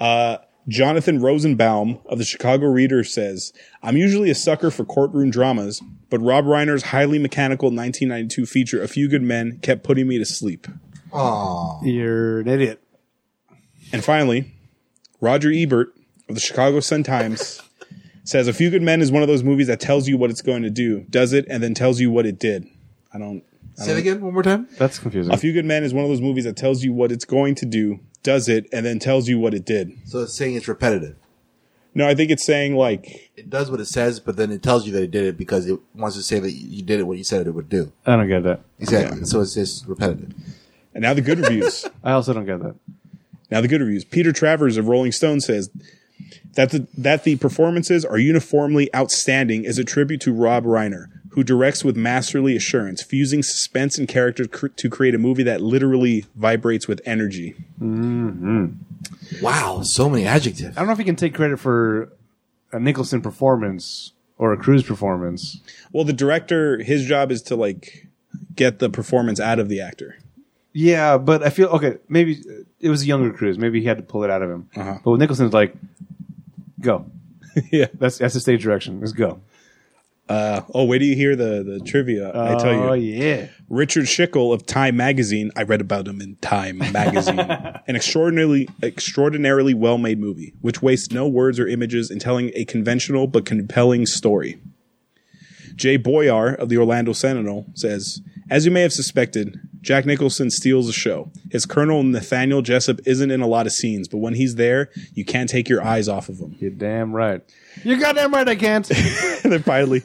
Speaker 1: Uh, Jonathan Rosenbaum of the Chicago Reader says, I'm usually a sucker for courtroom dramas, but Rob Reiner's highly mechanical 1992 feature, A Few Good Men, kept putting me to sleep.
Speaker 3: Aw.
Speaker 2: You're an idiot.
Speaker 1: And finally, Roger Ebert of the Chicago Sun-Times says, A Few Good Men is one of those movies that tells you what it's going to do, does it, and then tells you what it did. I don't...
Speaker 3: Say it again one more time.
Speaker 2: That's confusing.
Speaker 1: A Few Good Men is one of those movies that tells you what it's going to do, does it, and then tells you what it did.
Speaker 3: So it's saying it's repetitive.
Speaker 1: No, I think it's saying, like...
Speaker 3: It does what it says, but then it tells you that it did it because it wants to say that you did it what you said it would do.
Speaker 2: I don't get that.
Speaker 3: Exactly. So it's just repetitive.
Speaker 1: And now the good reviews.
Speaker 2: I also don't get that.
Speaker 1: Now the good reviews. Peter Travers of Rolling Stone says that the that the performances are uniformly outstanding is a tribute to Rob Reiner, who directs with masterly assurance, fusing suspense and character cr- to create a movie that literally vibrates with energy.
Speaker 3: Wow. So many adjectives.
Speaker 2: I don't know if you can take credit for a Nicholson performance or a Cruise performance.
Speaker 1: Well, the director, his job is to like get the performance out of the actor.
Speaker 2: Yeah, but I feel okay. Maybe it was a younger Cruise. Maybe he had to pull it out of him. But with Nicholson's like, go.
Speaker 1: yeah.
Speaker 2: That's that's the stage direction. Let's go.
Speaker 1: Oh, wait do you hear the the trivia? I tell you.
Speaker 2: Oh yeah.
Speaker 1: Richard Schickel of Time Magazine. I read about him in Time Magazine. An extraordinarily, extraordinarily well-made movie, which wastes no words or images in telling a conventional but compelling story. Jay Boyar of the Orlando Sentinel says, "As you may have suspected, Jack Nicholson steals the show. His Colonel Nathaniel Jessup isn't in a lot of scenes, but when he's there, you can't take your eyes off of him."
Speaker 2: You're damn right. You're goddamn right. I can't.
Speaker 1: And then finally,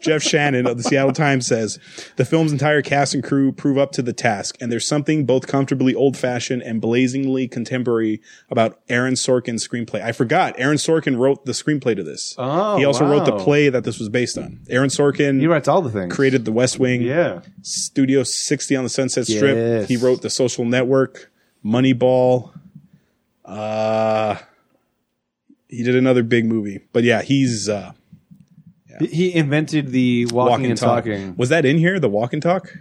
Speaker 1: Jeff Shannon of the Seattle Times says the film's entire cast and crew prove up to the task, and there's something both comfortably old fashioned and blazingly contemporary about Aaron Sorkin's screenplay. I forgot Aaron Sorkin wrote the screenplay to this.
Speaker 2: Oh,
Speaker 1: he also wrote the
Speaker 2: wow.
Speaker 1: play that this was based on. Aaron Sorkin
Speaker 2: he writes all the things.
Speaker 1: created The West Wing,
Speaker 2: Yeah.
Speaker 1: Studio 60 on the Sunset Strip.
Speaker 2: Yes.
Speaker 1: He wrote The Social Network, Moneyball. Uh, he did another big movie, but yeah, he's. Uh,
Speaker 2: He- He invented the walking,
Speaker 1: Walking
Speaker 2: and
Speaker 1: Talk.
Speaker 2: talking.
Speaker 1: Was that in here, the Walk and Talk?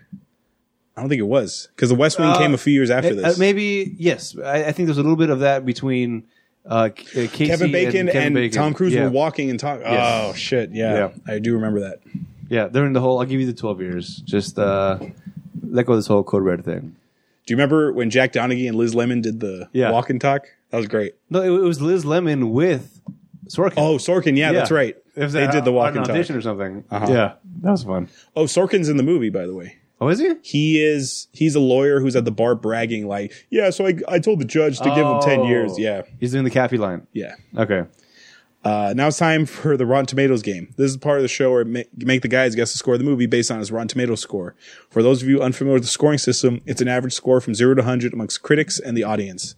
Speaker 1: I don't think it was because the West Wing
Speaker 2: Uh,
Speaker 1: came a few years after
Speaker 2: Uh,
Speaker 1: this.
Speaker 2: uh, maybe yes. I, I think there's a little bit of that between uh, K- uh, Casey
Speaker 1: Kevin Bacon and,
Speaker 2: Kevin Bacon.
Speaker 1: Tom Cruise
Speaker 2: Yeah.
Speaker 1: were walking and talking.
Speaker 2: Yes.
Speaker 1: Oh shit! Yeah. I do remember that.
Speaker 2: Yeah, during the whole, I'll give you the 12 years. Just uh, let go of this whole code red thing.
Speaker 1: Do you remember when Jack Donaghy and Liz Lemon did the
Speaker 2: Yeah.
Speaker 1: Walk and Talk? That was great.
Speaker 2: No, it, it was Liz Lemon with Sorkin.
Speaker 1: Oh Sorkin, yeah,
Speaker 2: Yeah.
Speaker 1: that's right.
Speaker 2: It was
Speaker 1: they
Speaker 2: a- uh,
Speaker 1: did the Walk
Speaker 2: an
Speaker 1: and Talk. Uh-huh.
Speaker 2: audition or something. Yeah, that was fun.
Speaker 1: Oh Sorkin's in the movie, by the way.
Speaker 2: Oh, is he?
Speaker 1: He is he's a lawyer who's at the bar bragging like, yeah, so I I told the judge to give him ten
Speaker 2: Oh.
Speaker 1: years. Yeah,
Speaker 2: He's doing the Cappy line.
Speaker 1: yeah.
Speaker 2: Okay.
Speaker 1: Uh, now it's time for the Rotten Tomatoes game. This is part of the show where make, make the guys guess the score of the movie based on his Rotten Tomatoes score. For those of you unfamiliar with the scoring system, it's an average score from zero to hundred amongst critics and the audience.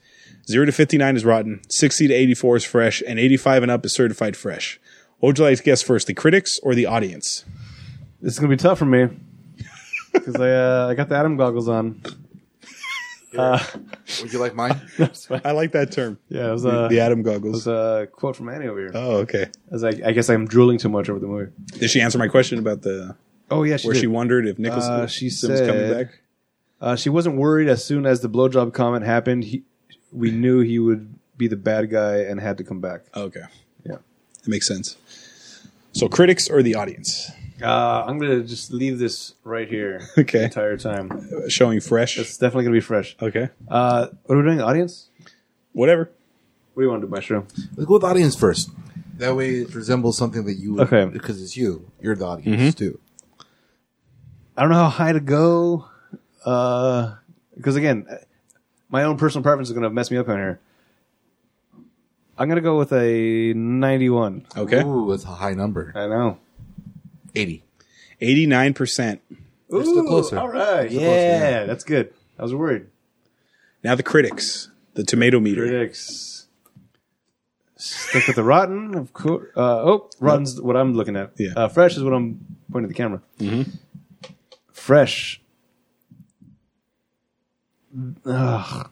Speaker 1: Zero to fifty nine is rotten, sixty to eighty four is fresh, and eighty five and up is certified fresh. What would you like to guess first, the critics or the audience?
Speaker 2: This is gonna be tough for me because I uh, I got the Adam goggles on.
Speaker 3: Would you like mine?
Speaker 1: I like that term.
Speaker 2: Yeah, it was, uh,
Speaker 1: the Adam goggles.
Speaker 2: It's a quote from Annie over here.
Speaker 1: oh, okay.
Speaker 2: As I, I guess I'm drooling too much over the movie.
Speaker 1: Did she answer my question about the
Speaker 2: Oh yeah, she
Speaker 1: where she wondered if Nicholas
Speaker 2: Uh, she
Speaker 1: Simmons coming
Speaker 2: said-
Speaker 1: back?
Speaker 2: Uh, she wasn't worried as soon as the blowjob comment happened. He, we knew he would be the bad guy and had to come back.
Speaker 1: Oh, Okay,
Speaker 2: Yeah.
Speaker 1: that makes sense. So critics or the audience?
Speaker 2: Uh, I'm gonna just leave this right here.
Speaker 1: Okay.
Speaker 2: The entire time.
Speaker 1: showing fresh.
Speaker 2: It's definitely gonna be fresh.
Speaker 1: okay.
Speaker 2: Uh, what are we doing, audience?
Speaker 1: Whatever.
Speaker 2: What do you want to do, Maestro?
Speaker 3: Let's go with audience first. That way, it resembles something that you would,
Speaker 2: Okay.
Speaker 3: because it's you. You're the
Speaker 1: Mm-hmm.
Speaker 3: audience too.
Speaker 2: I don't know how high to go. Uh, because again, my own personal preference is gonna mess me up on here. I'm gonna go with a 91.
Speaker 1: Okay.
Speaker 3: Ooh, that's a high number.
Speaker 2: I know.
Speaker 3: Eighty.
Speaker 1: 89%.
Speaker 3: We're still closer.
Speaker 2: All right.
Speaker 3: Still
Speaker 2: Yeah,
Speaker 3: closer, yeah.
Speaker 2: that's good. I was worried.
Speaker 1: Now the critics, the tomato meter.
Speaker 2: Critics. Stick with the rotten, of course. Uh, oh, rotten's what I'm looking at.
Speaker 1: Yeah.
Speaker 2: Uh, fresh is what I'm pointing at the camera.
Speaker 3: Mm-hmm.
Speaker 2: Fresh. Ugh.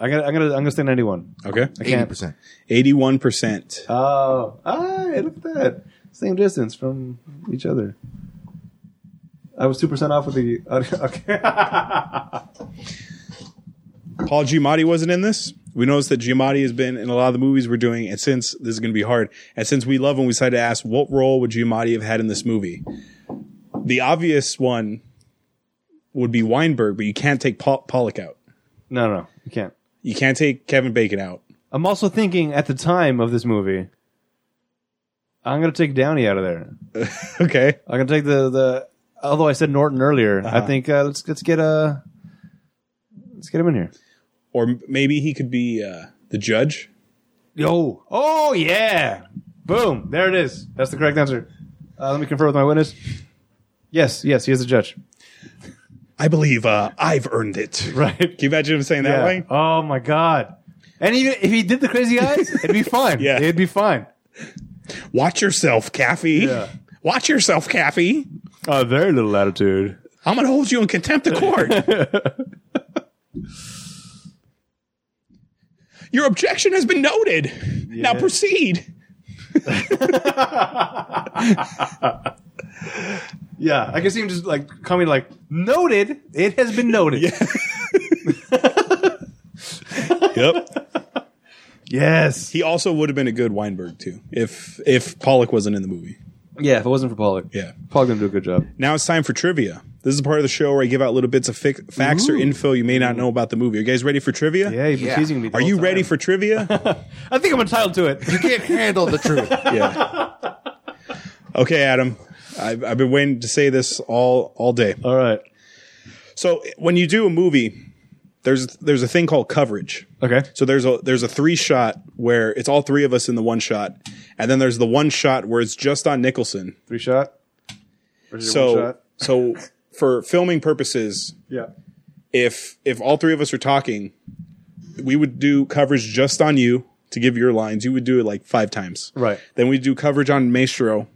Speaker 2: I'm gonna, I'm gonna, I'm gonna say 91.
Speaker 1: Okay.
Speaker 2: I
Speaker 3: Eighty
Speaker 2: can't.
Speaker 3: percent.
Speaker 1: 81%.
Speaker 2: Oh, aye, look at that. Same distance from each other. I was two percent off with the. Okay.
Speaker 1: Paul Giamatti wasn't in this. We noticed that Giamatti has been in a lot of the movies we're doing. And since this is going to be hard, and since we love him, we decided to ask what role would Giamatti have had in this movie? The obvious one would be Weinberg, but you can't take Paul- Pollock out.
Speaker 2: no, no, you can't.
Speaker 1: You can't take Kevin Bacon out.
Speaker 2: I'm also thinking at the time of this movie, I'm gonna take Downey out of there.
Speaker 1: Okay.
Speaker 2: I'm gonna take the the. Although I said Norton earlier, I think uh, let's let's get uh, let's get him in here.
Speaker 1: Or m- maybe he could be uh, the judge.
Speaker 2: Yo, oh yeah, boom! There it is. That's the correct answer. Uh, let me confer with my witness. Yes, yes, he is the judge.
Speaker 1: I believe uh, I've earned it.
Speaker 2: Right.
Speaker 1: Can you imagine him saying that way?
Speaker 2: Oh my god. And even if he did the crazy eyes, it'd be fine.
Speaker 1: Yeah.
Speaker 2: it'd be fine.
Speaker 1: Watch yourself, Caffey.
Speaker 2: Yeah.
Speaker 1: Watch yourself, Caffey.
Speaker 2: Uh, very little attitude.
Speaker 1: I'm going to hold you in contempt of court. Your objection has been noted. Now
Speaker 2: Yeah.
Speaker 1: proceed.
Speaker 2: Yeah, I can see him just like coming like noted. It has been noted.
Speaker 1: Yep.
Speaker 2: Yes.
Speaker 1: He also would have been a good Weinberg too, if if Pollock wasn't in the movie.
Speaker 2: Yeah. If it wasn't for Pollock,
Speaker 1: Yeah.
Speaker 2: Pollock gonna do a good job.
Speaker 1: Now it's time for trivia. This is a part of the show where I give out little bits of fic- facts or info you may not know about the movie. Are you guys ready for trivia?
Speaker 2: Yeah, he's
Speaker 3: Yeah.
Speaker 2: been teasing me. the
Speaker 1: Are
Speaker 2: whole
Speaker 1: you
Speaker 2: time.
Speaker 1: ready for trivia?
Speaker 2: I think I'm entitled to it.
Speaker 3: You can't handle the truth.
Speaker 1: yeah. Okay, Adam. I've, I've been waiting to say this all all day.
Speaker 2: All right.
Speaker 1: So when you do a movie, there's there's a thing called coverage.
Speaker 2: Okay.
Speaker 1: So there's a there's a three shot where it's all three of us in the one shot, and then there's the one shot where it's just on Nicholson.
Speaker 2: Three shot. Or is it one
Speaker 1: So
Speaker 2: shot?
Speaker 1: so for filming purposes,
Speaker 2: yeah.
Speaker 1: if if all three of us are talking, we would do coverage just on you to give your lines. You would do it like five times.
Speaker 2: Right.
Speaker 1: Then we'd do coverage on Maestro.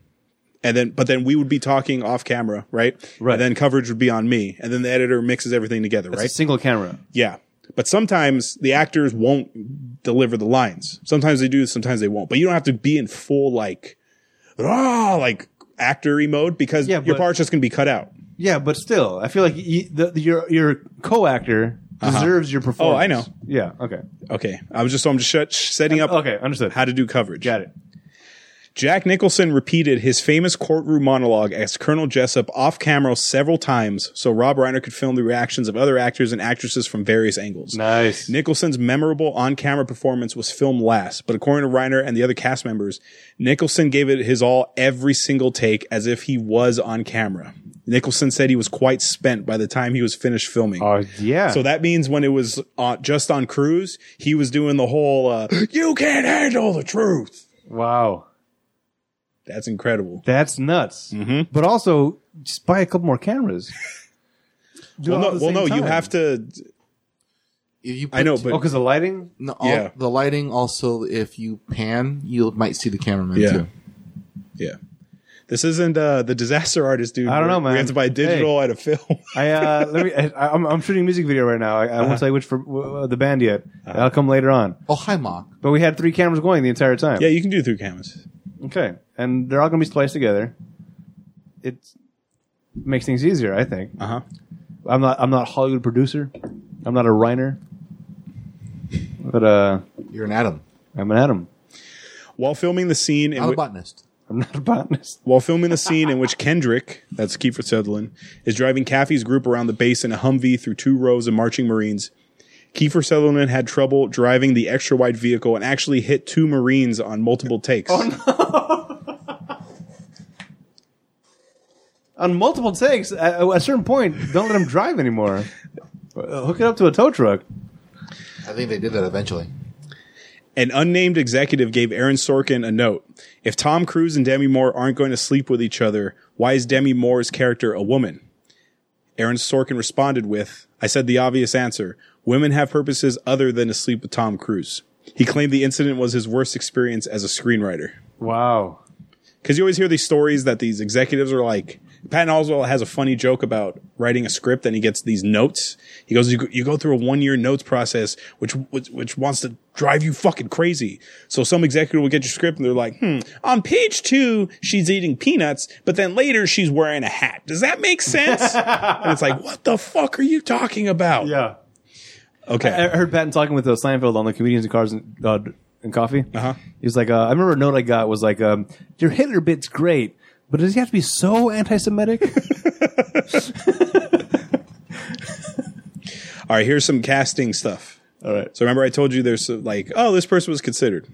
Speaker 1: And then but then we would be talking off camera, right?
Speaker 2: Right.
Speaker 1: And then coverage would be on me. And then the editor mixes everything together,
Speaker 2: It's
Speaker 1: right?
Speaker 2: a single camera.
Speaker 1: yeah. But sometimes the actors won't deliver the lines. Sometimes they do, sometimes they won't. But you don't have to be in full like ah, like actory mode because
Speaker 2: Yeah,
Speaker 1: your
Speaker 2: but-
Speaker 1: part's just gonna be cut out.
Speaker 2: Yeah, but still, I feel like y the, the, your your co-actor deserves your performance.
Speaker 1: Oh, I know.
Speaker 2: Yeah. Okay.
Speaker 1: Okay. I was just so I'm just shut, setting up
Speaker 2: Okay. Understood.
Speaker 1: how to do coverage.
Speaker 2: Got it.
Speaker 1: Jack Nicholson repeated his famous courtroom monologue as Colonel Jessup off camera several times so Rob Reiner could film the reactions of other actors and actresses from various angles.
Speaker 2: Nice.
Speaker 1: Nicholson's memorable on camera performance was filmed last, but according to Reiner and the other cast members, Nicholson gave it his all every single take as if he was on camera. Nicholson said he was quite spent by the time he was finished filming.
Speaker 2: Uh, yeah.
Speaker 1: So that means when it was uh, just on cruise, he was doing the whole uh, "you can't handle the truth."
Speaker 2: wow.
Speaker 1: That's incredible.
Speaker 2: That's nuts. Mm-hmm. But also, just buy a couple more cameras. Do
Speaker 1: Well,
Speaker 2: it all
Speaker 1: no,
Speaker 2: at the
Speaker 1: well,
Speaker 2: same
Speaker 1: no, you
Speaker 2: time.
Speaker 1: have to.
Speaker 3: If you put
Speaker 1: I know,
Speaker 2: Oh,
Speaker 1: but
Speaker 2: because the lighting.
Speaker 3: No, all,
Speaker 1: Yeah.
Speaker 3: the lighting also if you pan, you might see the cameraman
Speaker 1: Yeah.
Speaker 3: too.
Speaker 1: yeah, this isn't uh, the disaster artist, dude.
Speaker 2: I don't know,
Speaker 1: We
Speaker 2: man.
Speaker 1: have to buy digital at a film.
Speaker 2: I uh, let me. I, I'm, I'm shooting a music video right now. I, I
Speaker 1: Uh-huh.
Speaker 2: won't tell you which for uh, the band yet. That'll come later on.
Speaker 3: Oh, hi, Mock.
Speaker 2: But we had three cameras going the entire time.
Speaker 1: yeah, you can do it through cameras.
Speaker 2: Okay, and they're all going to be spliced together. It makes things easier, I think.
Speaker 1: Uh huh.
Speaker 2: I'm not. I'm not a Hollywood producer. I'm not a Reiner. But uh,
Speaker 3: You're an Adam.
Speaker 2: I'm an Adam.
Speaker 1: While filming the scene, in
Speaker 3: Not a
Speaker 1: whi-
Speaker 3: botanist.
Speaker 2: I'm not a botanist.
Speaker 1: while filming the scene in which Kendrick, that's Kiefer Sutherland, is driving Caffey's group around the base in a Humvee through two rows of marching Marines, Kiefer Sutherland had trouble driving the extra wide vehicle and actually hit two Marines on multiple takes.
Speaker 2: Oh, On multiple takes, at at a certain point, don't let him drive anymore. Uh, hook it up to a tow truck.
Speaker 3: I think they did that eventually.
Speaker 1: An unnamed executive gave Aaron Sorkin a note. If Tom Cruise and Demi Moore aren't going to sleep with each other, why is Demi Moore's character a woman? Aaron Sorkin responded with, I said the obvious answer. Women have purposes other than to sleep with Tom Cruise. He claimed the incident was his worst experience as a screenwriter.
Speaker 2: Wow.
Speaker 1: Because you always hear these stories that these executives are like, Patton Oswalt has a funny joke about writing a script and he gets these notes. He goes, you go, you go through a one year notes process, which, which, which wants to drive you fucking crazy. So some executive will get your script and they're like, hmm, on page two, she's eating peanuts, but then later she's wearing a hat. Does that make sense? and it's like, what the fuck are you talking about?
Speaker 2: Yeah. I
Speaker 1: Okay.
Speaker 2: heard Patton talking with uh, Seinfeld on the comedians and cars and, uh, and coffee.
Speaker 1: Uh-huh.
Speaker 2: He was like, uh, I remember a note I got was like, um, "Your Hitler bit's great, but does he have to be so anti-Semitic?"
Speaker 1: All right. Here's some casting stuff.
Speaker 2: All right.
Speaker 1: So remember I told you there's uh, like, oh, this person was considered.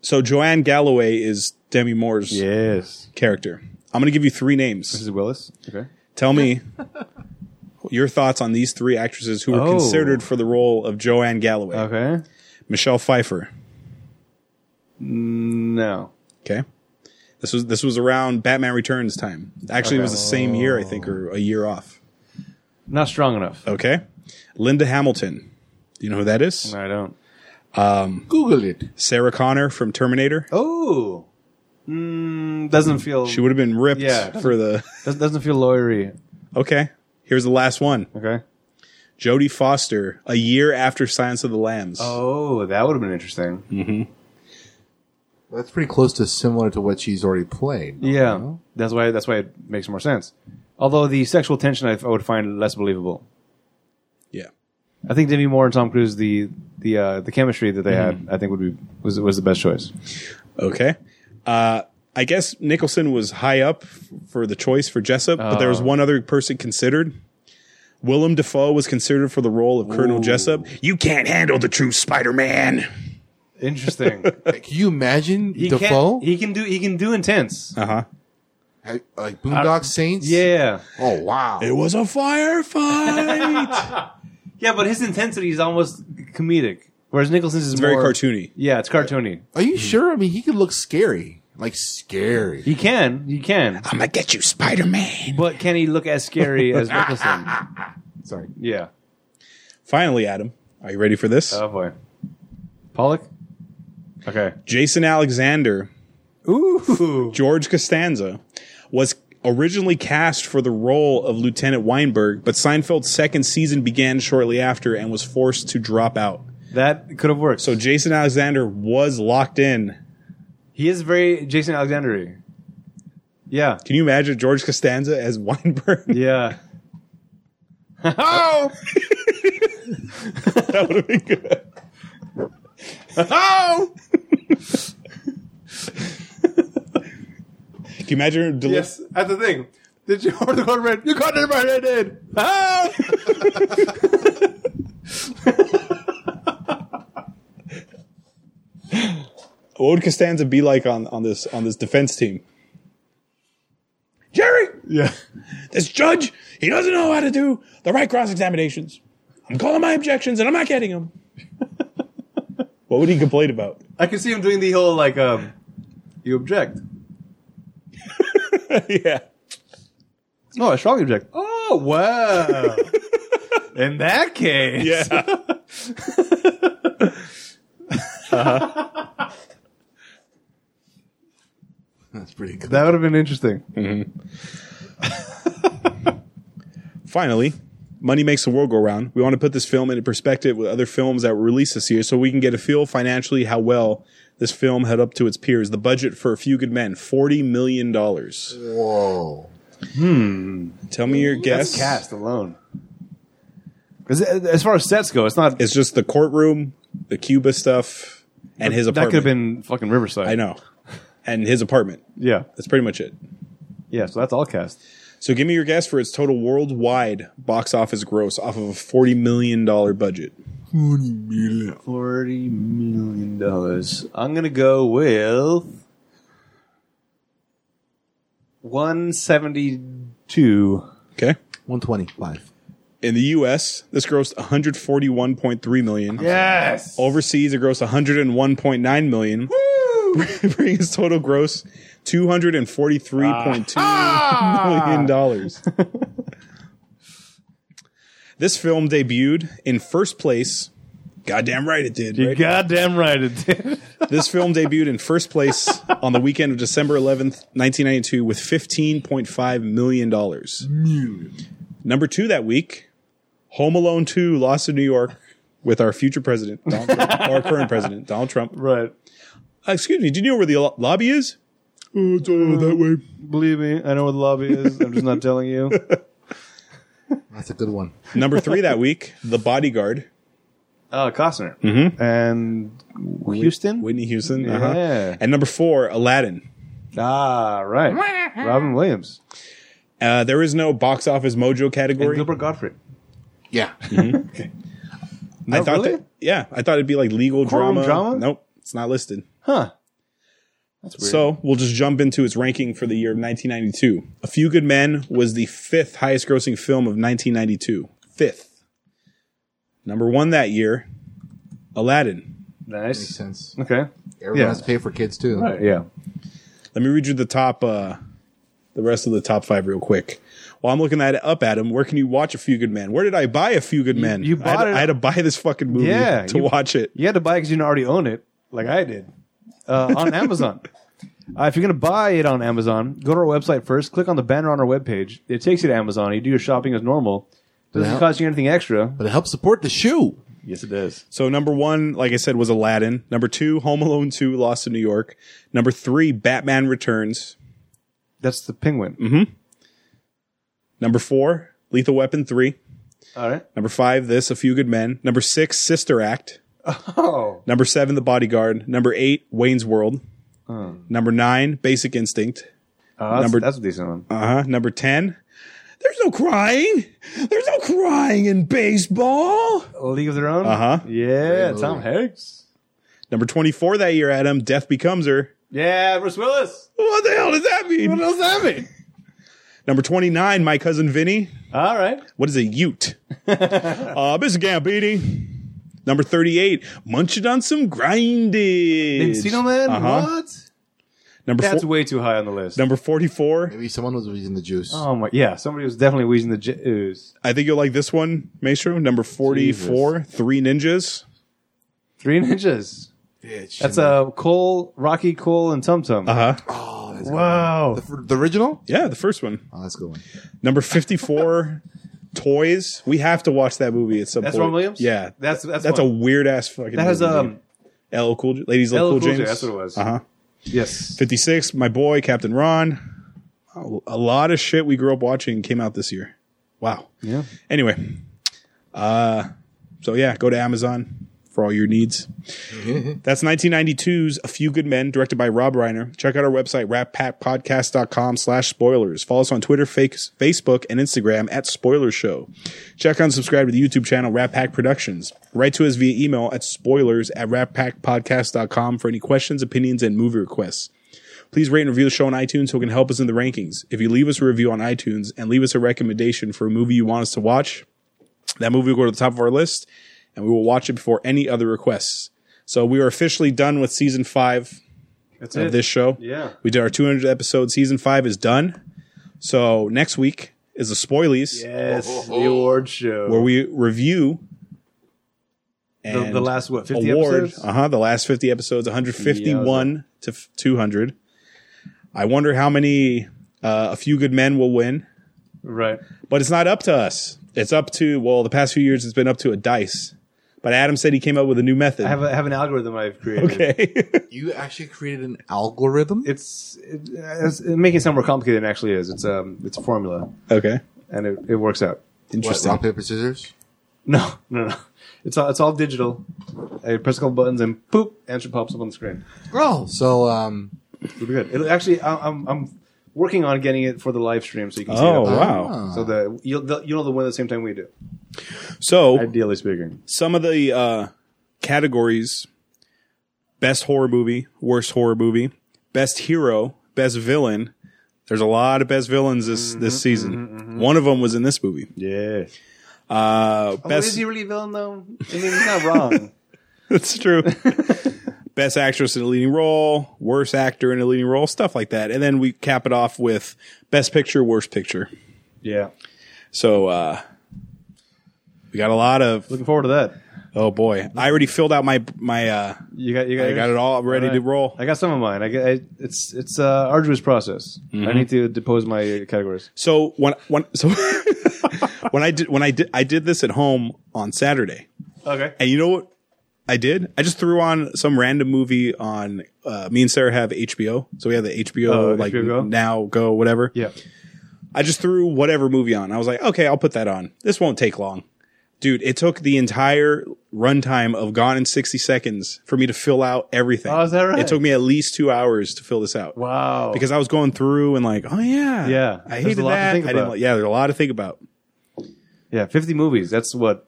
Speaker 1: So Joanne Galloway is Demi Moore's
Speaker 2: Yes.
Speaker 1: character. I'm going to give you three names.
Speaker 2: Mrs. Willis. Okay.
Speaker 1: Tell me your thoughts on these three actresses who were
Speaker 2: Oh. Uh.
Speaker 1: considered for the role of Joanne Galloway.
Speaker 2: Okay.
Speaker 1: Michelle Pfeiffer.
Speaker 2: No.
Speaker 1: Okay. This was this was around Batman Returns time. Actually, it was the same year, I think, or a year off.
Speaker 2: Not strong enough.
Speaker 1: Okay. Linda Hamilton. Do you know who that is?
Speaker 2: No, I don't.
Speaker 3: Google it.
Speaker 1: Sarah Connor from Terminator.
Speaker 2: Oh. Mm, doesn't feel.
Speaker 1: She would have been ripped
Speaker 2: Yeah.
Speaker 1: for the
Speaker 2: doesn't, doesn't feel lawyery.
Speaker 1: Okay. Here's the last one.
Speaker 2: Okay.
Speaker 1: Jodie Foster, a year after Silence of the Lambs.
Speaker 2: Oh, that would have been interesting.
Speaker 3: That's pretty close to similar to what she's already played.
Speaker 2: Yeah, that's why. That's why it makes more sense. Although the sexual tension, I, I would find less believable.
Speaker 1: Yeah.
Speaker 2: I think Demi Moore and Tom Cruise, the the uh, the chemistry that they had, I think would be was was the best choice.
Speaker 1: Okay. Uh, I guess Nicholson was high up f- for the choice for Jessup, but there was one other person considered. Willem Dafoe was considered for the role of Colonel Jessup. You can't handle the truth, Spider Man.
Speaker 2: Interesting.
Speaker 3: Like, Can you imagine
Speaker 2: he
Speaker 3: Defoe?
Speaker 2: Can, he can do. He can do intense.
Speaker 1: Uh huh.
Speaker 3: Ha- like Boondock Saints?
Speaker 2: Uh, Yeah,
Speaker 3: Oh, wow.
Speaker 1: It was a firefight.
Speaker 2: yeah, but his intensity is almost comedic, whereas Nicholson's is
Speaker 1: it's very
Speaker 2: more-
Speaker 1: cartoony.
Speaker 2: Yeah, it's cartoony.
Speaker 3: Are you sure? I mean, he could look scary. Like, scary.
Speaker 2: He can. He can.
Speaker 1: I'm gonna get you, Spider Man.
Speaker 2: But can he look as scary as Nicholson?
Speaker 3: Sorry.
Speaker 2: Yeah.
Speaker 1: Finally, Adam, are you ready for this?
Speaker 2: Oh boy. Pollock. Okay.
Speaker 1: Jason Alexander,
Speaker 2: Ooh.
Speaker 1: George Costanza, was originally cast for the role of Lieutenant Weinberg, but Seinfeld's second season began shortly after and was forced to drop out.
Speaker 2: That could have worked.
Speaker 1: So Jason Alexander was locked in.
Speaker 2: He is very Jason Alexandery. Yeah.
Speaker 1: Can you imagine George Costanza as Weinberg?
Speaker 2: Yeah.
Speaker 3: Oh!
Speaker 1: that would have been good.
Speaker 3: Oh!
Speaker 1: Can you imagine? Deli-
Speaker 2: That's the thing. Did you order the code red? You caught everybody I did.
Speaker 1: What would Costanza be like on, on this on this defense team? Jerry,
Speaker 2: Yeah.
Speaker 4: This judge, he doesn't know how to do the right cross examinations. I'm calling my objections and I'm not getting them. what would he complain about?
Speaker 2: I can see him doing the whole like um you object.
Speaker 4: yeah.
Speaker 2: No, I strongly object. Oh wow. In that case.
Speaker 4: Yeah.
Speaker 3: That's pretty good.
Speaker 2: That would have been interesting.
Speaker 1: Finally, money makes the world go round. We want to put this film into perspective with other films that were released this year so we can get a feel financially how well this film held up to its peers. The budget for A Few Good Men, $40 million.
Speaker 3: Whoa.
Speaker 1: Tell me your guess.
Speaker 2: That's cast alone. 'Cause, uh, as far as sets go, it's not.
Speaker 1: It's just the courtroom, the Cuba stuff, and his
Speaker 2: that could have
Speaker 1: apartment.
Speaker 2: been fucking Riverside.
Speaker 1: I know. And his apartment.
Speaker 2: Yeah,
Speaker 1: That's pretty much it.
Speaker 2: yeah. So that's all cast.
Speaker 1: So give me your guess for its total worldwide box office gross off of a $40 million budget.
Speaker 2: Forty million dollars. I'm gonna go with one seventy-two.
Speaker 1: Okay.
Speaker 3: 125.
Speaker 1: In the US, this grossed 141.3 million.
Speaker 2: Yes.
Speaker 1: Overseas, it grossed 101.9 million, bringing its total gross 243.2
Speaker 2: Ah.
Speaker 1: million dollars. this film debuted in first place. Goddamn right it did.
Speaker 2: You're
Speaker 1: right?
Speaker 2: goddamn right it did.
Speaker 1: this film debuted in first place on the weekend of December 11th, 1992, with 15.5 million dollars. Number two that week, Home Alone 2: Lost in New York, with our future president, Donald Trump, our current president, Donald Trump.
Speaker 2: right.
Speaker 1: Uh, excuse me, do you know where the lo- lobby is? Oh, it's over that way.
Speaker 2: Believe me, I know what the lobby is. I'm just not telling you.
Speaker 3: That's a good one.
Speaker 1: Number three that week, The Bodyguard,
Speaker 2: Uh, Costner and Houston.
Speaker 1: Whitney Houston. uh-huh.
Speaker 2: Yeah.
Speaker 1: And number four, Aladdin.
Speaker 2: Ah, right. Robin Williams.
Speaker 1: Uh, there is no box office mojo
Speaker 2: And
Speaker 1: category.
Speaker 2: Gilbert Godfrey.
Speaker 3: Yeah.
Speaker 1: I thought
Speaker 2: really?
Speaker 1: that, yeah, I thought it'd be like legal
Speaker 2: Crime
Speaker 1: drama.
Speaker 2: drama?
Speaker 1: Nope, it's not listed.
Speaker 2: Huh. That's weird.
Speaker 1: So we'll just jump into its ranking for the year of 1992. A Few Good Men was the fifth highest grossing film of 1992. Fifth. Number one that year, Aladdin.
Speaker 3: Makes
Speaker 2: nice.
Speaker 3: sense.
Speaker 2: Okay.
Speaker 3: Everyone
Speaker 2: Yeah.
Speaker 3: has to pay for kids too.
Speaker 2: Right, yeah.
Speaker 1: Let me read you the top, uh, the rest of the top five real quick. While I'm looking that up, Adam, where can you watch A Few Good Men? Where did I buy A Few Good Men?
Speaker 2: you
Speaker 1: I, had,
Speaker 2: bought it-
Speaker 1: I had to buy this fucking movie
Speaker 2: Yeah,
Speaker 1: to
Speaker 2: you-
Speaker 1: watch it.
Speaker 2: You had to buy it because you didn't already own it, like I did, uh, on Amazon. Uh, if you're going to buy it on Amazon, go to our website first. Click on the banner on our webpage. It takes you to Amazon. You do your shopping as normal. Doesn't
Speaker 3: Yeah.
Speaker 2: cost you anything extra.
Speaker 3: But it helps support the shoe.
Speaker 2: Yes, it does.
Speaker 1: So number one, like I said, was Aladdin. Number two, Home Alone 2, Lost in New York. Number three, Batman Returns.
Speaker 2: That's the penguin.
Speaker 1: Number four, Lethal Weapon 3.
Speaker 2: All right.
Speaker 1: Number five, this, A Few Good Men. Number six, Sister Act.
Speaker 2: Oh.
Speaker 1: Number seven, The Bodyguard. Number eight, Wayne's World. Number nine, Basic Instinct.
Speaker 2: Uh, that's,
Speaker 1: Number-
Speaker 2: that's a decent one.
Speaker 1: Uh huh. Number 10, There's no crying. There's no crying in baseball.
Speaker 2: League of Their Own?
Speaker 1: Uh-huh.
Speaker 2: Yeah,
Speaker 3: Great
Speaker 2: Tom Hanks.
Speaker 1: Number 24 that year, Adam, Death Becomes Her.
Speaker 2: Yeah, Bruce Willis.
Speaker 1: What the hell does that
Speaker 2: What
Speaker 1: mean?
Speaker 2: else does that mean?
Speaker 1: Number 29, My Cousin Vinny.
Speaker 2: All right.
Speaker 1: What is a Ute? uh, Mr. Gambini. Number 38, Munch It on Some Grindage.
Speaker 2: Encino Man?
Speaker 1: Uh-huh.
Speaker 2: What?
Speaker 1: Number
Speaker 2: That's
Speaker 1: four-
Speaker 2: way too high on the list.
Speaker 1: Number 44.
Speaker 3: Maybe someone was using the juice.
Speaker 2: Oh my, yeah. Somebody was definitely wheezing the j- ooze.
Speaker 1: I think you'll like this one, Maestro. Number 44, Three Ninjas.
Speaker 2: Three ninjas.
Speaker 3: Bitch.
Speaker 2: That's uh, Cole, Rocky, Cole, and Tum Tum.
Speaker 1: Uh huh.
Speaker 3: Oh, that's a good
Speaker 2: Wow.
Speaker 3: one. The, the original?
Speaker 1: Yeah, the first one.
Speaker 3: Oh, that's a good one.
Speaker 1: Number 54, Toys. We have to watch that movie at some
Speaker 2: That's
Speaker 1: point.
Speaker 2: Ron Williams?
Speaker 1: Yeah.
Speaker 2: That's that's
Speaker 1: That's a
Speaker 2: one.
Speaker 1: weird ass fucking
Speaker 2: that has
Speaker 1: movie,
Speaker 2: um
Speaker 1: dude. LL Cool J. Ladies LL,
Speaker 2: LL
Speaker 1: Cool
Speaker 2: Cool J,
Speaker 1: James.
Speaker 2: that's what it was.
Speaker 1: Uh huh.
Speaker 2: yes.
Speaker 1: 56, My Boy, Captain Ron. A- A lot of shit we grew up watching came out this year. Wow.
Speaker 2: Yeah.
Speaker 1: Anyway, uh, so yeah, go to Amazon for all your needs. That's 1992's A Few Good Men, directed by Rob Reiner. Check out our website, ratpatpodcast.com slash spoilers. Follow us on Twitter, fakes, Facebook, and Instagram at Spoiler Show. Check out and subscribe to the YouTube channel, Rat Pack Productions. Write to us via email at spoilers at ratpackpodcast.com for any questions, opinions, and movie requests. Please rate and review the show on iTunes so it can help us in the rankings. If you leave us a review on iTunes and leave us a recommendation for a movie you want us to watch, that movie will go to the top of our list and we will watch it before any other requests. So we are officially done with season five
Speaker 2: That's
Speaker 1: of this show.
Speaker 2: Yeah.
Speaker 1: We did our 200 episode. Season five is done. So next week is the spoilies
Speaker 2: Yes, the award show.
Speaker 1: where we review
Speaker 2: the,
Speaker 1: and
Speaker 2: the last what fifty
Speaker 1: award.
Speaker 2: episodes?
Speaker 1: Uh huh. The last 50 episodes, 151 to f- 200. I wonder how many uh, A Few Good Men will win,
Speaker 2: right.
Speaker 1: but it's not up to us. It's up to, well, the past few years it's been up to a dice. But Adam said he came up with a new method.
Speaker 2: I have, a, I have an algorithm I've created.
Speaker 1: okay.
Speaker 3: You actually created an algorithm?
Speaker 2: It's, it, it's it making it sound more complicated than it actually is. It's um it's a formula
Speaker 1: okay.
Speaker 2: and it, it works out.
Speaker 1: Interesting.
Speaker 3: Rock, paper, scissors?
Speaker 2: No, no, no. It's all it's all digital. I press a couple buttons and poop, answer pops up on the screen.
Speaker 3: Oh, so um,
Speaker 2: It'll be good. It'll actually I, I'm I'm working on getting it for the live stream so you can see
Speaker 1: Oh,
Speaker 2: it.
Speaker 1: wow.
Speaker 2: So the you'll the, you'll know the win at the same time we do.
Speaker 1: So
Speaker 2: Ideally speaking.
Speaker 1: some of the uh, categories best horror movie, worst horror movie, best hero, best villain. There's a lot of best villains this,
Speaker 2: Mm-hmm,
Speaker 1: this season. One of them was in this movie.
Speaker 2: Yes.
Speaker 1: Uh,
Speaker 2: Oh, is
Speaker 1: best,
Speaker 2: he really a villain though? I mean, he's not wrong.
Speaker 1: that's true. best actress in a leading role, worst actor in a leading role, stuff like that. And then we cap it off with best picture, worst picture.
Speaker 2: yeah.
Speaker 1: So uh, we got a lot of.
Speaker 2: Looking forward to that.
Speaker 1: Oh boy, I already filled out my my. Uh,
Speaker 2: You got you got
Speaker 1: I
Speaker 2: yours?
Speaker 1: got it all ready to
Speaker 2: Alright.
Speaker 1: roll.
Speaker 2: I got some of mine. I, get, I it's it's uh, arduous process. I
Speaker 1: Mm-hmm.
Speaker 2: need to depose my categories.
Speaker 1: So when when so when I did when I did I did this at home on Saturday,
Speaker 2: Okay.
Speaker 1: and you know what I did? I just threw on some random movie on. Uh, me and Sarah have HBO, so we have the HBO
Speaker 2: Oh,
Speaker 1: like
Speaker 2: HBO Go?
Speaker 1: now go whatever.
Speaker 2: Yeah.
Speaker 1: I just threw whatever movie on. I was like, okay, I'll put that on. This won't take long, dude. It took the entire runtime of Gone in sixty seconds for me to fill out everything.
Speaker 2: Oh, is that right?
Speaker 1: It took me at least two hours to fill this out.
Speaker 2: Wow.
Speaker 1: Because I was going through and like, oh yeah,
Speaker 2: Yeah.
Speaker 1: I
Speaker 2: There's
Speaker 1: hated
Speaker 2: a lot to
Speaker 1: that.
Speaker 2: think
Speaker 1: I didn't.
Speaker 2: about.
Speaker 1: Like, yeah, there's a lot to think about.
Speaker 2: yeah, 50 movies. That's what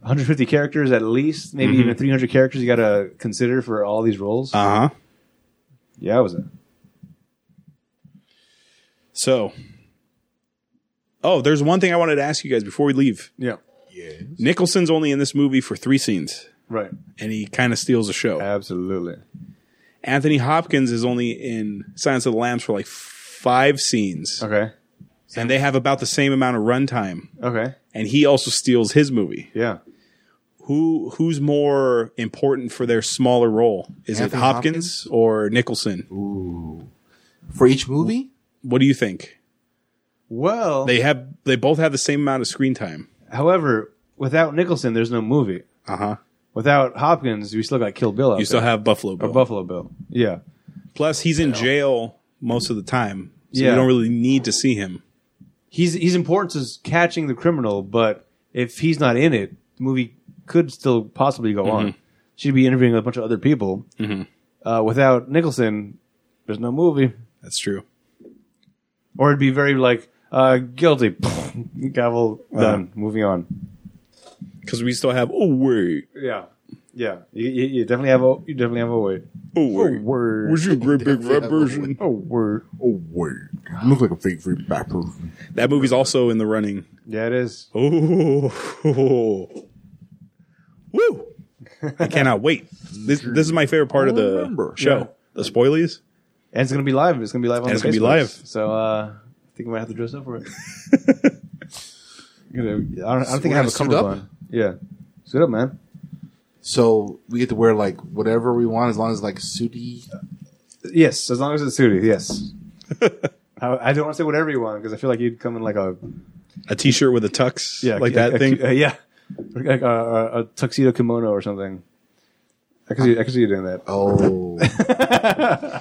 Speaker 2: 150 characters at least, maybe even 300 characters you got to consider for all these roles.
Speaker 1: Mm-hmm. Uh huh.
Speaker 2: yeah, it was a
Speaker 1: So, oh, there's one thing I wanted to ask you guys before we leave.
Speaker 2: Yeah.
Speaker 1: Nicholson's only in this movie for three scenes,
Speaker 2: Right.
Speaker 1: and he kind of steals the show.
Speaker 2: Uh, Absolutely.
Speaker 1: Anthony Hopkins is only in Silence of the Lambs for like five scenes,
Speaker 2: Okay.
Speaker 1: and they have about the same amount of runtime.
Speaker 2: Okay.
Speaker 1: And he also steals his movie.
Speaker 2: Yeah.
Speaker 1: Who who's more important for their smaller role? Is
Speaker 3: Anthony
Speaker 1: it Hopkins, or Nicholson?
Speaker 3: for each movie?
Speaker 1: What do you think?
Speaker 2: Well,
Speaker 1: They have they both have the same amount of screen time.
Speaker 2: however, without Nicholson, there's no movie.
Speaker 1: Uh huh.
Speaker 2: Without Hopkins, we still got Kill Bill. Out
Speaker 1: You still
Speaker 2: there.
Speaker 1: have Buffalo Bill.
Speaker 2: Or Buffalo Bill. Yeah.
Speaker 1: Plus, he's in jail most of the time, so
Speaker 2: Yeah.
Speaker 1: you don't really need to see him.
Speaker 2: He's he's important to catching the criminal, but if he's not in it, the movie could still possibly go on.
Speaker 1: Mm-hmm.
Speaker 2: She'd be interviewing a bunch of other people. Uh, without Nicholson, there's no movie.
Speaker 1: That's true.
Speaker 2: or it'd be very like uh, guilty gavel done moving on
Speaker 1: Because we still have oh wait,
Speaker 2: yeah yeah you, you, you definitely have a you definitely have a way
Speaker 1: oh wait,
Speaker 2: word
Speaker 1: was you a great big
Speaker 3: Yeah,
Speaker 1: fat person?
Speaker 2: a word
Speaker 3: Oh, wait. You look like a fake free back person.
Speaker 1: That movie's also in the running.
Speaker 2: yeah it is
Speaker 1: Oh, woo! I cannot wait. This this is my favorite part of the
Speaker 3: Remember.
Speaker 1: show.
Speaker 2: Yeah.
Speaker 1: The spoilies.
Speaker 2: and it's gonna be live it's gonna be live on
Speaker 1: And it's
Speaker 2: the
Speaker 1: gonna be
Speaker 2: Facebooks.
Speaker 1: live.
Speaker 2: so uh, I think I might have to dress up for it Gonna- I don't, I don't think I
Speaker 3: We're
Speaker 2: have a
Speaker 3: gonna suit
Speaker 2: cover
Speaker 3: up?
Speaker 2: bun yeah suit up man
Speaker 3: So we get to wear like whatever we want as long as like suity.
Speaker 2: yes as long as it's suited yes I, I don't want to say whatever you want because I feel like you'd come in like a
Speaker 1: A t-shirt with a tux,
Speaker 2: yeah,
Speaker 1: like
Speaker 2: a-
Speaker 1: that
Speaker 2: a-
Speaker 1: thing.
Speaker 2: uh, yeah, like a, a, a tuxedo kimono or something. I could see, I could see you doing that.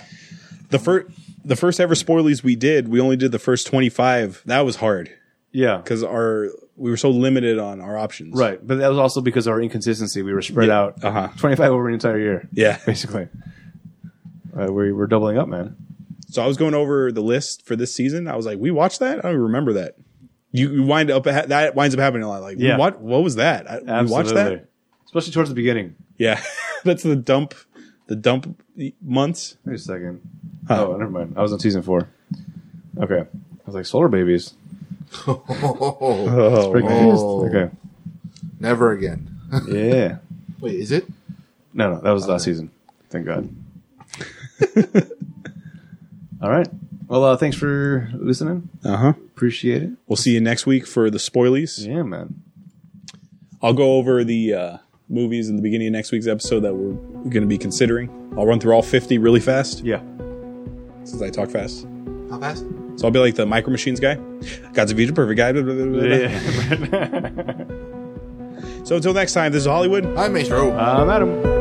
Speaker 3: Oh,
Speaker 1: the first the first ever spoilies we did, we only did the first twenty five. That was hard
Speaker 2: Yeah,
Speaker 1: because our we were so limited on our options.
Speaker 2: right. But that was also because of our inconsistency. We were spread
Speaker 1: Yeah,
Speaker 2: out
Speaker 1: uh-huh.
Speaker 2: twenty five over an entire year,
Speaker 1: Yeah.
Speaker 2: basically. Uh, we we're doubling up, man.
Speaker 1: So I was going over the list for this season. I was like, we watched that. I don't even remember that. You, you wind up that winds up happening a lot. Like,
Speaker 2: Yeah.
Speaker 1: what what was that? I, we watched that.
Speaker 2: especially towards the beginning.
Speaker 1: Yeah, that's the dump. The dump months.
Speaker 2: Wait a second. Oh, never mind. I was on season four. Okay. I was like, Solar Babies.
Speaker 1: Oh,
Speaker 2: Pretty
Speaker 3: Oh.
Speaker 2: good.
Speaker 3: Never again.
Speaker 2: Okay. Yeah.
Speaker 3: Wait, is it?
Speaker 2: No, no, that was last season. Thank God. All right. Well, uh, thanks for listening.
Speaker 1: uh huh.
Speaker 2: Appreciate it.
Speaker 1: We'll see you next week for the spoilies.
Speaker 2: Yeah, man.
Speaker 1: I'll go over the uh, movies in the beginning of next week's episode that we're going to be considering. I'll run through all 50 really fast
Speaker 2: Yeah.
Speaker 1: since I talk fast.
Speaker 3: How fast?
Speaker 1: So I'll be like the Micro Machines guy, God's a Future Perfect guy. blah, blah, blah, blah, blah.
Speaker 2: yeah.
Speaker 1: So until next time, this is Hollywood.
Speaker 3: I'm Maestro.
Speaker 2: I'm Adam.